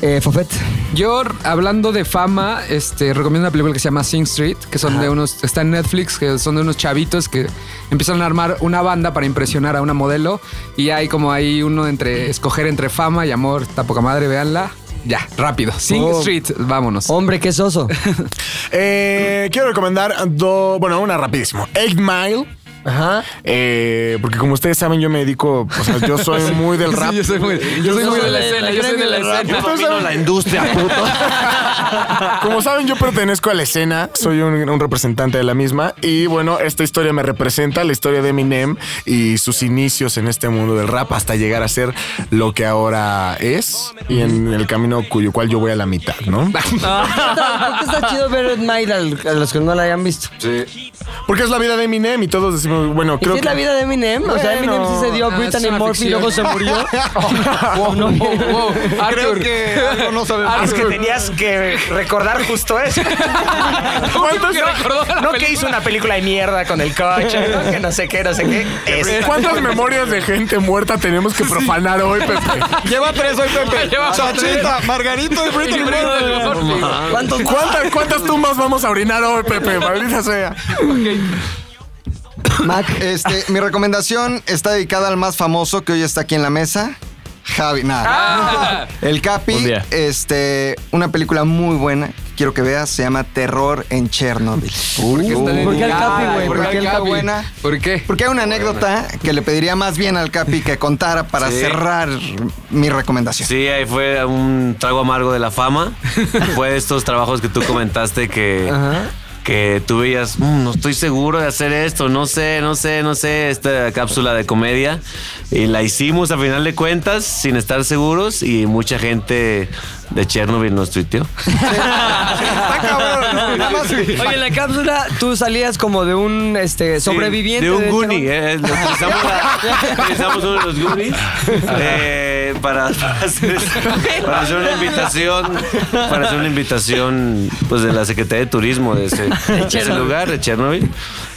[SPEAKER 2] Eh, Fofet.
[SPEAKER 9] Yo, hablando de fama, este, recomiendo una película que se llama Sing Street, que son de unos, está en Netflix, que son de unos chavitos que empiezan a armar una banda para impresionar a una modelo. Y hay como ahí uno entre escoger entre fama y amor, está poca madre, véanla. Ya, rápido. Sing
[SPEAKER 3] Oh.
[SPEAKER 9] Street, vámonos.
[SPEAKER 2] Hombre, qué soso.
[SPEAKER 3] Eh, quiero recomendar dos. Bueno, una rapidísimo. Eight Mile. Eh,
[SPEAKER 2] Ajá.
[SPEAKER 3] porque como ustedes saben, yo me dedico. O sea, yo soy muy del
[SPEAKER 9] ah. Sí,
[SPEAKER 3] rap.
[SPEAKER 9] yo soy muy- yo soy muy de la escena, yo soy de la escena.
[SPEAKER 3] Ustedes saben-
[SPEAKER 9] la industria,
[SPEAKER 3] Como saben, yo pertenezco a la escena, soy un, un representante de la misma y bueno, esta historia me representa, la historia de Eminem y sus inicios en este mundo del rap hasta llegar a ser lo que ahora es y en el camino cuyo cual yo voy a la mitad, ¿no?
[SPEAKER 2] Creo que está chido ver Mile al- a los que no la hayan visto.
[SPEAKER 3] Sí. Porque es la vida de Eminem y todos decimos, bueno,
[SPEAKER 2] ¿Y
[SPEAKER 3] creo
[SPEAKER 2] si es
[SPEAKER 3] que...
[SPEAKER 2] la vida de Eminem? O sea,
[SPEAKER 3] Bueno.
[SPEAKER 2] Eminem sí se dio
[SPEAKER 3] Ah,
[SPEAKER 2] Britney
[SPEAKER 3] es una
[SPEAKER 2] Morphy y luego se
[SPEAKER 3] ficción. Oh,
[SPEAKER 2] murió.
[SPEAKER 9] Creo
[SPEAKER 20] que algo no sabemos.
[SPEAKER 12] Es que tenías que recordar justo eso.
[SPEAKER 3] ¿Cuántos-
[SPEAKER 12] no que hizo una película de mierda con el coche, no que no sé qué, no sé qué. Esta.
[SPEAKER 3] ¿Cuántas memorias de gente muerta tenemos que profanar hoy, Pepe?
[SPEAKER 4] Lleva tres hoy, Pepe.
[SPEAKER 3] Lleva
[SPEAKER 4] Chachita, Margarito y Britney.
[SPEAKER 3] ¿Cuántos- ¿Cuántas, ¿Cuántas tumbas vamos a orinar hoy, Pepe? Maldita sea.
[SPEAKER 6] Mac. Este, mi recomendación está dedicada al más famoso que hoy está aquí en la mesa. Javi, nada. El Capi, este, una película muy buena que quiero que veas, se llama Terror en Chernobyl.
[SPEAKER 9] Uh, ¿Por qué al Capi, güey?
[SPEAKER 6] ¿Por qué está buena?
[SPEAKER 9] ¿Por qué?
[SPEAKER 6] Porque hay una anécdota que le pediría más bien al Capi que contara para
[SPEAKER 8] Sí.
[SPEAKER 6] cerrar mi recomendación.
[SPEAKER 8] Sí, ahí fue un trago amargo de la fama. fue de estos trabajos que tú comentaste que, que tú veías, "Mm, no estoy seguro de hacer esto, no sé, no sé, no sé, esta cápsula de comedia. Y la hicimos a final de cuentas sin estar seguros y mucha gente de Chernobyl nos tuiteó.
[SPEAKER 2] Oye, en la cápsula tú salías como de un este, sobreviviente.
[SPEAKER 8] de un
[SPEAKER 2] Goonie.
[SPEAKER 8] Goonie, eh, lo utilizamos la- utilizamos uno de los Goonies eh, para, para hacer, para hacer una invitación, para hacer una invitación pues de la Secretaría de Turismo de ese, de ese
[SPEAKER 4] Chernobyl.
[SPEAKER 8] lugar, de Chernobyl.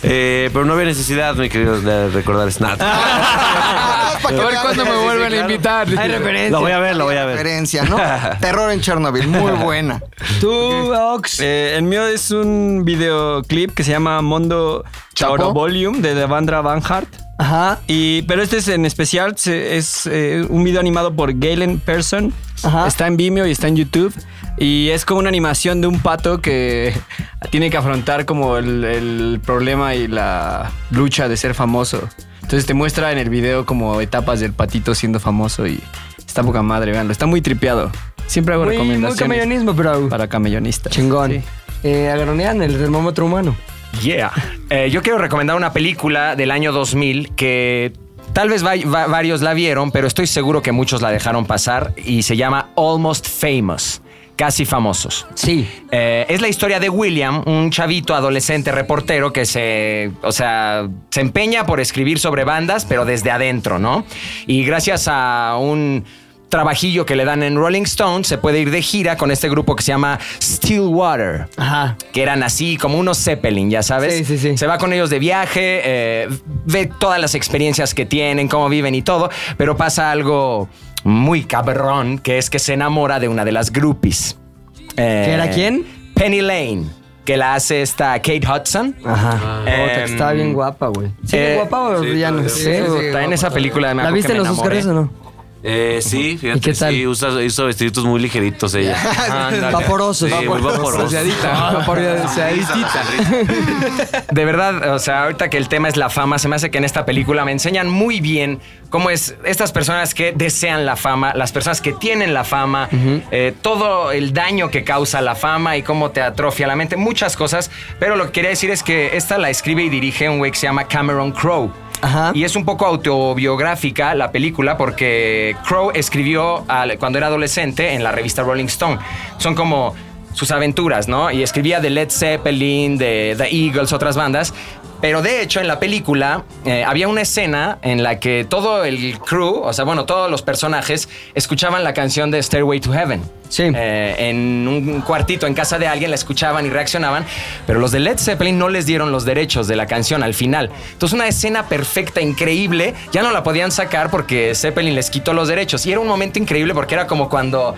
[SPEAKER 8] Eh, pero no había necesidad, mi querido, de recordar nada.
[SPEAKER 6] A ver cuándo me vuelven a invitar.
[SPEAKER 8] Hay referencia. Lo voy a ver, lo voy a ver.
[SPEAKER 6] Referencia, ¿no? Terror en Chernobyl, muy buena.
[SPEAKER 5] Tú, Ox. Eh, el mío es un videoclip que se llama Mondo Choro Volume de Devandra Van Hart.
[SPEAKER 2] Ajá.
[SPEAKER 5] Y, pero este es en especial, se- es eh, un video animado por Galen Person. Está en Vimeo y está en YouTube. Y es como una animación de un pato que tiene que afrontar como el, el problema y la lucha de ser famoso. Entonces te muestra en el video como etapas del patito siendo famoso y está poca madre, veanlo. Está muy tripeado. Siempre hago
[SPEAKER 2] Muy- muy
[SPEAKER 5] recomendaciones.
[SPEAKER 2] camellonismo, bro.
[SPEAKER 5] Para camellonistas.
[SPEAKER 2] Chingón. Eh, Agronian, el termómetro humano.
[SPEAKER 12] Yeah. Eh, yo quiero recomendar una película del año 2000 que tal vez va- va- varios la vieron, pero estoy seguro que muchos la dejaron pasar y se llama Almost Famous. Casi famosos. Eh,
[SPEAKER 2] Sí.
[SPEAKER 12] es la historia de William, un chavito adolescente reportero que se, o sea, se empeña por escribir sobre bandas, pero desde adentro, ¿no? Y gracias a un trabajillo que le dan en Rolling Stone, se puede ir de gira con este grupo que se llama Stillwater
[SPEAKER 2] Ajá.
[SPEAKER 12] que eran así como unos Zeppelin, ya sabes. Se va con ellos de viaje, eh, ve todas las experiencias que tienen, cómo viven y todo, pero pasa algo muy cabrón, que es que se enamora de una de las groupies. Eh,
[SPEAKER 2] ¿Que era quién?
[SPEAKER 12] Penny Lane, que la hace esta Kate Hudson.
[SPEAKER 2] Ajá. Puta, que estaba bien guapa, güey. ¿Sí,
[SPEAKER 12] eh,
[SPEAKER 2] guapa o
[SPEAKER 12] Ah. Em, sí,
[SPEAKER 2] ya no?
[SPEAKER 12] todavía. Sí, sí, sí, guapa todavía. ¿La
[SPEAKER 2] ¿La viste
[SPEAKER 12] viste
[SPEAKER 2] en
[SPEAKER 12] en
[SPEAKER 2] los Oscars o no?
[SPEAKER 8] Eh, sí, fíjate, que sí, usa, hizo vestiditos muy ligeritos ella.
[SPEAKER 12] Ándale.
[SPEAKER 2] Vaporosos.
[SPEAKER 8] Sí, muy vaporosos.
[SPEAKER 4] Ah,
[SPEAKER 2] Ah,
[SPEAKER 12] Bronceadita, bronceadita. De verdad, o sea, ahorita que el tema es la fama, se me hace que en esta película me enseñan muy bien cómo es estas personas que desean la fama, las personas que tienen la fama, eh, todo el daño que causa la fama y cómo te atrofia la mente, muchas cosas. Pero lo que quería decir es que esta la escribe y dirige un güey que se llama Cameron Crowe. Y es un poco autobiográfica la película porque Crow escribió al- cuando era adolescente en la revista Rolling Stone. Son como sus aventuras, ¿no? Y escribía de Led Zeppelin, de The Eagles, otras bandas. Pero de hecho, en la película eh, había una escena en la que todo el crew, o sea, bueno, todos los personajes, escuchaban la canción de Stairway to Heaven. Sí. en un cuartito, en casa de alguien, la escuchaban y reaccionaban. Pero los de Led Zeppelin no les dieron los derechos de la canción al final. Entonces, una escena perfecta, increíble, ya no la podían sacar porque Zeppelin les quitó los derechos. Y era un momento increíble porque era como cuando.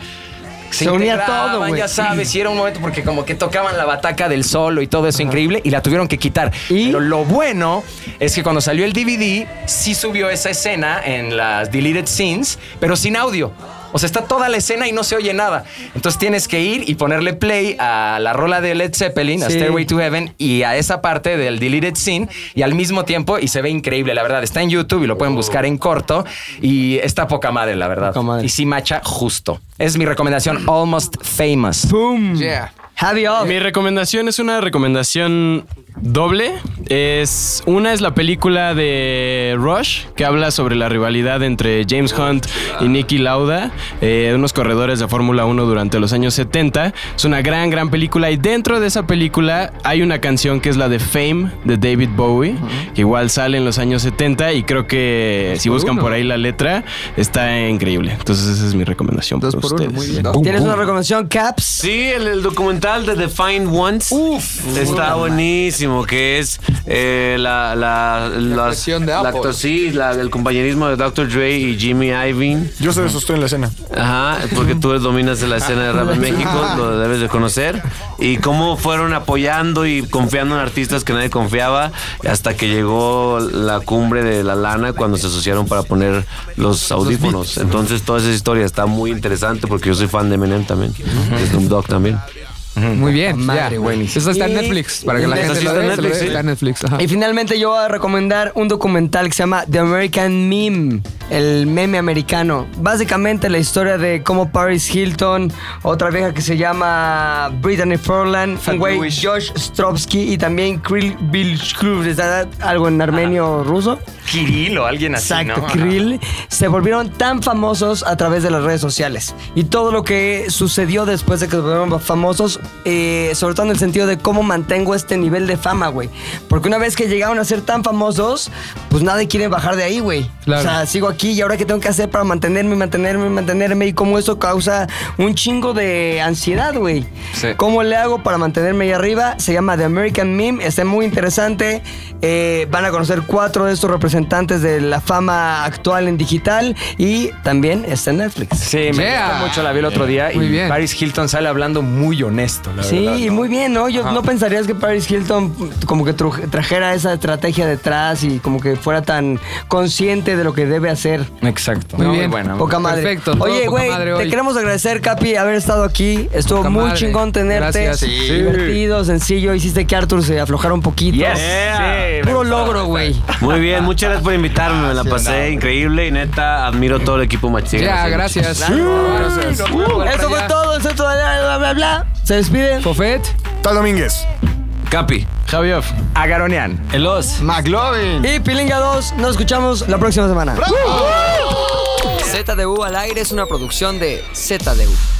[SPEAKER 2] Se unía
[SPEAKER 12] integraban,
[SPEAKER 2] todo, güey.
[SPEAKER 12] Ya sabes, y era un momento porque como que tocaban la bataca del solo y todo eso increíble y la tuvieron que quitar. ¿Y? Pero lo bueno es que cuando salió el DVD, sí subió esa escena en las deleted scenes, pero sin audio. O sea, está toda la escena y no se oye nada. Entonces tienes que ir y ponerle play a la rola de Led Zeppelin, a
[SPEAKER 10] Sí.
[SPEAKER 12] Stairway to Heaven, y a esa parte del deleted scene, y al mismo tiempo, y se ve increíble, la verdad. Está en YouTube y lo pueden buscar en corto, y está poca madre, la verdad. Y sí macha justo. Es mi recomendación, Almost Famous.
[SPEAKER 2] ¡Boom!
[SPEAKER 12] Yeah.
[SPEAKER 11] Mi recomendación es una recomendación doble. Es una es la película de Rush que habla sobre la rivalidad entre James Hunt y Nicky Lauda, eh, unos corredores de Fórmula 1 durante los años 70. Es una gran gran película y dentro de esa película hay una canción que es la de Fame de David Bowie, que igual sale en los años 70 y creo que si buscan por ahí la letra está increíble. Entonces esa es mi recomendación para ustedes.
[SPEAKER 2] ¿Tienes una recomendación, Caps? Sí,
[SPEAKER 8] el, documental de The Fine Ones.
[SPEAKER 2] Uf.
[SPEAKER 8] Está buenísimo, que es eh, la, la, las-
[SPEAKER 3] actuación de
[SPEAKER 8] la
[SPEAKER 3] Apple.
[SPEAKER 8] acto- sí, la- el compañerismo de Dr. Dre y Jimmy Iovine.
[SPEAKER 3] Yo se estoy en la escena.
[SPEAKER 8] Ajá, porque tú dominas la escena de rap en México, lo debes de conocer. Y cómo fueron apoyando y confiando en artistas que nadie confiaba hasta que llegó la cumbre de la lana cuando se asociaron para poner los audífonos. Entonces toda esa historia está muy interesante porque yo soy fan de Eminem también, de Snoop Dogg también.
[SPEAKER 9] Muy bien, ya. Eso está en
[SPEAKER 2] Y-
[SPEAKER 9] Netflix, para que la
[SPEAKER 8] Eso
[SPEAKER 9] gente
[SPEAKER 8] sí
[SPEAKER 9] lo
[SPEAKER 8] está en
[SPEAKER 9] vea, se lo
[SPEAKER 8] Netflix,
[SPEAKER 9] vea.
[SPEAKER 8] sí.
[SPEAKER 9] Está en Netflix, ajá.
[SPEAKER 2] Y finalmente yo voy a recomendar un documental que se llama The American Meme, el meme americano. Básicamente la historia de cómo Paris Hilton, otra vieja que se llama Brittany Furlan, un güey, Josh Stropsky y también Krill Bilskrov, algo en armenio ruso.
[SPEAKER 12] Kirill o alguien así,
[SPEAKER 2] Exacto,
[SPEAKER 12] ¿no?
[SPEAKER 2] Krill, se volvieron tan famosos a través de las redes sociales. Y todo lo que sucedió después de que se volvieron famosos, eh, sobre todo en el sentido de cómo mantengo este nivel de fama, güey. Porque una vez que llegaron a ser tan famosos, pues nadie quiere bajar de ahí, güey.
[SPEAKER 9] Claro.
[SPEAKER 2] O sea, Ah, sigo aquí y ahora qué tengo que hacer para mantenerme, mantenerme, mantenerme y cómo eso causa un chingo de ansiedad, güey. ¿Cómo le hago para mantenerme ahí arriba? Se llama The American Meme, está muy interesante. Eh, van a conocer cuatro de estos representantes de la fama actual en digital y también está en Netflix.
[SPEAKER 12] Sí, me gusta mucho, la vi el otro día
[SPEAKER 2] Muy
[SPEAKER 12] y
[SPEAKER 2] bien.
[SPEAKER 12] Paris Hilton sale hablando muy honesto, la
[SPEAKER 2] Sí,
[SPEAKER 12] verdad.
[SPEAKER 2] y muy bien, ¿no? Yo
[SPEAKER 12] Ajá.
[SPEAKER 2] no pensarías que Paris Hilton como que tru- trajera esa estrategia detrás y como que fuera tan consciente de lo que debe hacer.
[SPEAKER 12] Exacto.
[SPEAKER 2] No,
[SPEAKER 12] Muy bien.
[SPEAKER 2] Poca madre.
[SPEAKER 9] Perfecto, todo
[SPEAKER 2] Oye,
[SPEAKER 9] poca
[SPEAKER 2] güey,
[SPEAKER 9] madre
[SPEAKER 2] te
[SPEAKER 9] hoy.
[SPEAKER 2] queremos agradecer, Capi, haber estado aquí. Estuvo
[SPEAKER 9] Poca
[SPEAKER 2] muy
[SPEAKER 9] madre.
[SPEAKER 2] chingón tenerte.
[SPEAKER 9] Gracias. Sí.
[SPEAKER 2] Divertido, sencillo. Hiciste que Arthur se aflojara un poquito.
[SPEAKER 8] Yes. Yeah.
[SPEAKER 2] Puro logro, güey.
[SPEAKER 8] Muy bien, muchas gracias por invitarme, me la pasé increíble y neta admiro todo el equipo machín.
[SPEAKER 9] Ya, gracias. Gracias.
[SPEAKER 2] Uh, Eso fue todo. El centro de bla, bla, bla. Se despide.
[SPEAKER 9] Fofet.
[SPEAKER 3] Tal Domínguez.
[SPEAKER 8] Capi.
[SPEAKER 11] Javioff.
[SPEAKER 12] Agaronian.
[SPEAKER 8] Elos.
[SPEAKER 6] McLovin.
[SPEAKER 2] Y Pilinga 2. Nos escuchamos la próxima semana. ZDU al aire es una producción de ZDU.